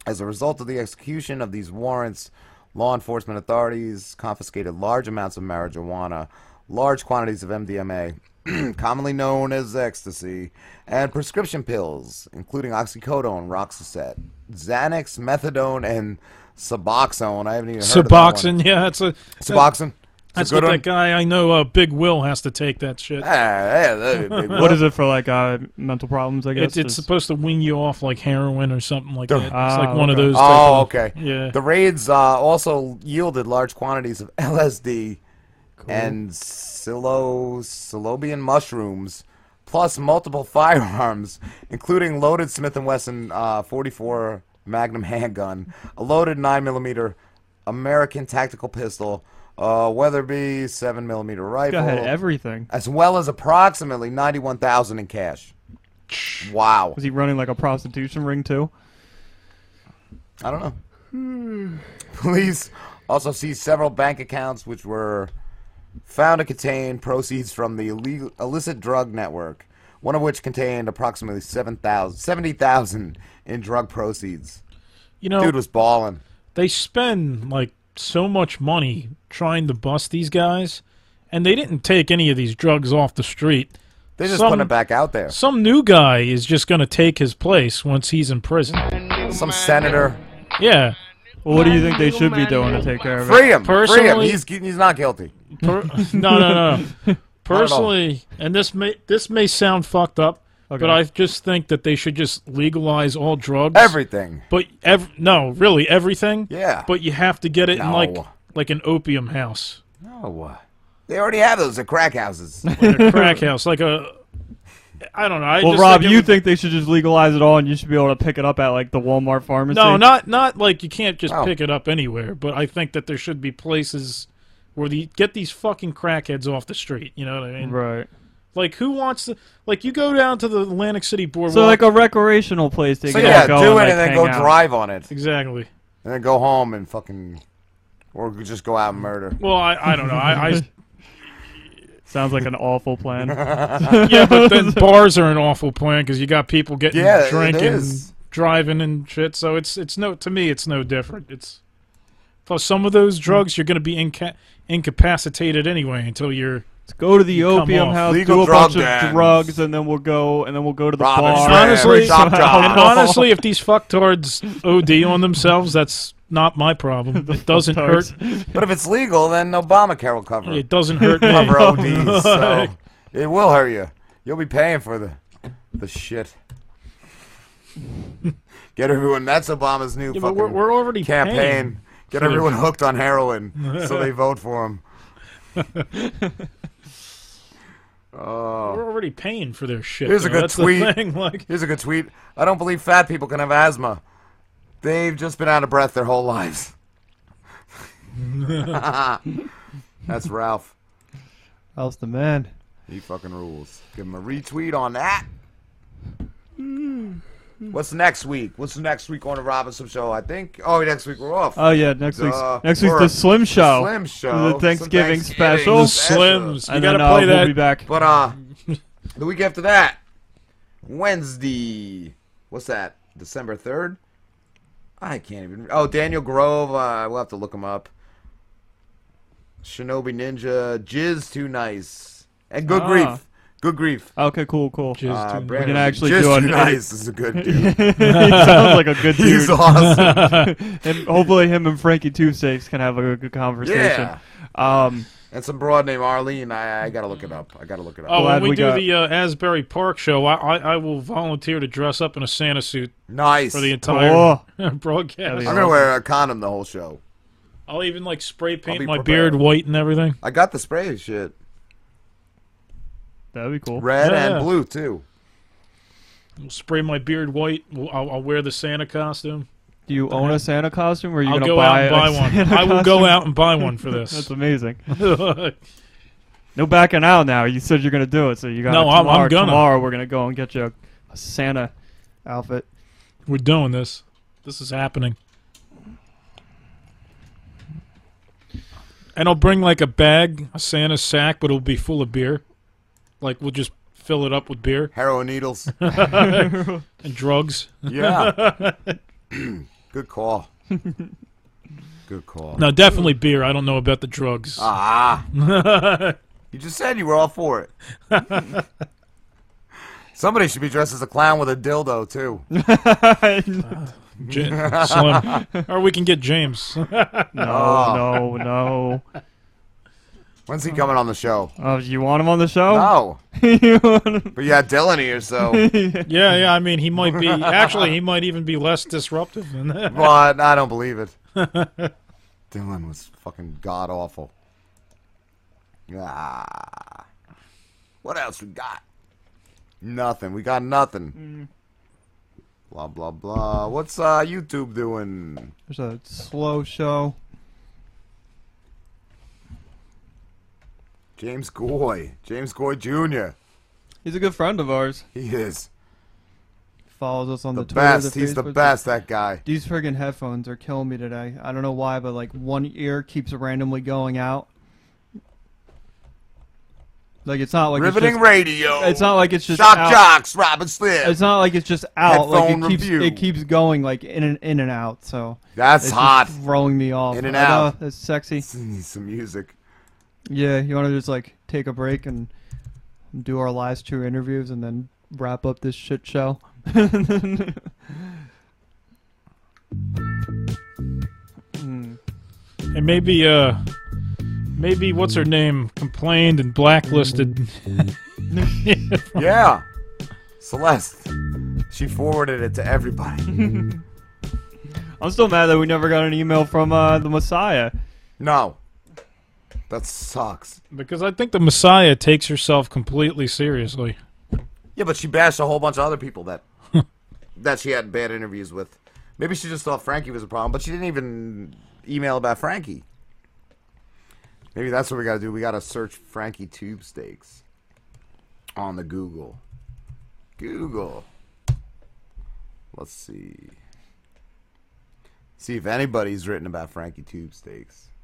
As a result of the execution of these warrants, law enforcement authorities confiscated large amounts of marijuana, large quantities of MDMA, commonly known as ecstasy, and prescription pills, including oxycodone, Roxicet, Xanax, methadone, and Suboxone. I haven't even heard of
Suboxone. Yeah, that's a
that one. Suboxone. It's
That's
a
what
good
that guy I know, uh, Big Will, has to take
Ah,
that shit.
What is it for like uh, mental problems? I guess
It, it's
Is-
supposed to wean you off like heroin or something like that. It's
Ah,
like one of
okay.
those. type
Oh,
of-
okay.
Yeah.
The raids uh, also yielded large quantities of LSD and psilo- psilobian mushrooms, plus multiple firearms, including loaded Smith and Wesson uh, 44 Magnum handgun, a loaded 9mm American tactical pistol, uh, Weatherby 7mm rifle,
I had everything.
as well as approximately 91,000 in cash. Wow.
Was he running like a prostitution ring too?
I don't know. Police also seized several bank accounts which were found to contain proceeds from the illegal, illicit drug network, one of which contained approximately 7,000 70,000 in drug proceeds.
You know-
dude was balling.
They spend like so much money trying to bust these guys, and they didn't take any of these drugs off the street.
They're just putting it back out there.
Some new guy is just going to take his place once he's in prison.
Some senator.
Yeah.
Well, what do you think they should be doing to take care of it?
Free him. Free him.
Personally-
He's, he's not guilty.
Per- no, no, no.
Not at all.
Personally, and this may this may sound fucked up, but I just think that they should just legalize all drugs.
Everything.
But ev- no, really everything.
Yeah.
But you have to get it in like
No.
like an opium house,
No. They already have those at crack houses.
like a crack house, like a I don't know. I
well,
just
Rob,
think it
you
would-
think they should just legalize it all, and you should be able to pick it up at like the Walmart pharmacy?
no, not not like you can't just
Oh.
pick it up anywhere. But I think that there should be places where the get these fucking crackheads off the street. You know what I mean?
Right.
Like who wants to? Like you go down to the Atlantic City boardwalk.
So like a recreational place. They
So
can
yeah,
go
do
and,
it
like,
and then
hang
go
out.
drive on it.
Exactly.
And then go home and fucking, or just go out and murder.
Well, I, I don't know. I, I
Sounds like an awful plan.
yeah, but then bars are an awful plan because you got people getting
Yeah, it
drinking,
is.
driving, and shit. So it's it's no to me it's no different. It's plus some of those drugs you're going to be inca- incapacitated anyway until you're.
Go to the opium house, do a bunch of drugs, and then we'll go and then we'll go to the bar.
Honestly, and honestly, if these fucktards OD on themselves, that's not my problem. It doesn't hurt.
But if it's legal, then Obamacare will cover it.
It doesn't hurt me.
cover ODs, so it will hurt you. You'll be paying for the the shit. Get everyone. That's Obama's new
Yeah, but
fucking
we're- we're already
campaign.
paying
Get
for the-
everyone hooked on heroin so they vote for him. oh.
We're already paying for their shit.
Here's a
though.
good
That's the
tweet.
thing, like-
Here's a good tweet. I don't believe fat people can have asthma. They've just been out of breath their whole lives. That's Ralph.
How's the man?
He fucking rules. Give him a retweet on that. Mm. What's next week? What's next week on the Robinson Show? I think. Oh, next week we're off.
Oh yeah, next week's
Duh.
next week's
We're-
the Slim Show,
Slim Show.
the Thanksgiving,
Some
special.
Thanksgiving
Slims. You
And
gotta
then, uh,
play
we'll
that.
be back.
But uh, the week after that, Wednesday. What's that? December third. I can't even. Oh, Daniel Grove. Uh, we'll have to look him up. Shinobi Ninja, Jizz Too Nice, and Good
Ah.
Grief. Good Grief.
Okay, cool, cool.
Uh,
we
Brandon,
can actually
Jizz
do an
Too Nice is a good dude.
he sounds like a good dude.
He's awesome.
and hopefully, him and Frankie Two Safes can have a good conversation. Um,
and some broad named Arlene. I, I gotta look it up. I gotta look it up.
Oh, when
Glad
we,
we
do
got-
the uh, Asbury Park show, I, I I will volunteer to dress up in a Santa suit.
Nice
for the entire
Cool.
broadcast.
I'm gonna wear a condom the whole show.
I'll even like spray paint
be
my
prepared.
beard white and everything.
I got the spray shit.
That'd be cool.
Red
Yeah.
and blue too.
We'll spray my beard white. We'll- I'll, I'll wear the Santa costume.
do you own a Santa costume, or are you
I'll
gonna
go
buy,
out
a
and buy one.
Santa
I will
costume?
go out and buy one for this.
That's amazing.
no,
No backing out now. You said you're gonna do it, so you got.
No, I'm- I'm
tomorrow,
gonna.
Tomorrow we're gonna go and get you a, a Santa outfit.
we're doing this. This is happening. And I'll bring like a bag, a Santa sack, but it'll be full of beer. Like we'll just fill it up with beer,
heroin needles,
and drugs.
Yeah. Good call. Good call.
No, definitely beer. I don't know about the drugs.
Ah. you just said you were all for it. Somebody should be dressed as a clown with a dildo too.
J- Slim. or we can get James.
Oh,
Ah.
No, no, no.
When's he coming on the show?
Oh, you want him on the show?
No.
you want him?
But you had Dylan here, so.
Yeah, yeah. I mean, he might be. Actually, he might even be less disruptive than that.
But I don't believe it. Dylan was fucking god awful. Ah. What else we got? Nothing. We got nothing.
Mm.
Blah blah blah. What's uh YouTube doing?
There's a slow show.
James Goy. James Goy Jr.
He's a good friend of ours.
He is.
follows us on the,
The
Twitter,
best.
the
He's the
Facebook.
best, that guy.
These friggin' headphones are killing me today. I don't know why, but like one ear keeps randomly going out. Like it's not like it's
Riveting
just-
radio.
It's not like it's just
Shock
out.
jocks, Robin Smith.
It's not like it's just out. Like
Headphone
it keeps
review.
it keeps going like in and in and out. So
That's
it's just
hot.
throwing me off.
In and
I know,
out.
That's sexy.
Some music.
Yeah, you want to just like take a break and do our last two interviews and then wrap up this shit show.
And maybe, uh, maybe what's her name complained and blacklisted.
yeah. Celeste. She forwarded it to everybody.
I'm still mad that we never got an email from uh, the Messiah.
No. That sucks.
because I think the Messiah takes herself completely seriously.
Yeah, but she bashed a whole bunch of other people that that she had bad interviews with. Maybe she just thought Frankie was a problem, but she didn't even email about Frankie. Maybe that's what we gotta do. We gotta search Frankie Tube Steaks on the Google. Google. Let's see. See if anybody's written about Frankie Tube Steaks.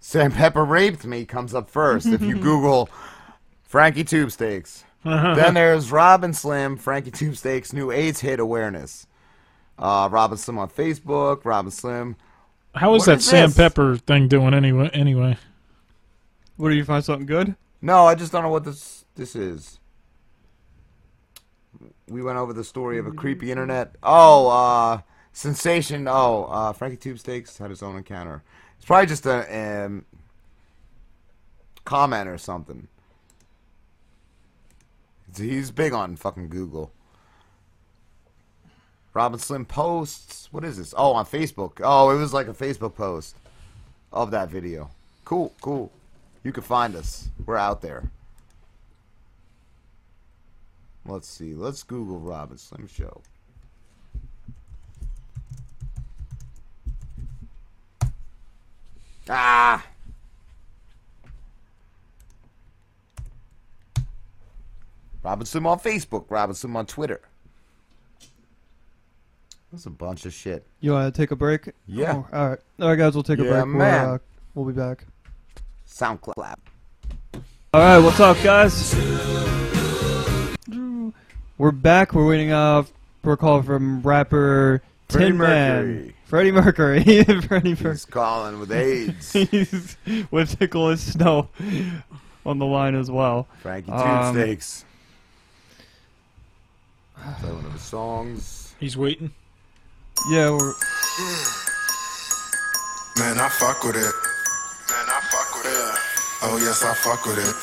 Sam Pepper raped me comes up first. If you Google Frankie Tube Steaks,
Uh-huh.
then there's Robin Slim, Frankie Tube Steaks new AIDS hit awareness. Uh, Robin Slim on Facebook, Robin Slim.
How is
What
that Sam
this?
Pepper thing doing anyway? Anyway,
What do you find something good?
No, I just don't know what this this is. We went over the story of a creepy internet. Oh, uh, sensation. Oh, uh, Frankie Tube Steaks had his own encounter. It's probably just a um, comment or something. He's big on fucking Google. Robin Slim posts. What is this? Oh, on Facebook. Oh, it was like a Facebook post of that video. Cool, cool. You can find us. We're out there. Let's see. Let's Google Robin Slim Show. Ah! Robin Slim on Facebook. Robin Slim on Twitter. That's a bunch of shit.
You want to take a break?
Yeah.
Oh, all right. All right, guys. We'll take a
Yeah,
break.
man.
We'll, uh, we'll be back.
SoundCloud.
All right, what's up, guys?
We're back. We're waiting uh, for a call from rapper
Freddie
Tin Man.
Mercury.
Freddie Mercury. Freddie Mercury.
He's calling with AIDS.
He's with Nicholas Snow on the line as well.
Frankie
Um,
Toothsteaks. Play one of his songs.
he's
Um,
waiting.
Yeah, we're,
Man, I fuck with it. Man, I fuck with it. Oh yes, I fuck with it.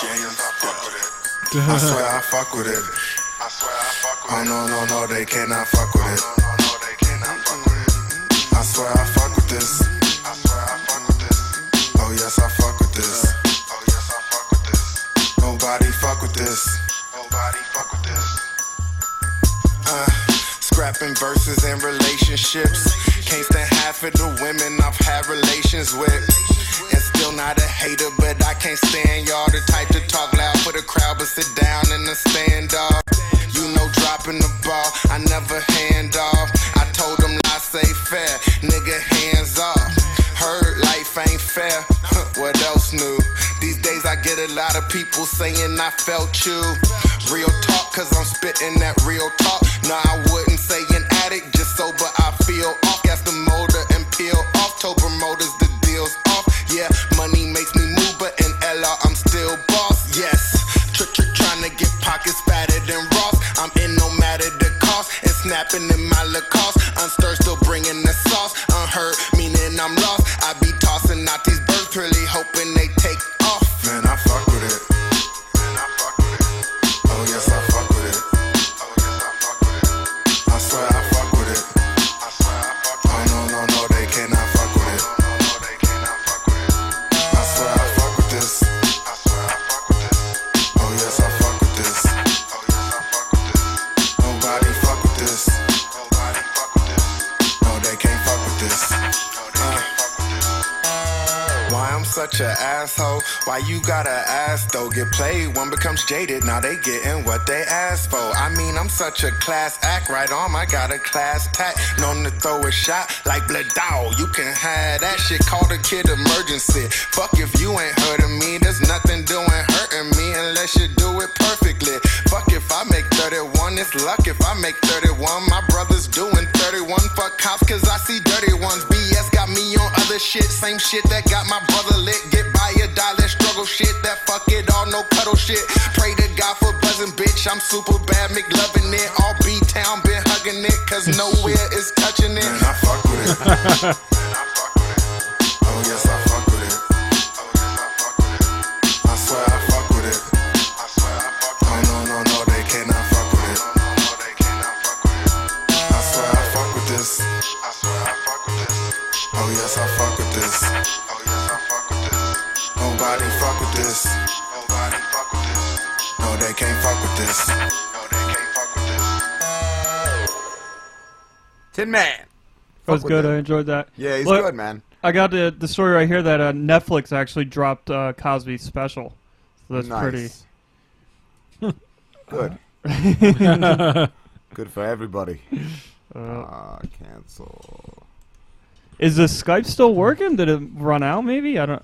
James, I fuck with it. I swear I fuck with it. I swear I fuck with it. Oh no, no, no, they cannot fuck with it. No, no, no, they cannot fuck with it. I swear I fuck with this. I swear I fuck with this. Oh yes, I fuck with this. Oh yes, I fuck with this. Nobody fuck with this. Nobody fuck with this. Uh, scrapping verses in relationships. Can't stand half of the women I've had relations with. And still not a hater, but I can't stand y'all. The type to talk loud for the crowd, but sit down in the stand off. You know, dropping the ball, I never hand off. I told them lies say fair, nigga, hands off. Heard life ain't fair, what else new? These days I get a lot of people saying I felt you. Real talk, cause I'm spitting that real talk. Nah, I wouldn't say an addict, just so, but I feel off. Gas the motor and peel off. Told promoters the deal's off. Yeah, money makes me move, but in LR I'm still boss. Yes, trick trick trying to get pockets fatter than Ross. I'm in no matter the cost, and snapping in my Lacoste. Unstirred, still bringing the sauce. Unheard, meaning I'm lost. I be tossing out these birds, really hoping they take off. Man, I fuck with it. Man, I fuck with it. Oh yes, I fuck with it. Oh yes, I fuck such an asshole? Why you gotta ask though? Get played, one becomes jaded. Now they getting what they asked for. I mean, I'm such a class act, right arm. I got a class tack. Known to throw a shot like Bladow. You can have that shit. Call the kid emergency. Fuck if you ain't hurting me. There's nothing doing hurting me unless you do it perfectly. Fuck if I make 31. It's luck if I make 31. My brother's doing 31. Fuck cops, cause I see dirty ones. BS got me on other shit. Same shit that got my brother lit. Get by a dollar struggle shit. That fuck it all, no cuddle shit. Pray to God for buzzing, bitch. I'm super bad, McLovin' it. All B Town been hugging it, cause nowhere is touching it. Man, I fuck with it. Oh, yes, I fuck with it. I swear I fuck with it. Oh, no, no, no, they cannot fuck with it. I swear I fuck with this. Oh, yes, I fuck with this. Nobody fuck with this. No, they can't fuck with this.
Tin Man.
That was
Fuck with
good.
it.
I enjoyed that.
Yeah, he's good, man.
I got the the story right here that uh, Netflix actually dropped uh, Cosby's special, so that's
Nice.
pretty.
Good.
Uh,
Good for everybody. Ah, cancel.
Is the Skype still working? Did it run out? Maybe I don't.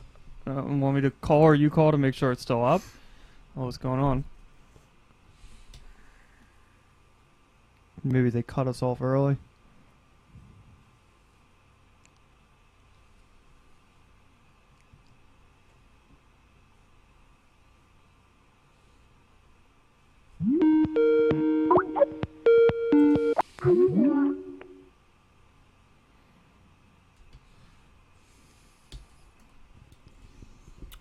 Uh, want me to call or you call to make sure it's still up? What's going on? Maybe they cut us off early.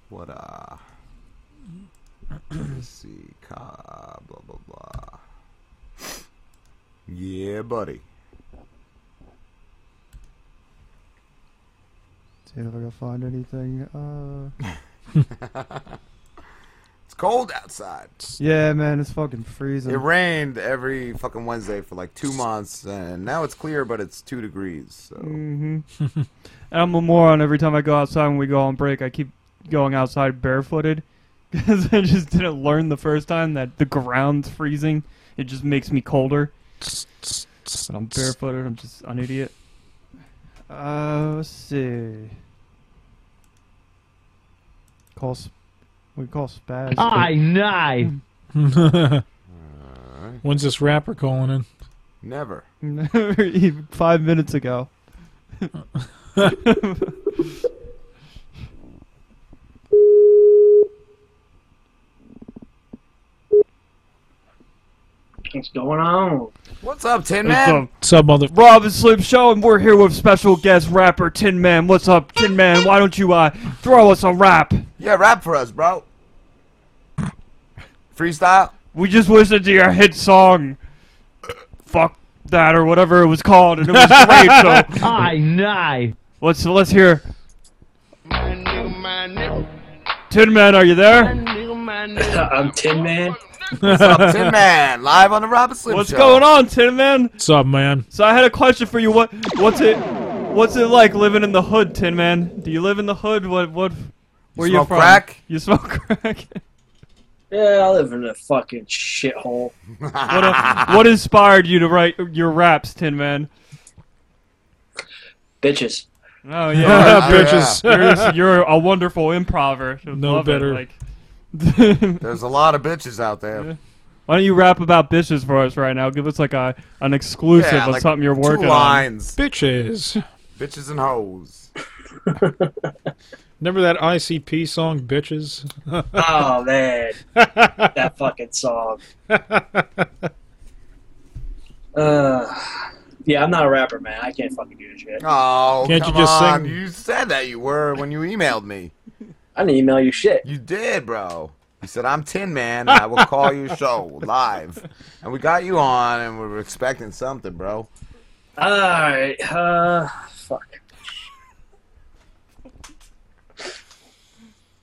What uh let's see, car blah blah blah. Yeah, buddy.
See if I can find anything. Uh...
It's cold outside.
yeah, man, it's fucking freezing.
It rained every fucking Wednesday for like two months, and now it's clear, but it's two degrees. So
hmm and I'm a moron. Every time I go outside when we go on break, I keep going outside barefooted because I just didn't learn the first time that the ground's freezing. It just makes me colder. And I'm barefooted. I'm just an idiot.
Uh, let's see. Call. Sp- we call Spaz.
Aye,
nice.
When's this rapper calling in?
Never.
Never even five minutes ago.
What's going on?
What's up, Tin
What's up, mother?
Rob and Slim Show, and we're here with special guest rapper Tin Man. What's up, Tin Man? Why don't you uh, throw us a rap?
Yeah, rap for us, bro. Freestyle.
We just listened to your hit song, "Fuck That" or whatever it was called, and it was great. So,
Aye, nice.
Let's let's hear. Tin Man, are you there?
I'm Tin Man.
What's up, Tin Man?
Live on the Robin Slim
What's
Show.
going on, Tin Man?
What's up, man?
So I had a question for you. What what's it what's it like living in the hood, Tin Man? Do you live in the hood? What what where you,
smoke
from?
crack?
You smoke crack.
Yeah, I live in a fucking shithole.
what, uh, what inspired you to write your raps, Tin Man?
Bitches.
Oh yeah, You're- You're,
Bitches.
you're a wonderful improver.
Oh, No
Love it,
better.
like,
There's a lot of bitches out there.
why don't you rap about bitches for us right now? Give us like a an exclusive
Yeah,
of
like
something you're
two
working
lines.
on.
Bitches.
Bitches and hoes.
Remember that ICP song, Bitches?
Oh man, that fucking song. Uh, yeah, I'm not a rapper, man. I can't fucking do this shit.
Oh,
Can't you
come
just sing?
on. You said that you were when you emailed me.
I didn't email you shit.
You did, bro. You said I'm Tin Man, and I will call your show live, and we got you on, and we were expecting something, bro.
All right, uh, fuck.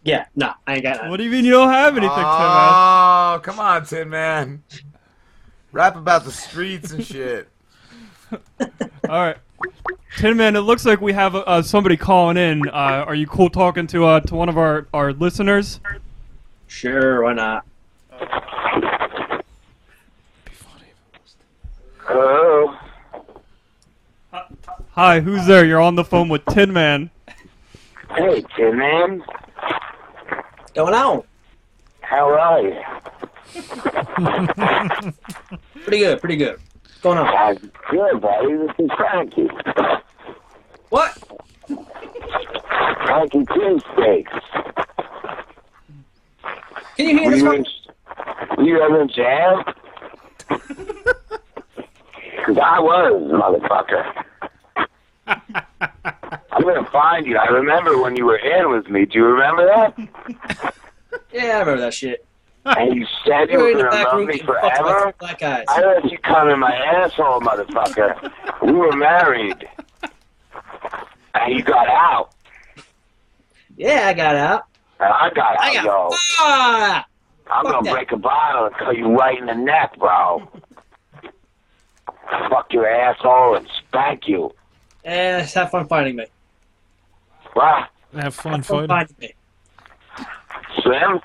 Yeah, no, I ain't got nothing.
What do you mean you don't have anything, Tin Man?
Oh, come on, Tin Man. Rap about the streets and shit.
All right. Tin Man, it looks like we have uh, somebody calling in. Uh, are you cool talking to uh, to one of our, our listeners?
Sure, why not?
Hello.
Hi, who's there? You're on the phone with Tin Man.
Hey, Tin Man.
Going on?
How are you?
Pretty good, pretty good. What's going on?
Good, buddy. This is Frankie.
What?
Frankie Cheesesteaks.
Can you hear
this? You, in- you ever in jail? 'Cause I was, motherfucker. I'm gonna find you. I remember when you were in with me. Do you remember that?
Yeah, I remember that shit.
And you said you
were
were
in the
gonna
back
love
room
me
getting fucked by
forever.
some black guys.
I let you come in my asshole, motherfucker. We were married. And you got out.
Yeah, I got out.
And I got out,
I got
yo.
Ah!
I'm
fuck
gonna
that.
break a bottle and cut you right in the neck, bro. Fuck your asshole and spank you.
Eh, have fun finding me.
What?
Have fun
Fun finding
fighting.
me.
Slim?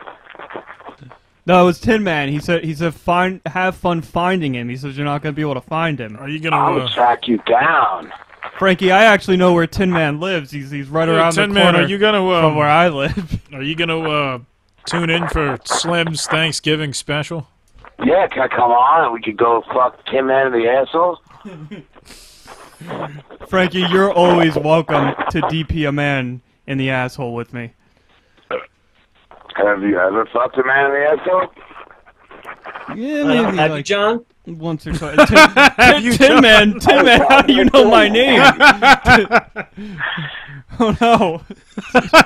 No, it was Tin Man. He said he said find have fun finding him. He says you're not gonna be able to find him. Are
you uh,
I'm
uh,
gonna track you down.
Frankie, I actually know where Tin Man lives. He's he's right
Hey,
around
Tin
the
Man,
corner.
are you gonna uh,
from where I live?
Are you gonna uh, tune in for Slim's Thanksgiving special?
Yeah, can I come on and we could go fuck Tim Man in the asshole?
Frankie, you're always welcome to DP a man in the asshole with me.
Have you ever fucked a man in the asshole?
Yeah,
Uh,
maybe
have you,
like
John?
once or twice. Tin, Tin-
you,
Tin
John?
Man,
Oh,
Tin Man, how do you know my name? oh no!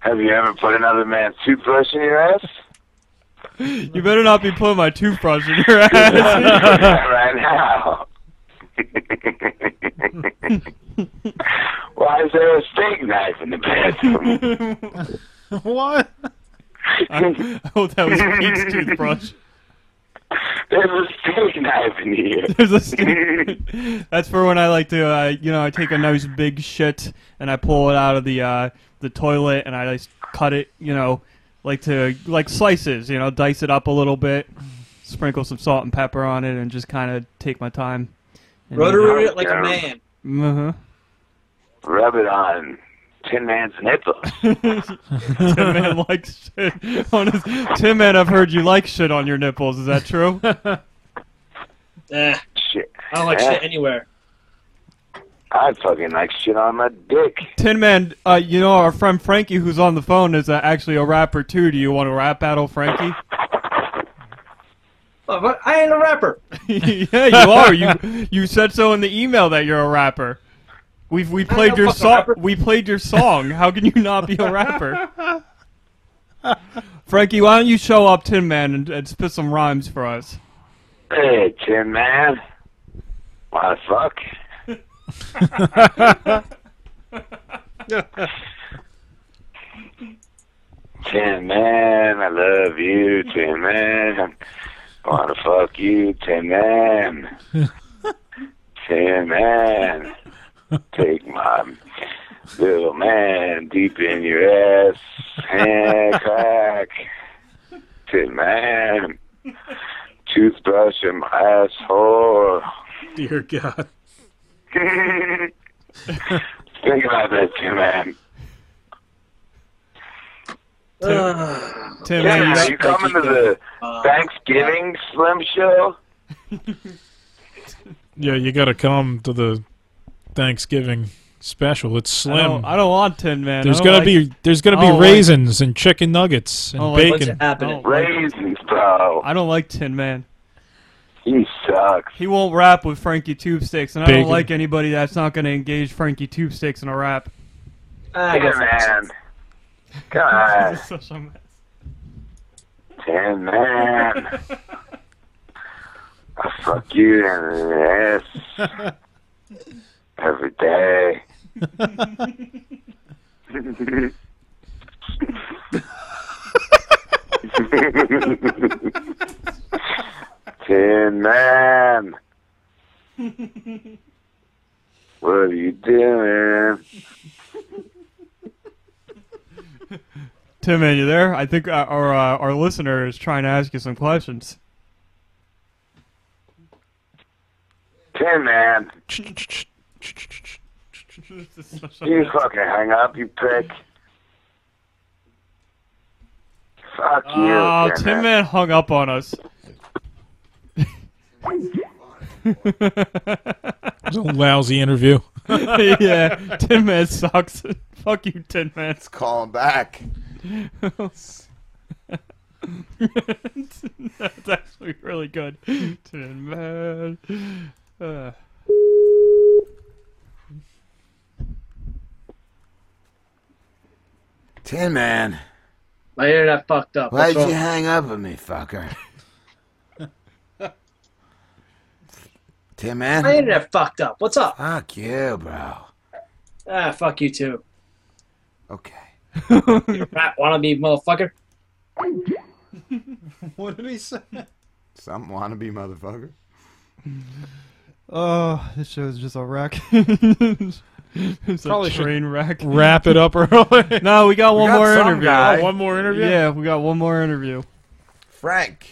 Have you ever put another man's toothbrush in your ass?
You better not be putting my toothbrush in your ass.
right now. Why is there a steak knife in the bathroom?
what?
I, I hope Oh, that was Pete's toothbrush.
There's a steak knife in here.
There's a steak- That's for when I like to, uh, you know, I take a nice big shit and I pull it out of the uh, the toilet and I just cut it, you know, like to like slices, you know, dice it up a little bit, sprinkle some salt and pepper on it, and just kind of take my time. And-
Rotary it like a man.
Mhm.
Rub it on Tin Man's nipples.
Tin Man Uh-huh. likes shit on his. Tin Man, I've heard you like shit on your nipples. Is that true?
Eh.
Shit.
I don't like
Eh.
shit anywhere.
I fucking like shit on my dick.
Tin Man, uh, you know our friend Frankie, who's on the phone, is uh, actually a rapper too. Do you want to rap battle, Frankie?
Oh, what? I ain't a rapper.
yeah, you are. You you said so in the email that you're a rapper. We've we played
I'm
your
fucking
song.
rapper.
We played your song. How can you not be a rapper, Frankie? Why don't you show up, Tin Man, and, and spit some rhymes for us?
Hey, Tin Man. Why fuck?
Ah,
Tin Man, I love you, Tin Man. Wanna fuck you, Tin Man. Tin Man, take my little man deep in your ass. Hand crack. Tin Man, toothbrush in my asshole.
Dear God.
Think about that, Tin Man.
Tim,
yeah,
you-
are you coming to the Thanksgiving Slim Show?
Yeah, you gotta come to the Thanksgiving special. It's
I don't,
Slim.
I don't want Tin Man. I
There's
don't
gonna
like-
be there's gonna
I
be
don't like-
raisins and chicken nuggets and
I don't like-
bacon.
I don't like-
Raisins, bro.
I don't like Tin Man.
He sucks.
He won't rap with Frankie Tubesticks, and I
Bacon.
don't like anybody that's not going to engage Frankie Tubesticks in a rap.
I
Tin
guess
Man. God.
This is such a mess.
Tin Man. I fuck you in the ass every day. Tin Man. What are you doing?
Tim, are you there? I think our our, uh, our listener is trying to ask you some questions.
Tim, man. You fucking hang up, you prick. Fuck you.
Oh,
Tim,
Tim Man hung up on us.
It was a lousy interview.
yeah, Tin Man sucks. Fuck you, Tin Man. Let's
call him back.
That's actually really good. Tin Man. Uh,
Tin Man.
My internet fucked up.
Why'd
That's
you
all.
hang up on me, fucker? Tin Man.
My internet fucked up. What's up?
Fuck you, bro.
Ah, fuck you too.
Okay.
You're a rat wannabe motherfucker.
what did he say?
Some wannabe motherfucker.
Oh, this show is just a wreck. it's
Probably
a
should
train wreck.
wrap it up early.
no, we got
We
one
got
more
some
interview.
guy. Oh, one more interview?
Yeah, we got one more interview.
Frank.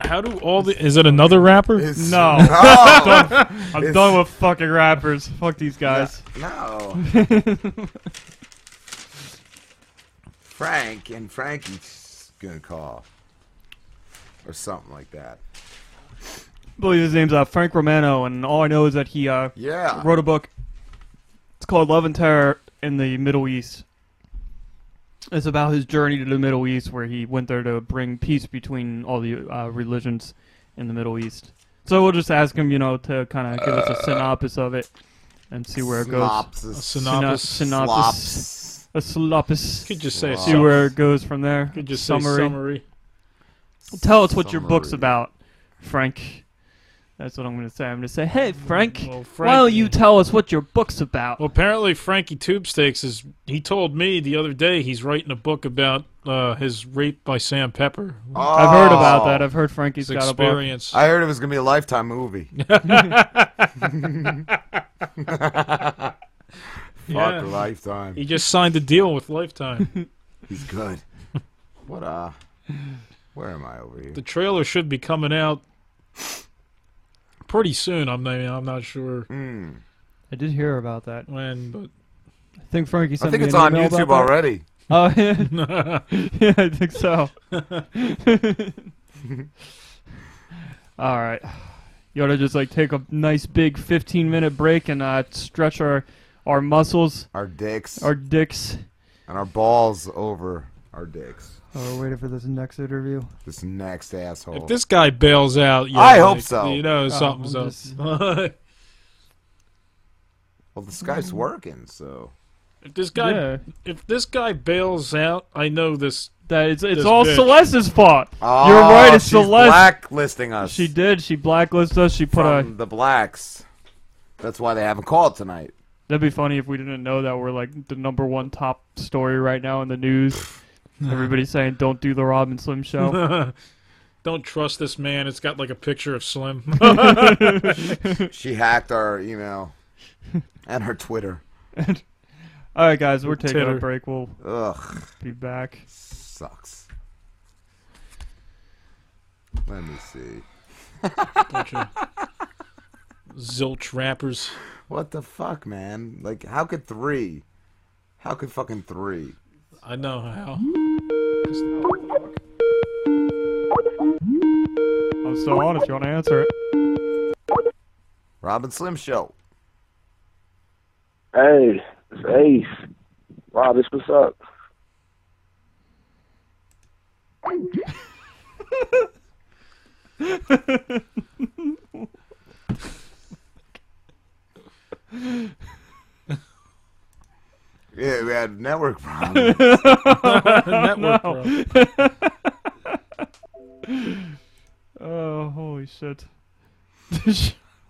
How do all the? Is it another rapper?
no, I'm done, I'm done with fucking rappers. Fuck these guys.
No. Frank and Frankie's gonna call. Or something like that.
I believe his name's uh, Frank Romano, and all I know is that he uh,
Yeah.
wrote a book. It's called Love and Terror in the Middle East. It's about his journey to the Middle East, where he went there to bring peace between all the uh, religions in the Middle East. So we'll just ask him, you know, to kind of give us a synopsis of it and see where it goes.
Synopsis. A synopsis.
Syno- synopsis. A synopsis.
Could just say a
see where it goes from there.
Could just say
summary.
summary.
Tell us what your book's about, Frank. That's what I'm going to say. I'm going to say,
Mm,
hey, Frank, why don't you tell us what your book's about?
Well, apparently Frankie Tubestakes is. He told me the other day he's writing a book about uh, his rape by Sam Pepper.
I've heard about that. I've heard Frankie's
His
got a book.
experience.
Oh. I heard it was gonna be a lifetime movie.
Yeah.
Fuck lifetime.
He just signed a deal with Lifetime.
He's good. What uh where am I over here?
the trailer should be coming out pretty soon. I'm not. I'm not sure
Hmm.
I did hear about that.
when, but
I think Frankie sent
think
me
it's
an
on
email
YouTube
about that.
already.
Oh yeah, yeah, I think so.
All right. You ought to just like take a nice big 15 minute break and uh, stretch our our muscles,
Our dicks.
our dicks.
And our balls over our dicks.
Oh, we're waiting for this next interview.
This next asshole.
if this guy bails out, yeah,
I hope
like,
so.
You know,
Oh,
something's
I'm
up.
just- Well this guy's working, so
if this guy,
Yeah.
if this guy bails out, I know this.
That it's it's all Celeste's fault. You're
Oh,
right. It's
she's
Celeste.
blacklisting us.
She did. She blacklisted us. She put
from
a.
the blacks. That's why they haven't called tonight.
That'd be funny if we didn't know that we're like the number one top story right now in the news. Everybody's saying don't do the Robin Slim show.
Don't trust this man. It's got like a picture of Slim.
she hacked our email and her Twitter.
all right, guys, we're taking
Titter.
a break. We'll
Ugh,
be back.
sucks. Let me see.
Bunch of zilch rappers.
What the fuck, man? Like, how could three? How could fucking three?
I know how.
I'm still on if you want to answer it.
Robin Slim Show.
Hey, it's Ace. Wow, this what's up?
Yeah, we had network problems.
Network problem.
oh, holy shit.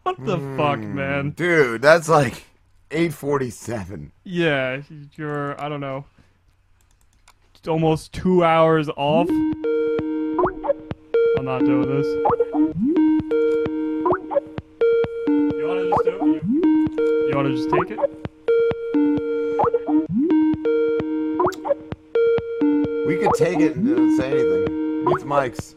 what the fuck,
Mm,
man?
Dude, that's like 847.
Yeah, you're, I don't know, almost two hours off. I'm not doing this. You You want to just take it?
We could take it and didn't say anything. Meets Mike's.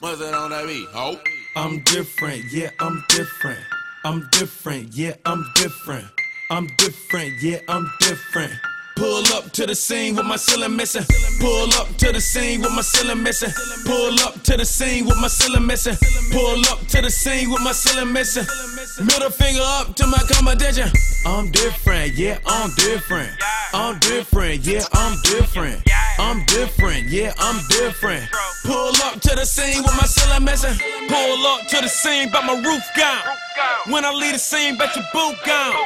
What's that on that
E.
beat, ho? I'm different, yeah, I'm different. I'm different, yeah, I'm different. I'm different, yeah, I'm different. Pull up to the scene with my ceiling missing. Pull up to the scene with my ceiling missing. Pull up to the scene with my ceiling missing. Pull up to the scene with my ceiling missing. Middle finger up to my competition. I'm different, yeah, I'm different. I'm different, yeah, I'm different. I'm different, yeah, I'm different. Pull up to the scene with my ceiling missing. Pull up to the scene, but my roof gone. When I leave the scene, bet your boot gone.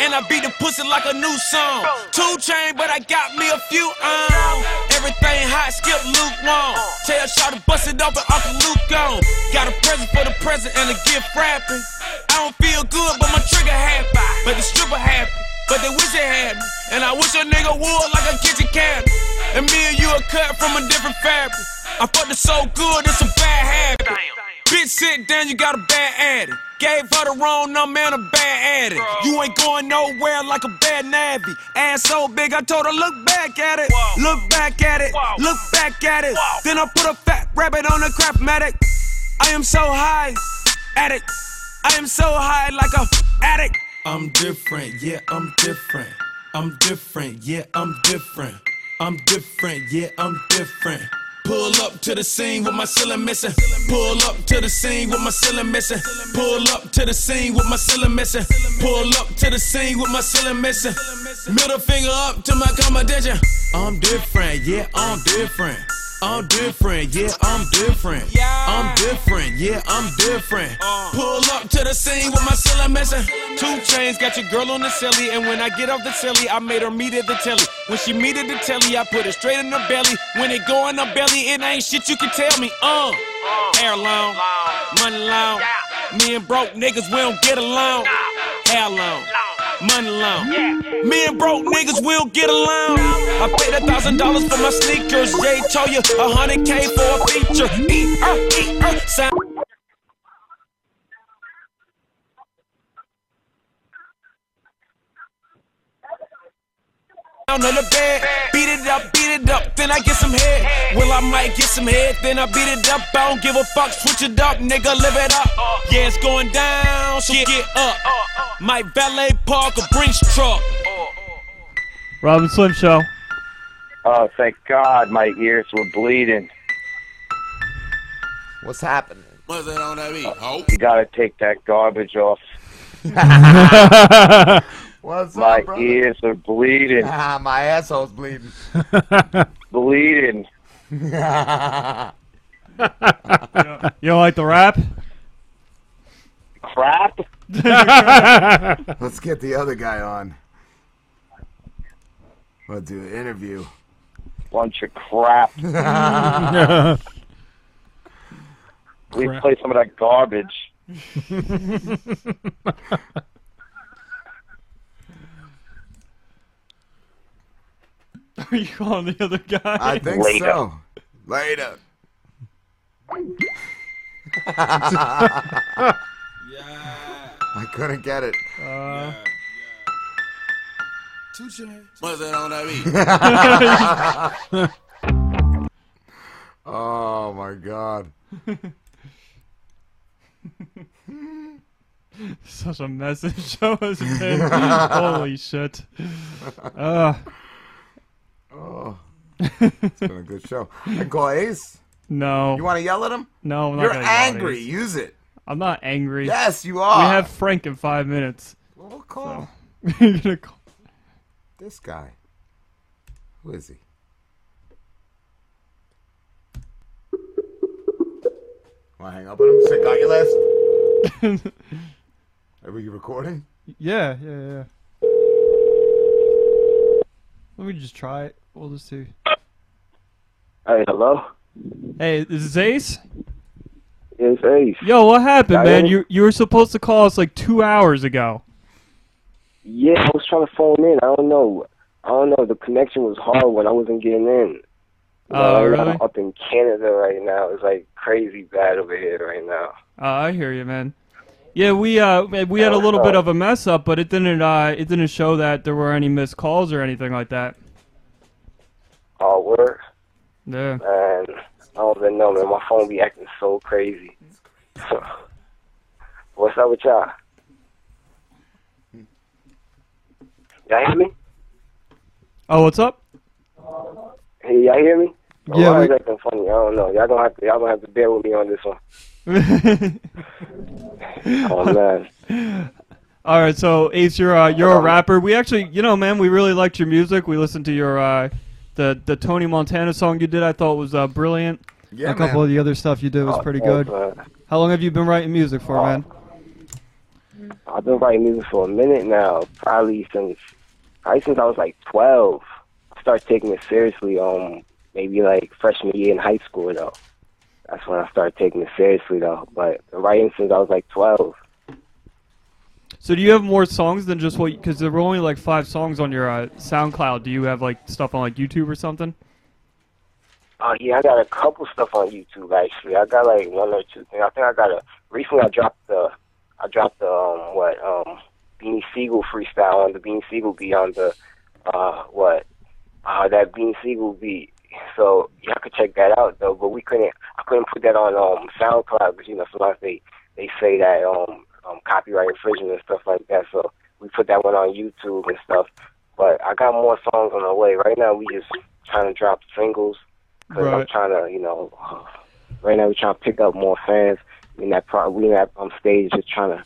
And I beat the pussy like a new song. Two chain, but I got me a few on. Everything hot, skip Luke Wong. Tell Shaw to bust it open, Uncle Luke gone. Got a present for the present and a gift wrapping. I don't feel good, but my trigger happy. But the stripper happy. But they wish it had me. And I wish a nigga would like a kitchen cabinet. And me and you are cut from a different fabric. I fucked her so good, it's a bad habit. Bitch, sit down, you got a bad addict. Gave her the wrong number and a bad addict. You ain't going nowhere like a bad navy. Ass so big, I told her, look back at it. Look back at it. Look back at it. Then I put a fat rabbit on a crap matic. I am so high, addict. I am so high like a addict. I'm different, yeah, I'm different. I'm different, yeah, I'm different. I'm different, yeah, I'm different. Pull up to the scene with my ceiling missing. Pull up to the scene with my ceiling missing. Pull up to the scene with my ceiling missing. Pull up to the scene with my ceiling missing. Middle finger up to my competition. I'm different, yeah, I'm different. I'm different, yeah, I'm different. I'm different, yeah, I'm different. Pull up to the scene with my ceiling missing. Two chains got your girl on the silly, and when I get off the silly, I made her meet at the telly. When she meet at the telly, I put it straight in her belly. When it go in her belly, it ain't shit you can tell me. Uh, hair long, money long. Me and broke niggas, we don't get along. Hair long, money long. Me and broke niggas, we don't get along. I paid a thousand dollars for my sneakers. Jay told you a hundred K for a feature. E, Eat her, eat her. uh, Sound- down on the bed. Beat it up, beat it up, then I get some head. Well, I might get some head, then I beat it up. I don't give a fuck, switch it up, nigga, live it up. Yeah, it's going down, so get up. Might valet park a Brinks truck.
Robin Slim Show.
Oh, thank God my ears were bleeding.
What's happening?
What's that on that beat? Oh.
Uh, You gotta take that garbage off.
What's
my
up, brother?
ears are bleeding.
Ah, my asshole's bleeding.
bleeding.
You don't like the rap?
Crap.
Let's get the other guy on. We'll do an interview.
Bunch of crap. Please play some of that garbage.
Are you calling the other guy?
I think
Later.
so. Later. I couldn't get it.
Two chains. What's that on that beat?
oh my god.
Such a message show has been. Holy shit. Uh,
Oh, it's been a good show. I can call Ace.
no.
You want to yell at him?
No, I'm not
You're
gonna yell at
angry.
Ace.
Use it.
I'm not angry.
Yes, you are.
We have Frank in five minutes.
Well, we'll call
You're gonna call-
this guy. Who is he? Want to hang up on him? Say, got you last. Are we recording?
Yeah, yeah, yeah. Let me just try it. We'll just see.
Hey, hello.
Hey, this is Ace.
It's Ace.
Yo, what happened,
Got
man?
it?
You you were supposed to call us like two hours ago.
Yeah, I was trying to phone in. I don't know. I don't know. The connection was hard when I wasn't getting in.
Oh,
Like, I'm
really?
Up in Canada right now, it's like crazy bad over here right now.
Uh, I hear you, man. Yeah, we uh we had a little bit of a mess up, but it didn't uh it didn't show that there were any missed calls or anything like that.
All work,
Yeah.
and I don't even know, man. My phone be acting so crazy. What's up with y'all? Y'all hear me?
Oh, what's up?
Hey, y'all hear me? Oh, My
Yeah,
line's
we-
acting funny. I don't know. Y'all gonna have to y'all gonna have to bear with me on this one. oh man.
All right, so Ace, you're uh, you're a rapper. We actually, you know, man, we really liked your music. We listened to your uh, the the Tony Montana song you did. I thought was uh, brilliant.
a couple of the other stuff you did was
Oh,
pretty
thanks,
good.
man. Oh,
How long have you been writing music for, man?
I've been writing music for a minute now, probably since probably since I was like twelve. I started taking it seriously, um maybe like freshman year in high school though. That's when I started taking it seriously though. But writing since I was like twelve.
So do you have more songs than just what? Because there were only like five songs on your uh, SoundCloud. Do you have like stuff on like YouTube or something?
Oh yeah, I got a couple stuff on YouTube actually. I got like one or two things. I think I got a recently I dropped the I dropped the um what um Beanie Siegel freestyle on the Beanie Siegel beat on the uh what uh that Beanie Siegel beat. So y'all could check that out though, but we couldn't I couldn't put that on um SoundCloud because you know sometimes they they say that um um copyright infringement and stuff like that. So we put that one on YouTube and stuff. But I got more songs on the way. Right now we just trying to drop singles because I'm
Right.
trying to, you know, right now we're trying to pick up more fans. We in that pro- we in that um, stage just trying to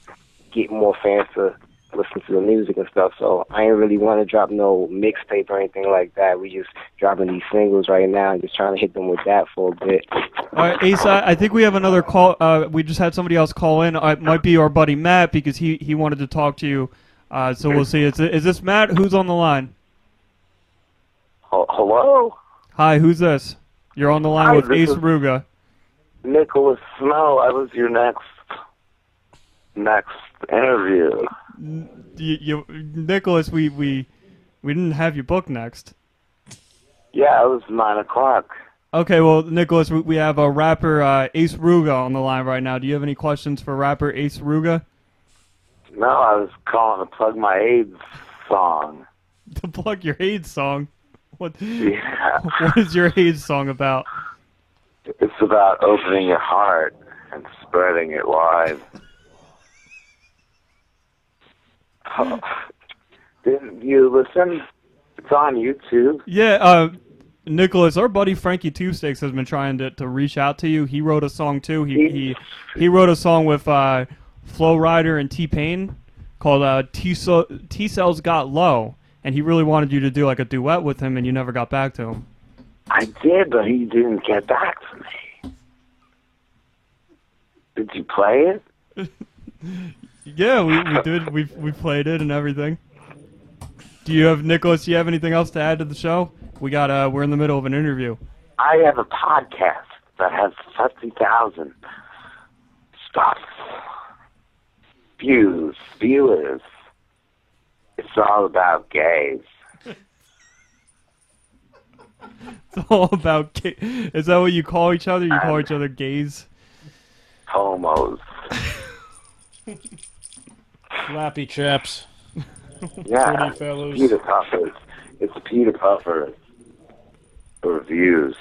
get more fans to listen to the music and stuff. So I ain't really want to drop no mixtape or anything like that. We just dropping these singles right now and just trying to hit them with that for a bit.
All right, Ace, I, I think we have another call. Uh, we just had somebody else call in. Uh, it might be our buddy Matt because he he wanted to talk to you. Uh, so we'll see. Is, is this Matt? Who's on the line?
Ho- Hello,
Hi, who's this? You're on the line
Hi,
with
this
Ace
is-
Ruga.
Nicholas Snow, I was your next next interview.
N- You, you, Nicholas, we, we we didn't have you booked next.
Yeah, it was nine o'clock.
Okay, well, Nicholas, we, we have a rapper uh, Ace Ruga on the line right now. Do you have any questions for rapper Ace Ruga?
No, I was calling to plug my AIDS song.
to plug your AIDS song. What?
Yeah.
What is your AIDS song about?
It's about opening your heart and spreading it wide. Oh, didn't you listen? It's on YouTube.
Yeah, uh, Nicholas, our buddy Frankie Two Sticks has been trying to, to reach out to you. He wrote a song too. He he, he wrote a song with uh, Flow Rider and T Pain called uh, T Cells Got Low, and he really wanted you to do like a duet with him, and you never got back to him.
I did, but he didn't get back to me. Did you play it?
Yeah, we, we did. We we played it and everything. Do you have Nicholas? Do you have anything else to add to the show? We got uh, we're in the middle of an interview.
I have a podcast that has 50,000 stuff. Views, viewers. It's all about gays.
It's all about. Ga- Is that what you call each other? You call each other gays?
Homos.
Flappy chaps.
Yeah.
Pretty fellows.
Peter Puffers. It's Peter Puffers. Reviews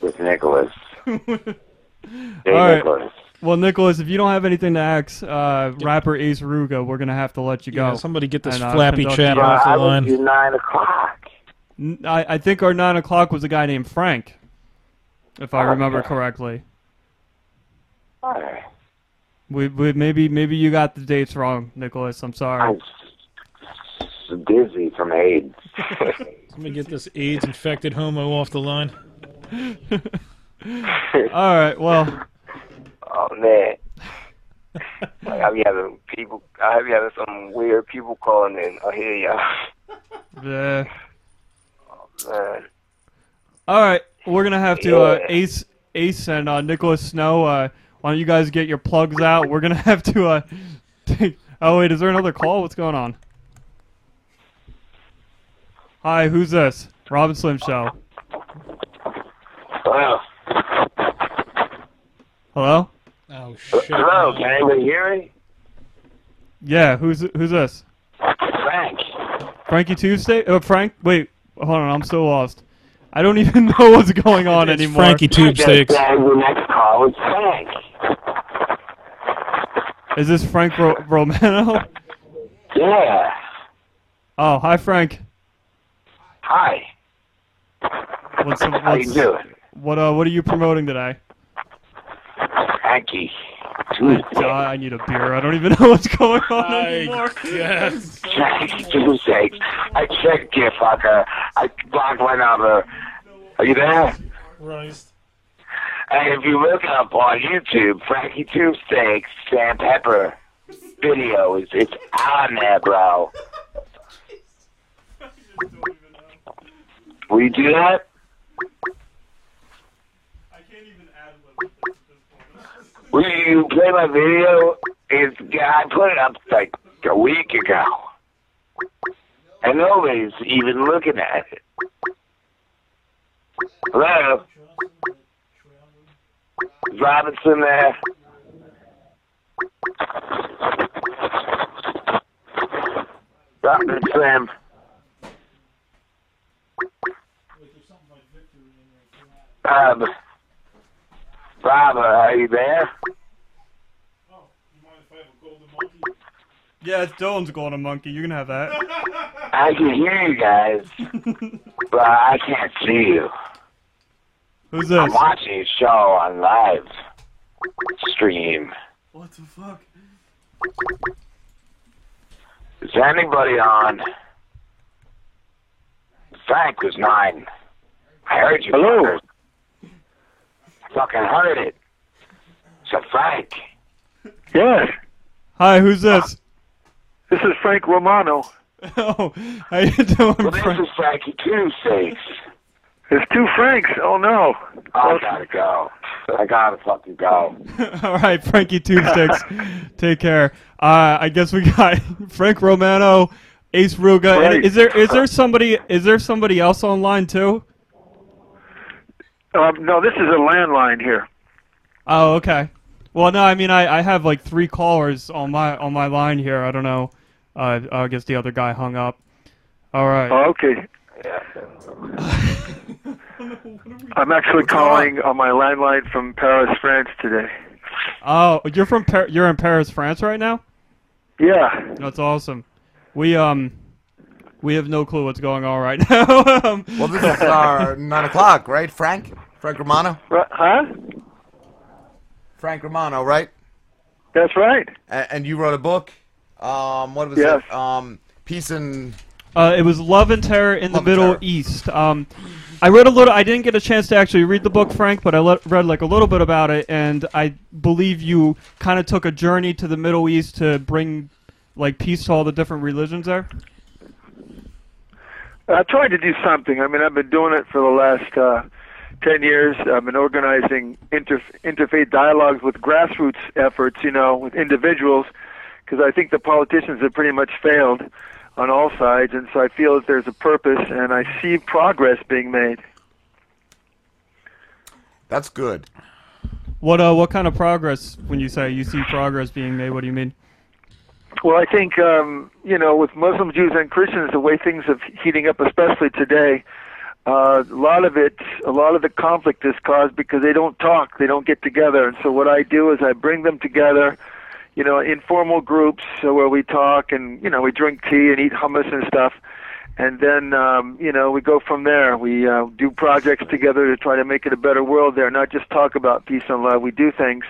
with Nicholas.
Hey,
All right.
Nicholas.
Well, Nicholas, if you don't have anything to ask, uh, rapper Ace Ruga, we're gonna have to let you go.
Yeah, somebody get this
And, uh,
flappy
conduct
chat
the-
off the line.
nine o'clock.
N- I, I think our nine o'clock was a guy named Frank, if I remember
Okay.
correctly.
All right.
We, we maybe maybe you got the dates wrong, Nicholas. I'm sorry.
I'm dizzy from AIDS.
Let me get this AIDS infected homo off the line.
All right. Well,
Oh man. like I be having people I be having some weird people calling in. I hear y'all.
yeah.
Man.
All right, we're gonna have to uh,
Yeah.
Ace, Ace, and uh, Nicholas Snow. Uh, why don't you guys get your plugs out? We're gonna have to. Uh, take... Oh wait, is there another call? What's going on? Hi, who's this? Robin Slim Show.
Hello.
Hello.
Oh shit.
Hello, can anybody hear me?
Yeah, who's who's this?
Frank.
Frankie Tuesday? Uh, Frank? Wait, hold on, I'm so lost. I don't even know what's going on anymore.
Just, uh, the next call is Frank.
Is this Frank Ro- Romano?
Yeah.
Oh, hi Frank.
Hi.
What's, what's
How you doing?
What uh, what are you promoting today?
Frankie.
Oh, God, I need a beer. I don't even know what's going on
I
anymore.
Frank Tuesday. I checked you, fucker. I blocked my number. Are you there?
Christ.
And if you look up on YouTube, Frankie Tuesday, Sam Pepper video, it's, it's on there, bro. Will you do that? Will you play my video? It's, I put it up like a week ago. And nobody's even looking at it. Hello? Is Robinson there? Robinson. Rob. Rob, are you there?
Yeah, it's Dylan's golden monkey. You're gonna have that.
I can hear you guys, but I can't see you.
Who's
this? I'm watching your show on live stream.
What the fuck?
Is anybody on? Frank was nine. I heard you. Hello. I fucking heard it. So Frank.
Yes,
Hi, who's this?
this is Frank Romano.
Oh, how you doing,
Frank? This is Frankie Two Six.
There's two Franks. Oh no.
I gotta go. I gotta fucking go.
All right, Frankie Tubesticks, take care. Uh, I guess we got Frank Romano, Ace Ruga.
Right.
And is there is there somebody is there somebody else online too?
Um, no, this is a landline here.
Oh, okay. Well, no, I mean I, I have like three callers on my on my line here. I don't know. Uh, I guess the other guy hung up. All right.
Oh, okay. I'm actually calling on my landline from Paris, France today.
Oh, you're from Par- you're in Paris, France, right now?
Yeah.
That's awesome. We um, we have no clue what's going on right now. um,
Well, this is our nine o'clock, right, Frank? Frank Romano.
Huh?
Frank Romano, right?
That's right.
And, you wrote a book. Um, what was
Yes.
it? Um, Peace and
Uh, it was Love and Terror in the Middle East. Um, I read a little. I didn't get a chance to actually read the book, Frank, but I le- read like a little bit about it, and I believe you kind of took a journey to the Middle East to bring like peace to all the different religions there.
I tried to do something. I mean, I've been doing it for the last uh, 10 years. I've been organizing inter- interfaith dialogues with grassroots efforts, you know, with individuals, because I think the politicians have pretty much failed on all sides. And so I feel that there's a purpose, and I see progress being made.
That's good.
What uh, what kind of progress? When you say you see progress being made, what do you mean?
Well, I think um, you know, with Muslim Jews and Christians, the way things are heating up, especially today, uh, a lot of it, a lot of the conflict is caused because they don't talk, they don't get together. And so what I do is I bring them together, you know, informal groups uh, where we talk and you know we drink tea and eat hummus and stuff, and then um, you know we go from there. We uh, do projects together to try to make it a better world there, not just talk about peace and love. We do things,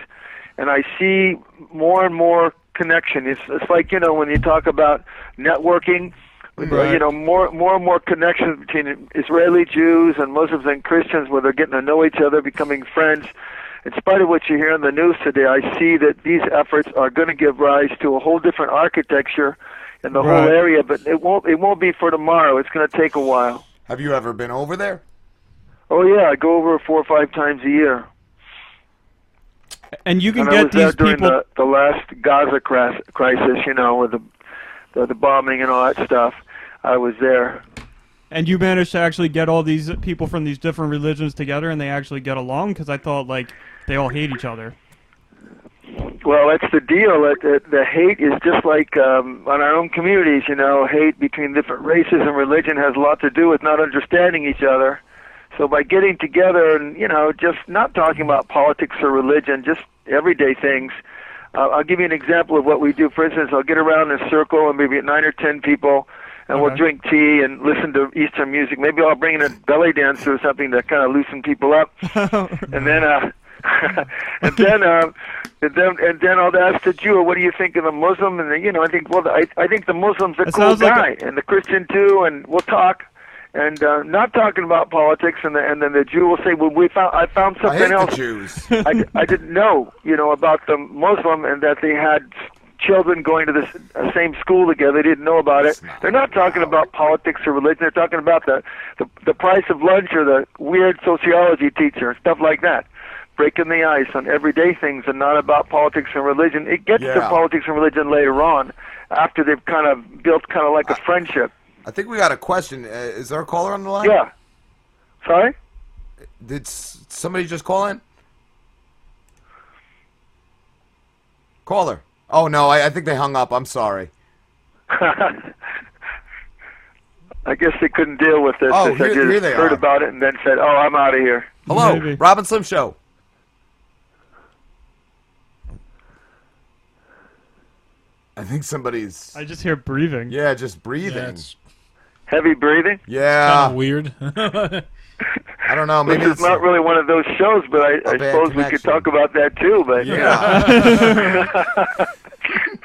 and I see more and more connection. It's it's like you know when you talk about networking you know more more and more connections between Israeli Jews and Muslims and Christians where they're getting to know each other, becoming friends. In spite of what you hear in the news today, I see that these efforts are going to give rise to a whole different architecture in the whole
Right.
area, but it won't it won't be for tomorrow. It's going to take a while.
Have you ever been over there?
Oh yeah, I go over four or five times a year.
And you can
and I
get
was there
these
during
people.
the, the last Gaza cras- crisis, you know, with the, the the bombing and all that stuff. I was there.
And you managed to actually get all these people from these different religions together, and they actually get along. Because I thought like they all hate each other.
Well, that's the deal. It, it, the hate is just like um, on our own communities, you know, hate between different races and religion has a lot to do with not understanding each other. So by getting together and, you know, just not talking about politics or religion, just everyday things, uh, I'll give you an example of what we do. For instance, I'll get around in a circle and maybe nine or ten people, and we'll
Okay.
drink tea and listen to Eastern music. Maybe I'll bring in a belly dancer or something to kind of loosen people up. and then, uh, and then, um, and then, and then I'll ask the Jew, "What do you think of the Muslim?" And then, you know, I think, well, I, I think the Muslim's a
It
cool
sounds like
guy, and the Christian too, and we'll talk. And uh, not talking about politics, and, the, and then the Jew will say, "Well, we found I found
I
something
hate
else."
the Jews.
I, I didn't know, you know, about the Muslim and that they had children going to the s- uh, same school together. They didn't know about it. They're not talking about politics or religion. They're talking about the, the the price of lunch or the weird sociology teacher, stuff like that. Breaking the ice on everyday things and not about politics and religion. It gets to
Yeah.
politics and religion later on, after they've kind of built kind of like a friendship.
I think we got a question. Uh, is there a caller on the line?
Yeah. Sorry.
Did s- somebody just call in? Caller. Oh no, I, I think they hung up. I'm sorry.
I guess they couldn't deal with this.
Oh,
since I
here-
just
here they
heard
are.
about it and then said, "Oh, I'm out of here."
Hello, Robin Slim Show. I think somebody's.
I just hear breathing.
Yeah, just breathing.
Heavy breathing.
Yeah.
Kinda weird.
I don't know. Maybe
this
it's
is not really one of those shows, but I, I suppose we could talk about that too. But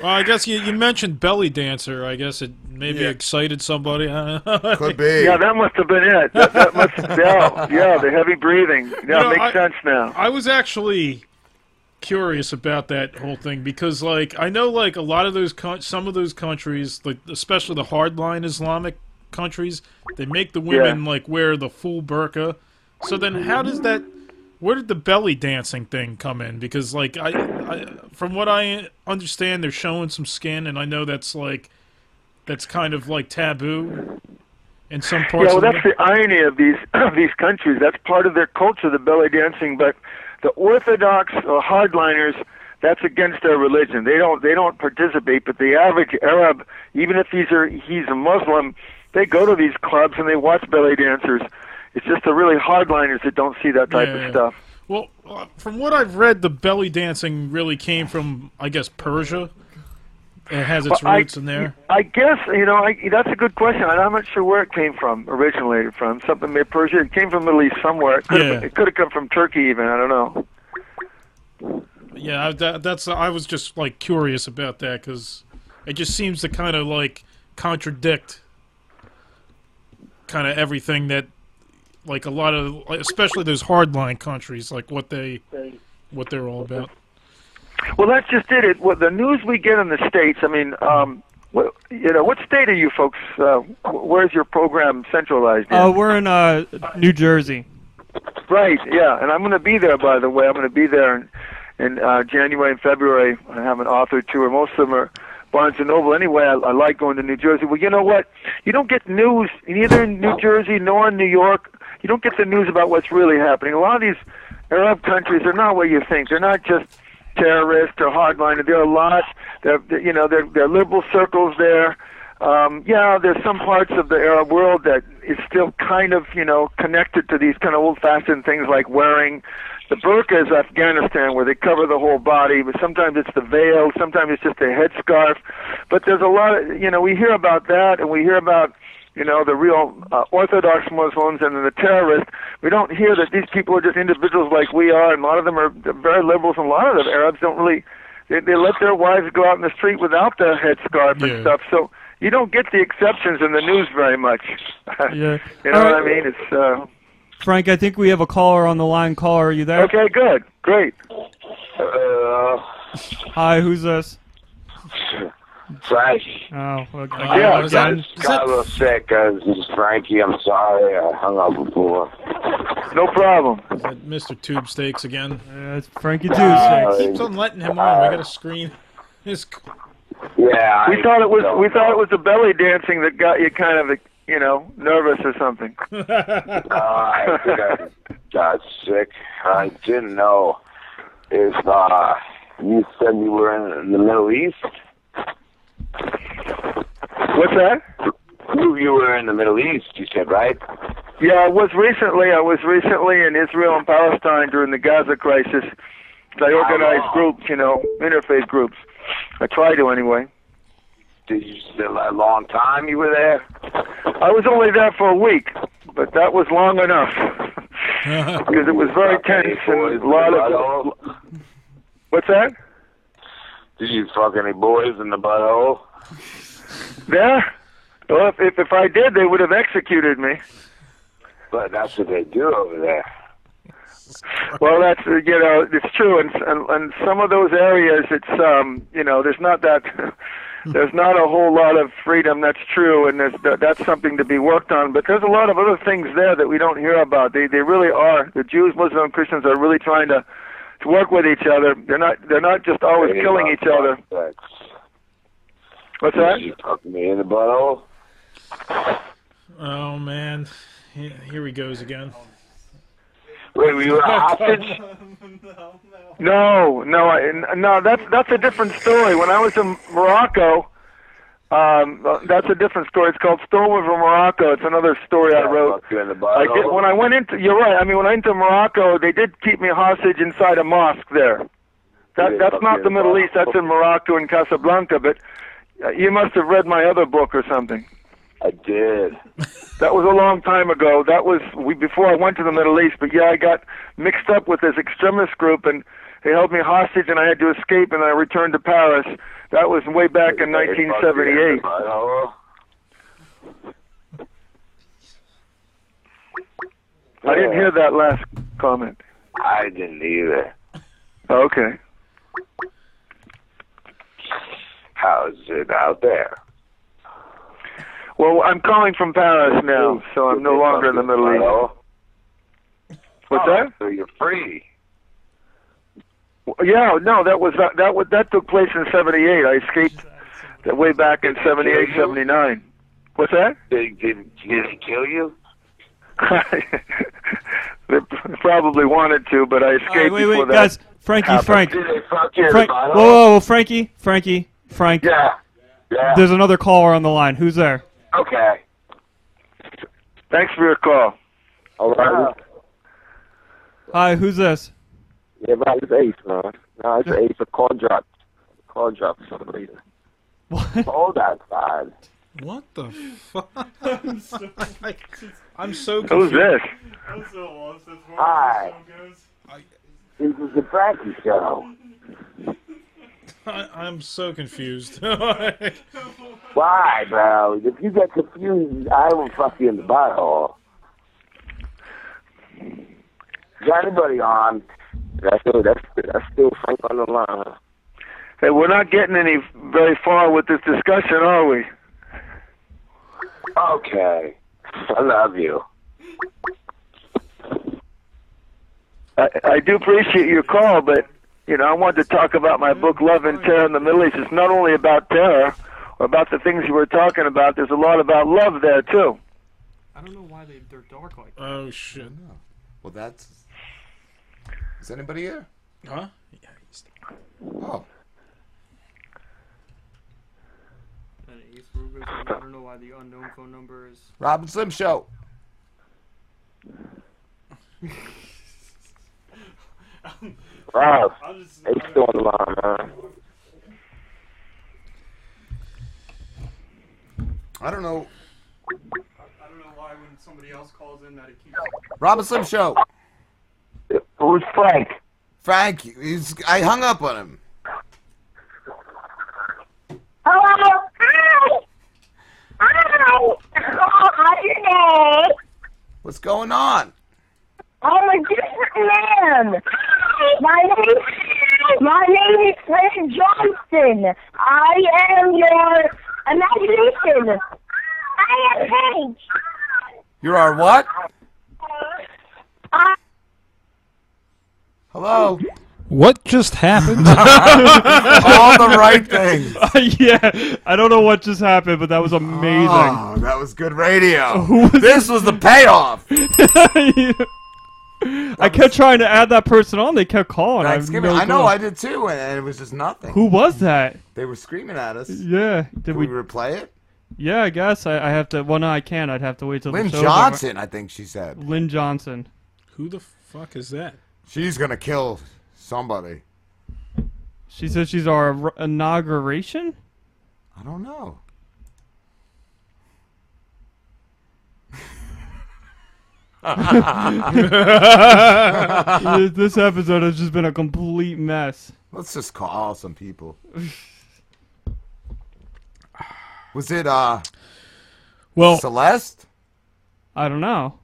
Well, I guess you, you mentioned belly dancer. I guess it maybe excited somebody. I don't know.
Could
yeah, yeah, that must have been it. That, that must, yeah, yeah, the heavy breathing. Yeah,
You know,
makes
I-
sense now.
I was actually curious about that whole thing because, like, I know like a lot of those coun some of those countries, like especially the hardline Islamic countries, they make the women like wear the full burqa. So then, how does that? Where did the belly dancing thing come in? Because, like, I, I from what I understand, they're showing some skin, and I know that's like that's kind of like taboo in some
Yeah,
parts.
well,
of
that's the irony of these these countries. That's part of their culture, the belly dancing. But the Orthodox or hardliners, that's against their religion. They don't they don't participate. But the average Arab, even if he's a he's a Muslim, they go to these clubs and they watch belly dancers. It's just the really hardliners that don't see that type
Yeah, yeah.
of stuff.
Well, uh, from what I've read, the belly dancing really came from, I guess, Persia. It has its
Well, I-
roots in there.
I guess you know I, that's a good question. and I'm not sure where it came from originally. From something maybe Persia. It came from Middle East somewhere. It could have
Yeah.
it could have come from Turkey even. I don't know.
Yeah, I- that, that's. I was just like curious about that because it just seems to kind of like contradict kind of everything that, like a lot of, like, especially those hardline countries, like what they, what they're all about.
Well, that's just it. it what the news we get in the states. I mean, um, what, you know, what state are you folks? Uh, wh- where's your program centralized? In?
Uh, we're in uh, New Jersey.
right. Yeah, and I'm going to be there. By the way, I'm going to be there in, in uh, January and February. I have an author tour. Most of them are Barnes and Noble. Anyway, I, I like going to New Jersey. Well, you know what? You don't get news neither in New Jersey nor in New York. You don't get the news about what's really happening. A lot of these Arab countries are not what you think. They're not just terrorists or hardliners. There are a lot. There, there- you know, there, there are liberal circles there. Um, yeah, there's some parts of the Arab world that is still kind of, you know, connected to these kind of old-fashioned things like wearing the burqa is Afghanistan, where they cover the whole body, but sometimes it's the veil, sometimes it's just a headscarf. But there's a lot of, you know, we hear about that, and we hear about, you know, the real uh, Orthodox Muslims and the terrorists. We don't hear that these people are just individuals like we are, and a lot of them are very liberals, and a lot of the Arabs don't really. They, they let their wives go out in the street without the headscarf and stuff. So you don't get the exceptions in the news very much.
Yeah.
you know
All
what
right.
I mean? It's uh,
Frank, I think we have a caller on the line. Caller, are you there?
Okay, good. Great.
Uh,
Hi, who's this?
Frank.
Oh, okay.
I got got a little sick. Uh, this is Frankie. I'm sorry. I hung up before.
No problem.
Is that Mr. Tube Steaks again?
Yeah, it's Frankie
Tube Steaks.
keeps on letting him on. We got a screen. His
Yeah.
we thought it was we thought it was the belly dancing that got you kind of you know nervous or something.
Uh, I think I got sick. I didn't know if uh, you said you were in the Middle East.
What's that?
You you were in the Middle East. You said right.
Yeah, I was recently. I was recently in Israel and Palestine during the Gaza crisis. I organized groups, you know, interfaith groups. I try to anyway.
Did you still a long time you were there?
I was only there for a week, but that was long enough because it was very tense and a lot of. What's that?
Did you fuck any boys in the butthole?
There. Well, if, if if I did, they would have executed me.
But that's what they do over there.
Well, that's uh, you know it's true, and and, and some of those areas, it's um you know there's not that there's not a whole lot of freedom. That's true, and there's, that, that's something to be worked on. But there's a lot of other things there that we don't hear about. They they really are the Jews, Muslims, and Christians are really trying to to work with each other. They're not they're not just always
They
Oh, killing
love
each other.
sex.
What's
Did
that?
You fuck me in the butthole.
Oh man, He- here he goes again.
Wait, were you a hostage?
No, no, I, n- no. That's that's a different story. When I was in Morocco, um, uh, that's a different story. It's called Storm over Morocco. It's another story I wrote.
Fuck you in the
I
butthole.
did, when I went into you're right. I mean, when I went to Morocco, they did keep me hostage inside a mosque there. That
Yeah,
that's
fuck you
not
in
the
the
Middle
butthole.
East. That's in Morocco and Casablanca. But uh, you must have read my other book or something.
I did.
That was a long time ago. That was we, before I went to the Middle East. But yeah, I got mixed up with this extremist group, and they held me hostage, and I had to escape, and I returned to Paris. That was way back in
They fuck you in
1978.
the butthole.
I didn't hear that last comment.
I didn't either.
Okay.
How's it out there?
Well, I'm calling from Paris now, so I'm no longer in the Middle East. What's
oh,
that?
So you're free.
Well, Yeah, no, that was that that, was, that took place in '78. I escaped that way back in '78, '79. What's that?
Did, did, did they kill you?
they p- probably wanted to, but I escaped
All right, wait, wait,
before that.
guys. Frankie,
happened.
Frank.
you in
Frank.
the
Whoa,
bottle?
whoa, whoa, Frankie, Frankie, Frank.
Yeah. Yeah.
There's another caller on the line. Who's there?
Okay.
Thanks for your call.
All right.
Hi, who's this?
Yeah, but it's Ace, man. No, it's Ace. A call dropped. Call dropped for some reason. What? Cold outside.
What the fuck? I'm so, I'm so
Who's
confused.
this?
I'm so lost. That's
Hi. This is the Frankie Show.
I, I'm so confused.
Why, bro? If you get confused, I will fuck you in the butthole. Is anybody on?
That's still that's that's still Frank on the line. huh?
Hey, we're not getting any very far with this discussion, are we?
Okay. I love you.
I, I do appreciate your call, but you know, I wanted to talk about my book, Love and Terror in the Middle East. It's not only about terror or about the things you were talking about. There's a lot about love there too.
I don't know why they, they're dark like
Oh shit.
Well, that's. Is anybody here?
Huh?
Oh.
East Rubens. I don't know why the unknown phone number is.
Robin Slim Show.
Wow. They still on the line, man.
I don't know.
I don't know why when somebody else calls in that it keeps.
Robin Slim Show. Who's Frank? Frank. He's, I hung up on him.
Hello. Hi. Hi. Oh, hi today.
What's going on?
I'm a different man. My name, my name is Fred Johnston. I am your imagination. I am Hank.
You're our what? Hello.
What just happened?
All the right things.
Uh, yeah, I don't know what just happened, but that was amazing.
Oh, that was good radio.
Who was
this was the payoff.
I kept trying to add that person on. They kept calling. I, have
Thanksgiving.
no
I know,
clue.
I did too, and, and it was just nothing.
Who was that?
They were screaming at us.
Yeah. Did
Can we, replay it?
Yeah, I guess I, I have to. Well, no, I can't. I'd have to wait till
Lynn
the show's over.
Johnson, I think she said.
Lynn Johnson.
Who the fuck is that?
She's gonna kill somebody.
She says she's our r- inauguration.
I don't know.
this this episode has just been a complete mess.
Let's just call some people. Was it uh
Well,
Celeste?
I don't know.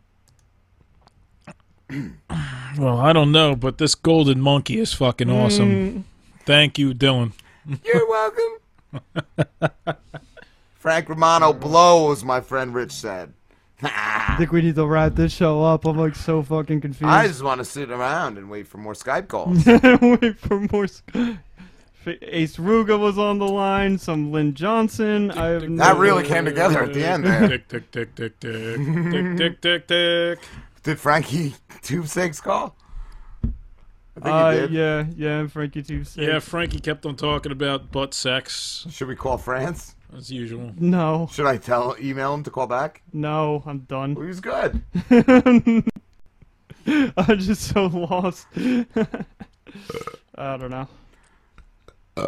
Well, I don't know, but this golden monkey is fucking
Hmm.
awesome. Thank you, Dylan.
You're welcome. Frank Romano blows, my friend Rich said. I
think we need to wrap this show up. I'm like so fucking confused.
I just want to sit around and wait for more Skype calls.
Wait for more. Sc- Ace Ruga was on the line. Some Lynn Johnson. I have no
That really came together at the end there.
Tick, tick, tick, tick, tick. tick, tick, tick, tick.
Did Frankie Tube Six call? I think
Uh,
he did.
yeah, yeah, Frankie Tube Six.
Yeah, Frankie kept on talking about butt sex.
Should we call France?
As usual.
No.
Should I tell email him to call back?
No, I'm done. Well,
he's good.
I'm just so lost. I don't know.